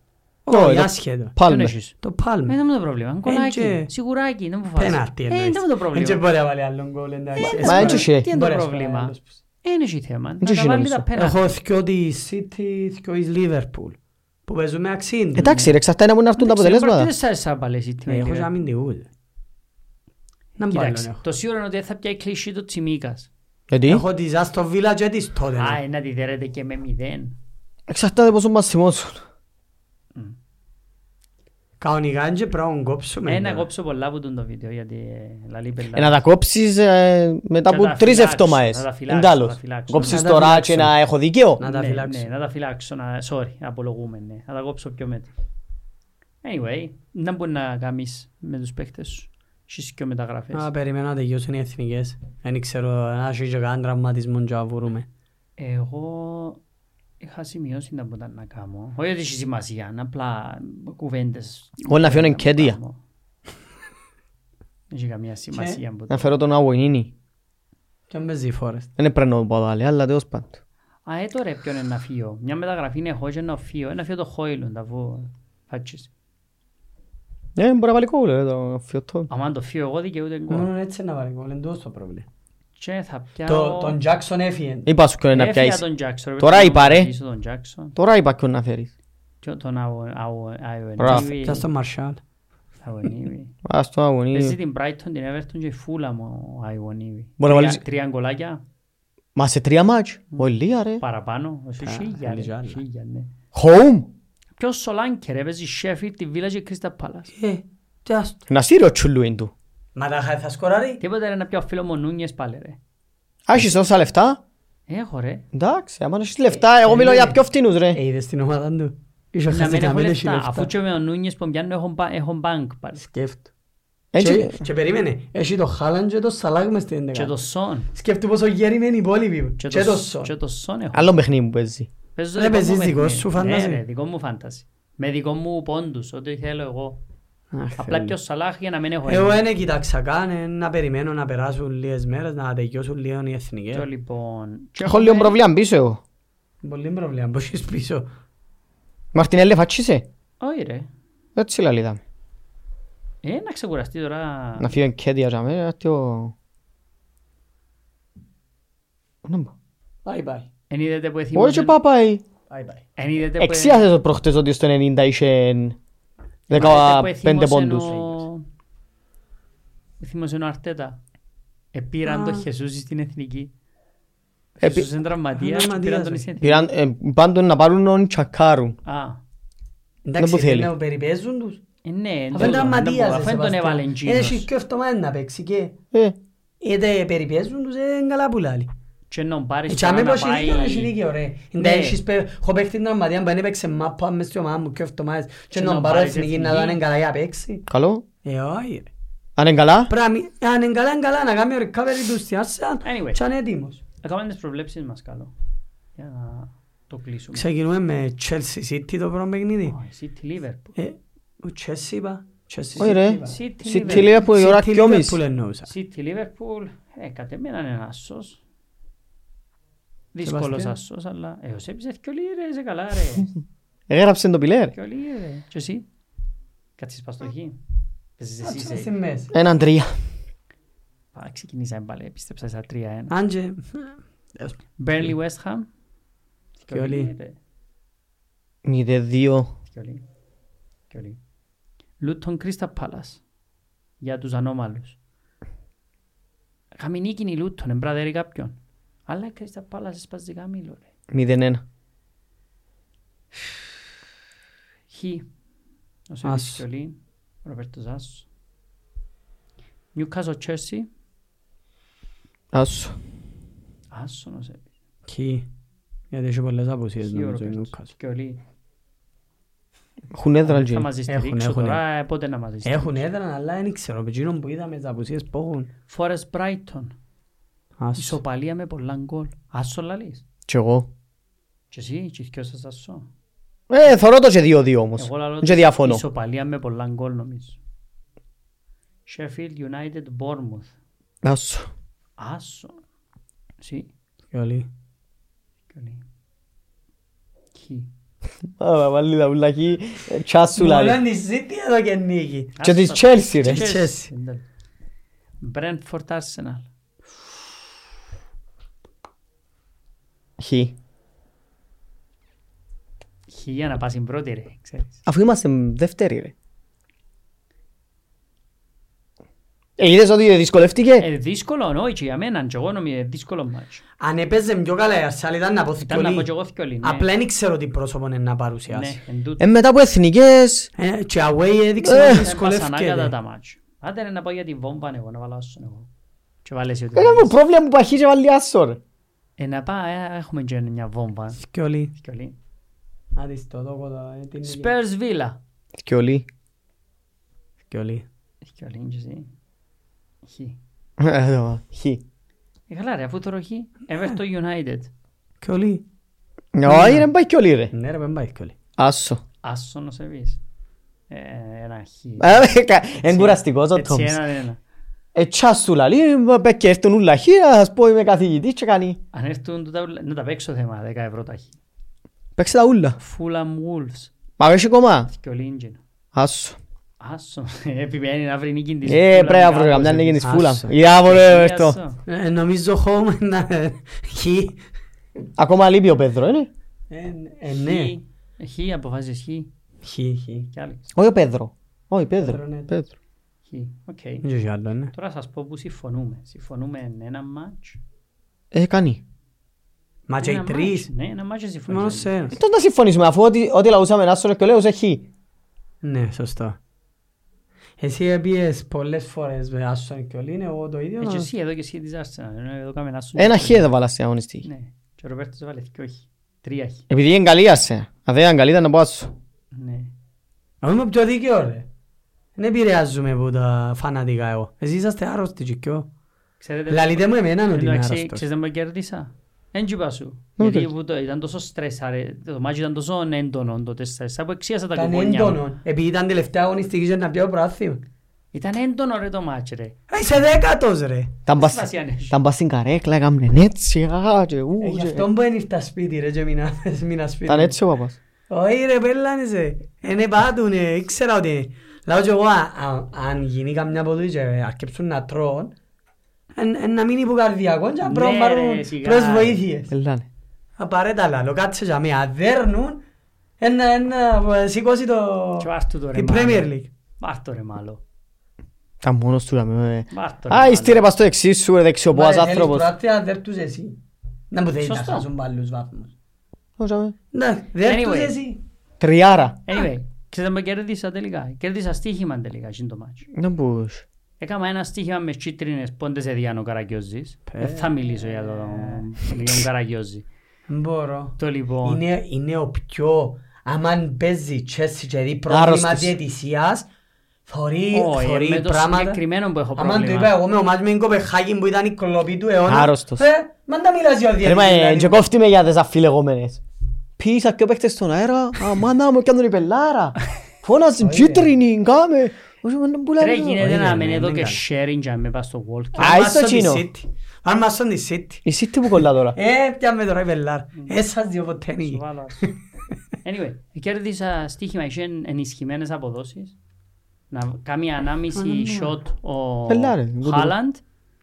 [SPEAKER 1] Όχι,
[SPEAKER 3] Όχι,
[SPEAKER 1] το-
[SPEAKER 3] άσχετο.
[SPEAKER 2] Ποιον
[SPEAKER 1] Πάλμε.
[SPEAKER 2] έχεις.
[SPEAKER 3] Το
[SPEAKER 2] Ε,
[SPEAKER 3] Palmer.
[SPEAKER 2] Δεν μου το πρόβλημα. Γκολάκι.
[SPEAKER 3] και-
[SPEAKER 2] Σιγουράκι. Δεν μου φάζει.
[SPEAKER 3] Πέναρτη
[SPEAKER 2] Ε,
[SPEAKER 3] εννοείς.
[SPEAKER 2] Δεν μου το
[SPEAKER 3] Εν και
[SPEAKER 2] πρόβλημα.
[SPEAKER 3] μπορεί να βάλει άλλον γκολ, εντάξει.
[SPEAKER 2] Ε,
[SPEAKER 1] Μα Ε,
[SPEAKER 3] Εσύ
[SPEAKER 1] εν
[SPEAKER 2] τι
[SPEAKER 1] και εσύ.
[SPEAKER 2] είναι
[SPEAKER 3] μπορεί.
[SPEAKER 2] το
[SPEAKER 3] Μπορείς,
[SPEAKER 2] πρόβλημα.
[SPEAKER 3] παρακαλώ.
[SPEAKER 2] Δεν έχει θέμα.
[SPEAKER 1] Δεν
[SPEAKER 2] Να
[SPEAKER 1] έχει
[SPEAKER 2] τα βάλει
[SPEAKER 1] νόημα.
[SPEAKER 2] τα πέναλτι.
[SPEAKER 3] Έχω δυο της City, δυο της Liverpool. Που παίζουν με αξίν τους.
[SPEAKER 1] Εντάξει ρε, εξαρτάται να μπορούν να έρθουν τα
[SPEAKER 2] Εντάξει,
[SPEAKER 1] αποτελέσματα.
[SPEAKER 2] Ε, Δεν σας άρεσε να παλέσει
[SPEAKER 3] Ε, Έχω και αμυντικούς. Να μπάλω
[SPEAKER 2] Κοιτάξτε,
[SPEAKER 3] έχω.
[SPEAKER 2] το σίγουρο είναι ότι δεν θα πιάει κλεισί το Τσιμίκας.
[SPEAKER 1] Γιατί,
[SPEAKER 3] Έχω της Aston Villa και της Tottenham.
[SPEAKER 2] Α, ε, να τη δέρετε και με μηδέν.
[SPEAKER 1] εξαρτάται πόσο μας θυμώσουν.
[SPEAKER 3] Κανονικά είναι και πρέπει να τον κόψουμε.
[SPEAKER 2] Ένα
[SPEAKER 3] τώρα.
[SPEAKER 2] Ε, κόψω πολλά από τον το βίντεο γιατί ε, λαλεί πελά.
[SPEAKER 1] Ε, Να τα κόψεις ε, μετά
[SPEAKER 2] Να τα
[SPEAKER 1] από τρεις
[SPEAKER 2] φυλάξω,
[SPEAKER 1] εβδομάδες.
[SPEAKER 2] να τα φυλάξω,
[SPEAKER 1] Εν
[SPEAKER 2] να
[SPEAKER 1] τέλος.
[SPEAKER 2] τα φυλάξω.
[SPEAKER 1] Κόψεις
[SPEAKER 3] Να τα
[SPEAKER 1] τώρα
[SPEAKER 3] φυλάξω.
[SPEAKER 1] και να έχω δίκαιο.
[SPEAKER 3] Να τα
[SPEAKER 2] ναι,
[SPEAKER 3] φυλάξω.
[SPEAKER 2] Ναι, να τα φυλάξω. Να, sorry, απολογούμε. Ναι. Να τα κόψω πιο μέτρα. Anyway, να μπορεί να κάνεις με τους παίχτες σου. Έχεις και μεταγραφές.
[SPEAKER 3] Α, περιμένω να τελειώσουν οι εθνικές. Δεν ξέρω, να έχει και κανέναν τραυματισμό και να βρούμε.
[SPEAKER 2] Εγώ είχα σημειώσει να μπορώ να κάνω. Όχι ότι έχει σημασία, είναι απλά κουβέντες.
[SPEAKER 1] Εγώ να φέρω
[SPEAKER 2] Να
[SPEAKER 1] Ενκέντια.
[SPEAKER 2] κάνω. Δεν έχει καμία σημασία. που-
[SPEAKER 1] Να φέρω τον Αγωνίνη.
[SPEAKER 3] Και με ζει Forest.
[SPEAKER 1] Δεν έπρεπε να το πω πάλι, αλλά τέλος πάντων.
[SPEAKER 2] Α, ε, τώρα ποιον είναι να φύγω. Μια μεταγραφή είναι εγώ και να φύγω. Ένα φύγω το Χόιλουν, τα βου. Φάτσις.
[SPEAKER 1] Ε, μπορεί να βάλει κόβουλο, ρε, το φιωτό.
[SPEAKER 2] Αμάν το φύγω εγώ δικαιούται εγώ.
[SPEAKER 3] Μόνο έτσι να βάλει γκολ, εντός το πρόβλημα.
[SPEAKER 2] Και θα πιάω...
[SPEAKER 3] Το- Τον Jackson έφυγε.
[SPEAKER 2] Ε.
[SPEAKER 1] Είπα σου ποιον να
[SPEAKER 2] Έφυγα
[SPEAKER 1] πιάσεις.
[SPEAKER 2] τον Jackson.
[SPEAKER 1] Τώρα
[SPEAKER 2] Πρέπει
[SPEAKER 1] είπα,
[SPEAKER 2] να
[SPEAKER 1] ρε.
[SPEAKER 2] βοηθήσω Τον Jackson.
[SPEAKER 1] Τώρα είπα ποιον να φέρεις.
[SPEAKER 2] Και τον Αο- Αο- Αο-
[SPEAKER 1] Μπράβο.
[SPEAKER 2] Αονίβη.
[SPEAKER 3] Πιάσε τον Μαρσάλ.
[SPEAKER 2] Αονίβη.
[SPEAKER 1] Ας τον
[SPEAKER 2] Παίζει
[SPEAKER 1] Αγωνίνη.
[SPEAKER 2] την Brighton, την Everton και η Fulham ο Αονίβη.
[SPEAKER 1] Μπορεί να
[SPEAKER 2] Τρία-
[SPEAKER 1] βάλεις-
[SPEAKER 2] Τρία γκολάκια
[SPEAKER 1] Μα σε τρία μάτς. Ολία ρε.
[SPEAKER 2] παραπάνω. Όχι χίλια, ρε,
[SPEAKER 3] λίγα άλλα.
[SPEAKER 2] χίλια, ναι.
[SPEAKER 1] Home.
[SPEAKER 2] Ποιος Σολάνκε ρε, παίζει Sheffield, τη Villa και Crystal Palace.
[SPEAKER 3] Ε, τι ας το.
[SPEAKER 1] Να σύρει ο τσουλούιν του.
[SPEAKER 3] Μα τα χα- θα σκοράρει.
[SPEAKER 2] Τίποτα ρε να πιω φίλος μου ο Νούνιες πάλι ρε.
[SPEAKER 1] Άχεις τόσα λεφτά.
[SPEAKER 2] Έχω ρε.
[SPEAKER 1] Εντάξει, άμα έχεις λεφτά,
[SPEAKER 2] Ε,
[SPEAKER 1] εγώ μιλώ για πιο φτηνούς ρε.
[SPEAKER 3] Ε, είδες την ομάδα του. Ίσως
[SPEAKER 2] Να μην έχω
[SPEAKER 3] χασικαμένη έχει
[SPEAKER 2] λεφτά,
[SPEAKER 3] λεφτά.
[SPEAKER 2] αφού και με ο Νούνιες που πιάνω έχω μπα- έχω μπανκ
[SPEAKER 3] Ε.
[SPEAKER 2] πάλι.
[SPEAKER 3] Σκέφτο.
[SPEAKER 2] ε.
[SPEAKER 1] Έτσι,
[SPEAKER 3] Και- Και περίμενε, έχει το Χάλαντ και το Σαλάκ μες στην
[SPEAKER 2] Και το
[SPEAKER 3] ενδεκάδα.
[SPEAKER 2] Son.
[SPEAKER 3] Σκέφτου πόσο γέροι είναι οι υπόλοιποι.
[SPEAKER 2] Και
[SPEAKER 3] Και
[SPEAKER 2] το-
[SPEAKER 3] το Σον.
[SPEAKER 2] Και το Son έχω.
[SPEAKER 1] Άλλο παιχνίδι μου παίζει.
[SPEAKER 2] Παίζω
[SPEAKER 3] Ρε,
[SPEAKER 2] το
[SPEAKER 3] παίζεις
[SPEAKER 2] μου
[SPEAKER 3] δικό
[SPEAKER 2] παιχνίδι.
[SPEAKER 3] σου φάνταση.
[SPEAKER 2] Ναι, ρε, δικό μου φάνταση. Με δικό μου πόντους, ό,τι θέλω εγώ.
[SPEAKER 3] Αχ,
[SPEAKER 2] Απλά
[SPEAKER 3] Θεέ
[SPEAKER 2] πιο σαλάχ για να μην έχω
[SPEAKER 3] Εγώ
[SPEAKER 2] ένα.
[SPEAKER 3] δεν κοίταξα καν, ε, να περιμένω να περάσουν λίγες μέρες, να τελειώσουν λίγο οι εθνικές.
[SPEAKER 2] Και λοιπόν...
[SPEAKER 1] Έχω
[SPEAKER 2] και έχουμε-
[SPEAKER 1] λίγο προβλήμα πίσω εγώ.
[SPEAKER 3] Πολύ πρόβλημα, πώς έχεις πίσω.
[SPEAKER 1] Μαρτινέλε φατσίσαι.
[SPEAKER 2] Όχι ρε.
[SPEAKER 1] Έτσι λαλίδα.
[SPEAKER 2] Ε, να ξεκουραστεί τώρα.
[SPEAKER 1] Να φύγω εγκέτια για μένα, γιατί ο... Να μπω.
[SPEAKER 3] Bye bye.
[SPEAKER 2] Εν είδατε που
[SPEAKER 1] Όχι και
[SPEAKER 2] εθιμούσε...
[SPEAKER 1] πάπαει.
[SPEAKER 3] Bye bye.
[SPEAKER 2] Εν είδατε που
[SPEAKER 1] Εξίασες το προχτές ότι στο 90 είχε 15 πόντους.
[SPEAKER 2] Θύμωσε ο Αρτέτα. Επήραν τον Χεσούζη στην εθνική.
[SPEAKER 1] Επί-
[SPEAKER 2] Χεσούζη είναι τραυματίας και
[SPEAKER 3] Τραυματίας,
[SPEAKER 2] πήραν τον
[SPEAKER 3] ε.
[SPEAKER 2] στην εθνική.
[SPEAKER 1] Πήραν, ε, πάντων να πάρουν τον τσακάρουν.
[SPEAKER 2] Α,
[SPEAKER 1] Δεν που
[SPEAKER 3] Εντάξει,
[SPEAKER 1] θέλει.
[SPEAKER 3] πρέπει να περιπέζουν τους.
[SPEAKER 2] ε, ναι.
[SPEAKER 3] Αφού είναι τραυματίας,
[SPEAKER 2] Αφού τον έβαλε
[SPEAKER 3] ε, Έχει
[SPEAKER 2] Τζίνος.
[SPEAKER 3] και εβδομάδες να παίξει και
[SPEAKER 1] Ε,
[SPEAKER 3] είτε περιπέζουν τους, είναι καλά που λάλλει.
[SPEAKER 2] Και να πάρεις
[SPEAKER 3] Ε,
[SPEAKER 2] τώρα
[SPEAKER 3] τσάμε
[SPEAKER 2] να
[SPEAKER 3] πως έχει δίκιο,
[SPEAKER 2] πάει...
[SPEAKER 3] έχει δίκιο ρε.
[SPEAKER 2] Ναι.
[SPEAKER 3] Εντάξει, έχεις παί- έχω παίχτη την Αρμαδία που δεν έπαιξε μάπα μες στη ομάδα μου και εβδομάδες και να
[SPEAKER 2] να
[SPEAKER 3] πάρω
[SPEAKER 2] πάρεις
[SPEAKER 3] εθνική
[SPEAKER 2] εθνική.
[SPEAKER 3] να δω αν είναι καλά για να παίξει.
[SPEAKER 1] καλό.
[SPEAKER 3] Ε, όχι ρε.
[SPEAKER 1] Αν είναι καλά.
[SPEAKER 3] Πρέπει να μην- αν είναι καλά, είναι καλά, να κάνει ο recovery του στην Arsenal
[SPEAKER 2] Anyway.
[SPEAKER 3] και αν είναι έτοιμος.
[SPEAKER 2] Έκαμε τις προβλέψεις μας καλό. Για να το κλείσουμε.
[SPEAKER 3] Ξεκινούμε με Chelsea City το πρώτο παιχνίδι.
[SPEAKER 2] Oh, City Liverpool.
[SPEAKER 3] Ε, ο Chelsea είπα. Chelsea
[SPEAKER 1] Όχι ρε.
[SPEAKER 3] City είπα.
[SPEAKER 1] Στη
[SPEAKER 2] City Liverpool.
[SPEAKER 1] τηλεία που η ώρα
[SPEAKER 3] City
[SPEAKER 1] κοιόμιση.
[SPEAKER 3] Liverpool εννοούσα.
[SPEAKER 2] City Liverpool. Ε, κατ' εμένα είναι ένα άσος. Δύσκολος
[SPEAKER 3] Σεβαστιάν.
[SPEAKER 2] άσος, αλλά... Ε, ο Σέπης έχει πιο λίγη ρε, είσαι καλά ρε.
[SPEAKER 1] Έγραψε το πιλέρ.
[SPEAKER 2] Πιο λίγη ρε. Και εσύ. Κάτσεις πας στο χι. Παίζεις
[SPEAKER 3] Κάτσε
[SPEAKER 2] εσύ.
[SPEAKER 3] στη
[SPEAKER 2] σε-
[SPEAKER 3] μέση.
[SPEAKER 1] Έναν τρία.
[SPEAKER 2] Πα, ξεκινήσαμε πάλι, πίστεψα στα 3-1.
[SPEAKER 3] Αν και... ε,
[SPEAKER 2] Burnley West Ham.
[SPEAKER 3] Πιο λίγη.
[SPEAKER 2] ρε.
[SPEAKER 1] Μηδέ δύο.
[SPEAKER 2] Πιο λίγη. Πιο λίγη. Luton Crystal Palace. Για τους ανώμαλους. Είχαμε νίκη η Luton, εμπράδερε κάποιον. Αλλά η Crystal Palace έσπαζε καμήλο ρε.
[SPEAKER 1] Μηδέν ένα.
[SPEAKER 2] Χ. Ο
[SPEAKER 3] Άσο.
[SPEAKER 2] Σέρβις Κιολί, ο Ροπέρτος Άσος. Newcastle Chelsea.
[SPEAKER 1] Άσου.
[SPEAKER 2] Άσον ο Σέρβις.
[SPEAKER 3] Κι. Γιατί έχει πολλές απουσίες
[SPEAKER 2] Χ ο
[SPEAKER 3] νομίζω η
[SPEAKER 2] Ροπέρτος
[SPEAKER 3] Νούκας.
[SPEAKER 2] Κιολί.
[SPEAKER 1] Έχουν έδρα
[SPEAKER 2] Θα
[SPEAKER 1] και
[SPEAKER 2] μας
[SPEAKER 3] Έχουν,
[SPEAKER 2] στηρίξω
[SPEAKER 3] έχουν.
[SPEAKER 2] τώρα, ε, πότε να μας στηρίξω.
[SPEAKER 3] Έχουν έδρα, αλλά δεν ξέρω. Με εκείνον που είδαμε τις απουσίες που έχουν.
[SPEAKER 2] Forest Brighton.
[SPEAKER 3] Ας.
[SPEAKER 2] Ισοπαλία με πολλά γκολ. Άσο λαλείς.
[SPEAKER 1] Κι εγώ.
[SPEAKER 2] Και εσύ, και οι δυο σας άσο.
[SPEAKER 1] Ε, θωρώ το και δύο-δύο όμως.
[SPEAKER 2] Εγώ λαλώ
[SPEAKER 1] Δεν
[SPEAKER 2] ότι
[SPEAKER 1] και διαφωνώ.
[SPEAKER 2] Ισοπαλία με πολλά γκολ νομίζω. Sheffield United Bournemouth.
[SPEAKER 1] Να σου.
[SPEAKER 2] Άσο. Εσύ.
[SPEAKER 3] Γιολί.
[SPEAKER 2] Καλή. Χι.
[SPEAKER 1] Άμα βάλει τα πουλακή, τσάσουλα. ρε.
[SPEAKER 3] Μολόν η City εδώ και νίκη.
[SPEAKER 1] Και της Chelsea ρε.
[SPEAKER 3] Chelsea. Chelsea.
[SPEAKER 2] Εντάξει. Brentford Arsenal.
[SPEAKER 1] Χι.
[SPEAKER 2] Χι για να πας στην πρώτη ρε, ξέρεις.
[SPEAKER 1] Αφού είμαστε δεύτεροι ρε. Ε, είδες ότι δυσκολεύτηκε.
[SPEAKER 2] Ε, δύσκολο, όχι και για μένα, και εγώ νομίζω ε, δύσκολο μάτσο.
[SPEAKER 3] Αν έπαιζε πιο καλά η Αρσάλ ήταν να πω
[SPEAKER 2] Ήταν να πω κι
[SPEAKER 3] θυκιολί.
[SPEAKER 2] εγώ θυκιολί, ναι.
[SPEAKER 3] Απλά δεν ξέρω τι πρόσωπο είναι να παρουσιάσει.
[SPEAKER 2] Ναι, εν τούτο.
[SPEAKER 1] Ε, μετά από εθνικές,
[SPEAKER 2] Ναι.
[SPEAKER 3] Ε, Και away
[SPEAKER 1] Ε,
[SPEAKER 3] έδειξε ότι
[SPEAKER 2] Έμπασα ανάκατα
[SPEAKER 3] δυσκολεύκεται.
[SPEAKER 2] τα μάτσο. Άντε ρε να πάω για τη βόμβα ναι, εγώ, να βάλω άσον εγώ. Και βάλε εσύ ό,τι
[SPEAKER 1] έκαμε
[SPEAKER 2] βάλεις.
[SPEAKER 1] Ε, πρόβλημα που παχύ και βάλει άσο ρε.
[SPEAKER 2] Ε, να πάω, ε, έχουμε και μια βόμβα.
[SPEAKER 3] Θυκιολί.
[SPEAKER 2] Θυκιολί.
[SPEAKER 3] Να δεις το τόκο εδώ, ε, την νίκη.
[SPEAKER 2] Spurs Villa.
[SPEAKER 1] Θκιολί.
[SPEAKER 3] Θυκιολί.
[SPEAKER 2] Θυκιολί, και εσύ. Χι.
[SPEAKER 1] Ε, εδώ, μα. Χι.
[SPEAKER 2] Ε, καλά ρε, αφού το ροχή. Everton United.
[SPEAKER 3] Θυκιολί.
[SPEAKER 1] Όχι ρε, πάει κιολί ρε.
[SPEAKER 3] Ναι ρε, δεν πάει θυκιολί.
[SPEAKER 1] Άσο.
[SPEAKER 2] Άσον ο Σεβίς. Ε, Ένα χι.
[SPEAKER 1] Ε, κα- Εν κουραστικός ο
[SPEAKER 2] Έτσι,
[SPEAKER 1] Τόμς.
[SPEAKER 2] έναν ένα.
[SPEAKER 1] Ε, τσάσου λαλί, μπε και έρθουν ούλα χι, ας πω είμαι καθηγητής και κάνει.
[SPEAKER 2] Αν έρθουν τούτα ούλα- να τα παίξω θέμα, 10 ευρώ τα χι.
[SPEAKER 1] Παίξε τα ούλα.
[SPEAKER 2] Fulham Wolves.
[SPEAKER 1] Μα έχει κομμά.
[SPEAKER 2] Θυκιολί, ingen.
[SPEAKER 1] Άσο.
[SPEAKER 2] Άσον. Επιμένει να βρει νίκη της
[SPEAKER 1] Ε,
[SPEAKER 2] Fulham,
[SPEAKER 1] πρέπει να βρω
[SPEAKER 2] κάπως,
[SPEAKER 1] καμιά
[SPEAKER 2] ε.
[SPEAKER 1] νίκης της
[SPEAKER 3] Άσο.
[SPEAKER 1] φούλα. Για βρω
[SPEAKER 2] Εσύ,
[SPEAKER 1] αυτό.
[SPEAKER 2] άσο.
[SPEAKER 3] Ε, Νομίζω home να... Χι.
[SPEAKER 1] Ακόμα λείπει ο Πέδρο, είναι.
[SPEAKER 3] Ε, ε, Ναι.
[SPEAKER 2] Χ. Χ, αποφάσεις χ.
[SPEAKER 3] Χι, χι.
[SPEAKER 2] Κι άλλες.
[SPEAKER 1] Όχι ο Ε, Πέδρο. Όχι Πέδρο.
[SPEAKER 3] Πέδρο, ναι.
[SPEAKER 1] Πέδρο.
[SPEAKER 2] Χ. Οκ.
[SPEAKER 3] Δεν ξέρω άλλο, ναι.
[SPEAKER 2] Τώρα σας πω που συμφωνούμε. Συμφωνούμε εν ένα μάτς.
[SPEAKER 1] Ε, κάνει.
[SPEAKER 3] Μα και οι
[SPEAKER 2] Ένα
[SPEAKER 3] τρεις.
[SPEAKER 2] μάτς, Ναι, ένα μάτς και Ε,
[SPEAKER 3] Μόνο
[SPEAKER 2] συμφωνήσαμε.
[SPEAKER 3] σε ένας.
[SPEAKER 1] Τότε να συμφωνήσουμε, αφού ό,τι ό,τι λαούσαμε ένα σωρό και ε, λέω έχει.
[SPEAKER 3] Ναι, σωστό. Εσύ έπιες πολλές φορές με Άσον και Ολίνε, εγώ το ίδιο.
[SPEAKER 2] Ε, και
[SPEAKER 3] αλλά-
[SPEAKER 2] εσύ εδώ και εσύ της Arsenal, ενώ εδώ κάμε ένα σου.
[SPEAKER 1] Ένα χι δεν βάλα στην αγωνιστική.
[SPEAKER 2] Ναι. Και ο Ροπέρτος βάλε δυο χ. Τρία χ.
[SPEAKER 1] Επειδή είναι καλή άσε. Αν δεν ήταν καλή ήταν να πάω σου.
[SPEAKER 2] Ναι.
[SPEAKER 3] Να είμαι πιο δίκαιο ρε. Δεν επηρεάζουμε από τα φανατικά εγώ. Εσείς είσαστε άρρωστοι και πιο.
[SPEAKER 2] Ξέρετε-
[SPEAKER 3] Λαλείτε μου εμένα ότι
[SPEAKER 2] Ενώ
[SPEAKER 3] είμαι
[SPEAKER 2] εξή-
[SPEAKER 3] άρρωστος.
[SPEAKER 2] Ξέρετε με κέρδισα. Εν τζιπά σου.
[SPEAKER 1] Ναι,
[SPEAKER 2] Γιατί
[SPEAKER 1] οκ.
[SPEAKER 2] που το- ήταν τόσο στρεσάρε, το μάτσι ήταν τόσο έντονο το 4-4 που εξίασα τα
[SPEAKER 3] Ήταν
[SPEAKER 2] κουπόνια μου.
[SPEAKER 3] έντονο. Επειδή ήταν τελευταία αγωνιστική και να πιάω προάθημα.
[SPEAKER 2] Ήταν έντονο ρε το μάτσι ρε.
[SPEAKER 3] Ε, Είσαι δέκατος ρε.
[SPEAKER 1] Τα μπας-
[SPEAKER 2] σημασία έχει.
[SPEAKER 1] τα μπας στην καρέκλα, έκαμνε έτσι. α, και ου,
[SPEAKER 3] Ε, Γι'
[SPEAKER 1] και-
[SPEAKER 3] αυτό που δεν ήρθα σπίτι ρε και μείνα- μείνα σπίτι.
[SPEAKER 1] Ήταν έτσι ο παπάς.
[SPEAKER 3] Όχι ρε πέλανεσαι. Είναι πάτουνε. ναι, Ήξερα ότι... Λάω και εγώ α- α- αν γίνει καμιά ποδού και αρκεψούν να τρών εν- εν να μείνει που καρδιακό και να
[SPEAKER 2] Ναι,
[SPEAKER 3] προβαρούν
[SPEAKER 2] ρε, σιγά.
[SPEAKER 3] προσβοήθειες.
[SPEAKER 1] Ελάνε.
[SPEAKER 3] Απαραίτητα λάλο. Κάτσε για μένα. Αν δέρνουν ένα, ένα, σηκώσει το...
[SPEAKER 2] Και βάρτου το ρε.
[SPEAKER 3] Την
[SPEAKER 2] μάλλον.
[SPEAKER 3] Premier League.
[SPEAKER 2] Βάρτο ρε μάλλον.
[SPEAKER 1] Τα μόνος του λαμέ.
[SPEAKER 2] Βάρτο ρε
[SPEAKER 1] Α,
[SPEAKER 2] μάλλον.
[SPEAKER 1] είστε ρε πας στο εξής σου ρε δεξιοπόας
[SPEAKER 3] Μα, ε, θέλεις
[SPEAKER 1] άνθρωπος.
[SPEAKER 3] προάθεια, δέρ τους εσύ. Να μου θέλεις να
[SPEAKER 2] Σωστό.
[SPEAKER 3] χάσουν παλούς βαθμούς.
[SPEAKER 1] Όχι, αμέ.
[SPEAKER 3] Ναι, δέρ τους
[SPEAKER 2] Anyway.
[SPEAKER 3] εσύ.
[SPEAKER 1] Τριάρα.
[SPEAKER 2] Anyway, ξέρετε με κέρδισα τελικά. Κέρδισα στοίχημα τελικά εκείνο το μάτσο.
[SPEAKER 1] Να μπούς.
[SPEAKER 2] Έκανα ένα στοίχημα με κίτρινες πόντες εδιάν ο Καραγκιόζης. Δεν θα μιλήσω για τον για τον Καραγκιόζη.
[SPEAKER 3] Δεν μπορώ.
[SPEAKER 2] Το λοιπόν...
[SPEAKER 3] είναι, είναι ο πιο... Άμα παίζει η Chelsea και δει πρόβλημα
[SPEAKER 1] Άρρωστος.
[SPEAKER 3] διαιτησίας, θωρεί
[SPEAKER 2] Όχι,
[SPEAKER 3] θωρεί
[SPEAKER 2] ε, με το
[SPEAKER 3] πράγματα.
[SPEAKER 2] συγκεκριμένο που έχω
[SPEAKER 3] Άμα το
[SPEAKER 2] πρόβλημα.
[SPEAKER 3] είπα εγώ με ο Μάτς με την Κοπεχάγη που ήταν η κλοπή του αιώνας.
[SPEAKER 1] Άρρωστος.
[SPEAKER 3] Ε, μα τα μιλάς για ο
[SPEAKER 1] Ρε μα,
[SPEAKER 3] διαιτητής.
[SPEAKER 1] ε,
[SPEAKER 3] δηλαδή.
[SPEAKER 1] και κόφτη με για τις αφιλεγόμενες. Πήσα και παίχτες στον αέρα, αμάνα μου κάνουν η πελάρα. Φώναζε κίτρινη, κάμε. Όχι, μα δεν πουλάμε.
[SPEAKER 2] Ρε γίνεται
[SPEAKER 3] Όχι,
[SPEAKER 2] να
[SPEAKER 3] ρε,
[SPEAKER 2] μένει
[SPEAKER 3] ναι,
[SPEAKER 2] εδώ
[SPEAKER 3] ναι,
[SPEAKER 2] και
[SPEAKER 3] ναι.
[SPEAKER 2] sharing για να με πας στο World Cup.
[SPEAKER 1] Α,
[SPEAKER 3] Πάρ'
[SPEAKER 1] είσαι
[SPEAKER 3] μας στον
[SPEAKER 1] τσίνο.
[SPEAKER 3] τη City. Πάρ' μας στον τη City.
[SPEAKER 1] Εσύ τι που κολλά τώρα.
[SPEAKER 3] Ε, πιάμε τώρα η Βελάρ. Εσάς δύο ποτέ
[SPEAKER 2] Σου
[SPEAKER 3] νίκη.
[SPEAKER 2] βάλω, ας. Anyway, κέρδισα στοίχημα, είχε ενισχυμένες αποδόσεις. Να κάνει ανάμιση
[SPEAKER 3] ναι.
[SPEAKER 2] shot ο
[SPEAKER 1] Πελάρε, εγώ το-
[SPEAKER 2] Χάλαντ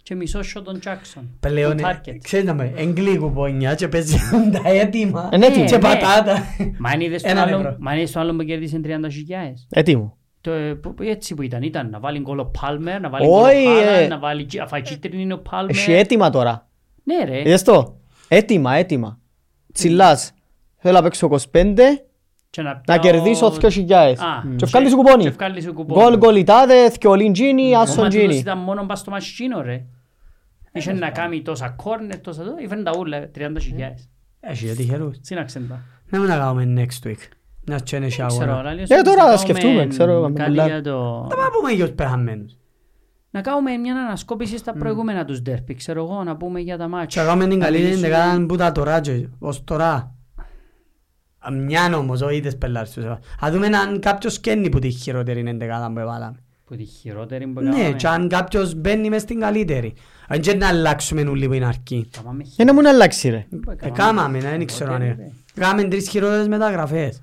[SPEAKER 2] και μισό shot τον Τζάκσον.
[SPEAKER 3] Πλέον,
[SPEAKER 2] Το
[SPEAKER 3] ε,
[SPEAKER 2] target.
[SPEAKER 3] ξέρεις να με, εγγλίγου πονιά και παίζουν τα έτοιμα
[SPEAKER 1] Είναι έτοιμο.
[SPEAKER 3] και
[SPEAKER 2] Ναι.
[SPEAKER 3] πατάτα. Ε,
[SPEAKER 2] Μα αν είδες τον
[SPEAKER 3] Έναν
[SPEAKER 2] άλλον-
[SPEAKER 3] ευρώ.
[SPEAKER 2] μα αν είδες τον άλλον που κέρδισε 30.000.
[SPEAKER 1] Έτοιμο.
[SPEAKER 2] Το, ε, που- έτσι που ήταν, ήταν να βάλει γκολ ο Πάλμερ, να βάλει
[SPEAKER 1] Όχι,
[SPEAKER 2] γκολ ο Χάλαντ,
[SPEAKER 1] ε.
[SPEAKER 2] να βάλει τζι- να φάει κίτρινη ο
[SPEAKER 1] Εσύ
[SPEAKER 2] Πάλμερ.
[SPEAKER 1] έτοιμα τώρα.
[SPEAKER 2] Ναι ρε,
[SPEAKER 1] Είδες το. Έτοιμα, έτοιμα. Τσιλάς. Θέλω να παίξω 25,
[SPEAKER 2] και να
[SPEAKER 1] να
[SPEAKER 2] πιάω-
[SPEAKER 1] κερδίσω 2.000.
[SPEAKER 2] Α,
[SPEAKER 1] Και βγάλει σου κουπόνι.
[SPEAKER 2] Και βγάλει σου κουπόνι.
[SPEAKER 1] Γκολ, γκολιτάδες, θκιολίν τζίνι,
[SPEAKER 2] Ο
[SPEAKER 1] άσον
[SPEAKER 2] Μαντούδος
[SPEAKER 1] τζίνι.
[SPEAKER 2] ήταν μόνο πας στο μασχίνο
[SPEAKER 1] Ε,
[SPEAKER 2] ρε. Είχες να κάνει τόσα κόρνερ, τόσα τόσα, ήφερε τα ούλα, 30 χιλιάδες.
[SPEAKER 3] Έχει τυχερούς.
[SPEAKER 2] Σύναξεν τα.
[SPEAKER 3] Να μην τα κάνουμε next week. Να τσένε σε
[SPEAKER 2] Ξέρω,
[SPEAKER 3] αγώνα.
[SPEAKER 2] αλλά λες
[SPEAKER 1] Ναι,
[SPEAKER 2] ότι
[SPEAKER 1] τώρα
[SPEAKER 2] θα
[SPEAKER 1] τα σκεφτούμε,
[SPEAKER 2] κάνουμε
[SPEAKER 1] ξέρω, με
[SPEAKER 2] Κάτι
[SPEAKER 1] πολλά-
[SPEAKER 2] για το...
[SPEAKER 3] Τα πάμε πούμε για τους πεθαμένους.
[SPEAKER 2] Να κάνουμε μια ανασκόπηση στα προηγούμενα τους ντέρπι, ξέρω εγώ, να πούμε για τα μάτια.
[SPEAKER 3] Και κάνουμε την καλύτερη ενδεκάδα που τα τώρα και ως τώρα. Α, Μιαν όμως, όχι τις πελάρες τους. Α δούμε αν κάποιος σκένει που τη χειρότερη ενδεκάδα που έβαλαμε.
[SPEAKER 2] Που τη χειρότερη που
[SPEAKER 3] Ναι,
[SPEAKER 2] κάναμε.
[SPEAKER 3] και αν κάποιος μπαίνει μες στην καλύτερη. Αν και να αλλάξουμε όλοι που είναι αρκή.
[SPEAKER 2] Κάμαμε
[SPEAKER 1] Ένα μου Ε, να αλλάξει ρε.
[SPEAKER 3] Ε,
[SPEAKER 2] χειρότερη.
[SPEAKER 3] Εκάμαμε, δεν ξέρω αν
[SPEAKER 2] Χειρότερη,
[SPEAKER 3] είναι. Κάμαμε τρεις χειρότερες μεταγραφές.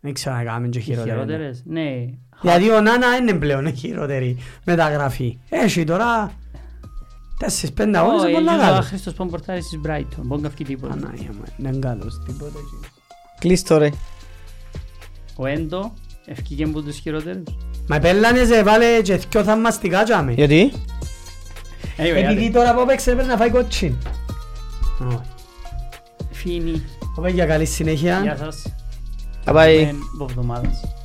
[SPEAKER 3] Δεν ξέρω αν κάμαμε και
[SPEAKER 2] Οι
[SPEAKER 3] χειρότερες.
[SPEAKER 2] Χειρότερες, ναι.
[SPEAKER 3] Γιατί ο Νάνα δεν είναι πλέον χειρότερη μεταγραφή. Έχει τώρα τέσσερις πέντε αγώνες είναι
[SPEAKER 2] Όχι,
[SPEAKER 3] πολλά ναι.
[SPEAKER 2] είναι ο
[SPEAKER 3] καλός.
[SPEAKER 2] Χρήστος Πομπορτάρης της Brighton. Μπορεί να καυκεί τίποτα.
[SPEAKER 3] Πανάγια μου, δεν καλός τίποτα. εκεί.
[SPEAKER 1] Κλείστο ρε.
[SPEAKER 2] Ο Έντο, ευκήκε από τους χειρότερους.
[SPEAKER 3] Μα πέλανε σε βάλε και δυο θαυμαστικά τζάμε.
[SPEAKER 1] Γιατί.
[SPEAKER 2] Anyway,
[SPEAKER 3] Επειδή
[SPEAKER 2] άντε.
[SPEAKER 3] τώρα που έπαιξε πρέπει να φάει κοτσίν.
[SPEAKER 2] Φίνη,
[SPEAKER 3] Ωπέ για καλή συνέχεια.
[SPEAKER 2] γεια σας.
[SPEAKER 1] Θα πάει.
[SPEAKER 3] Ε.
[SPEAKER 1] ναι.
[SPEAKER 2] Εν- βοβδομάδας.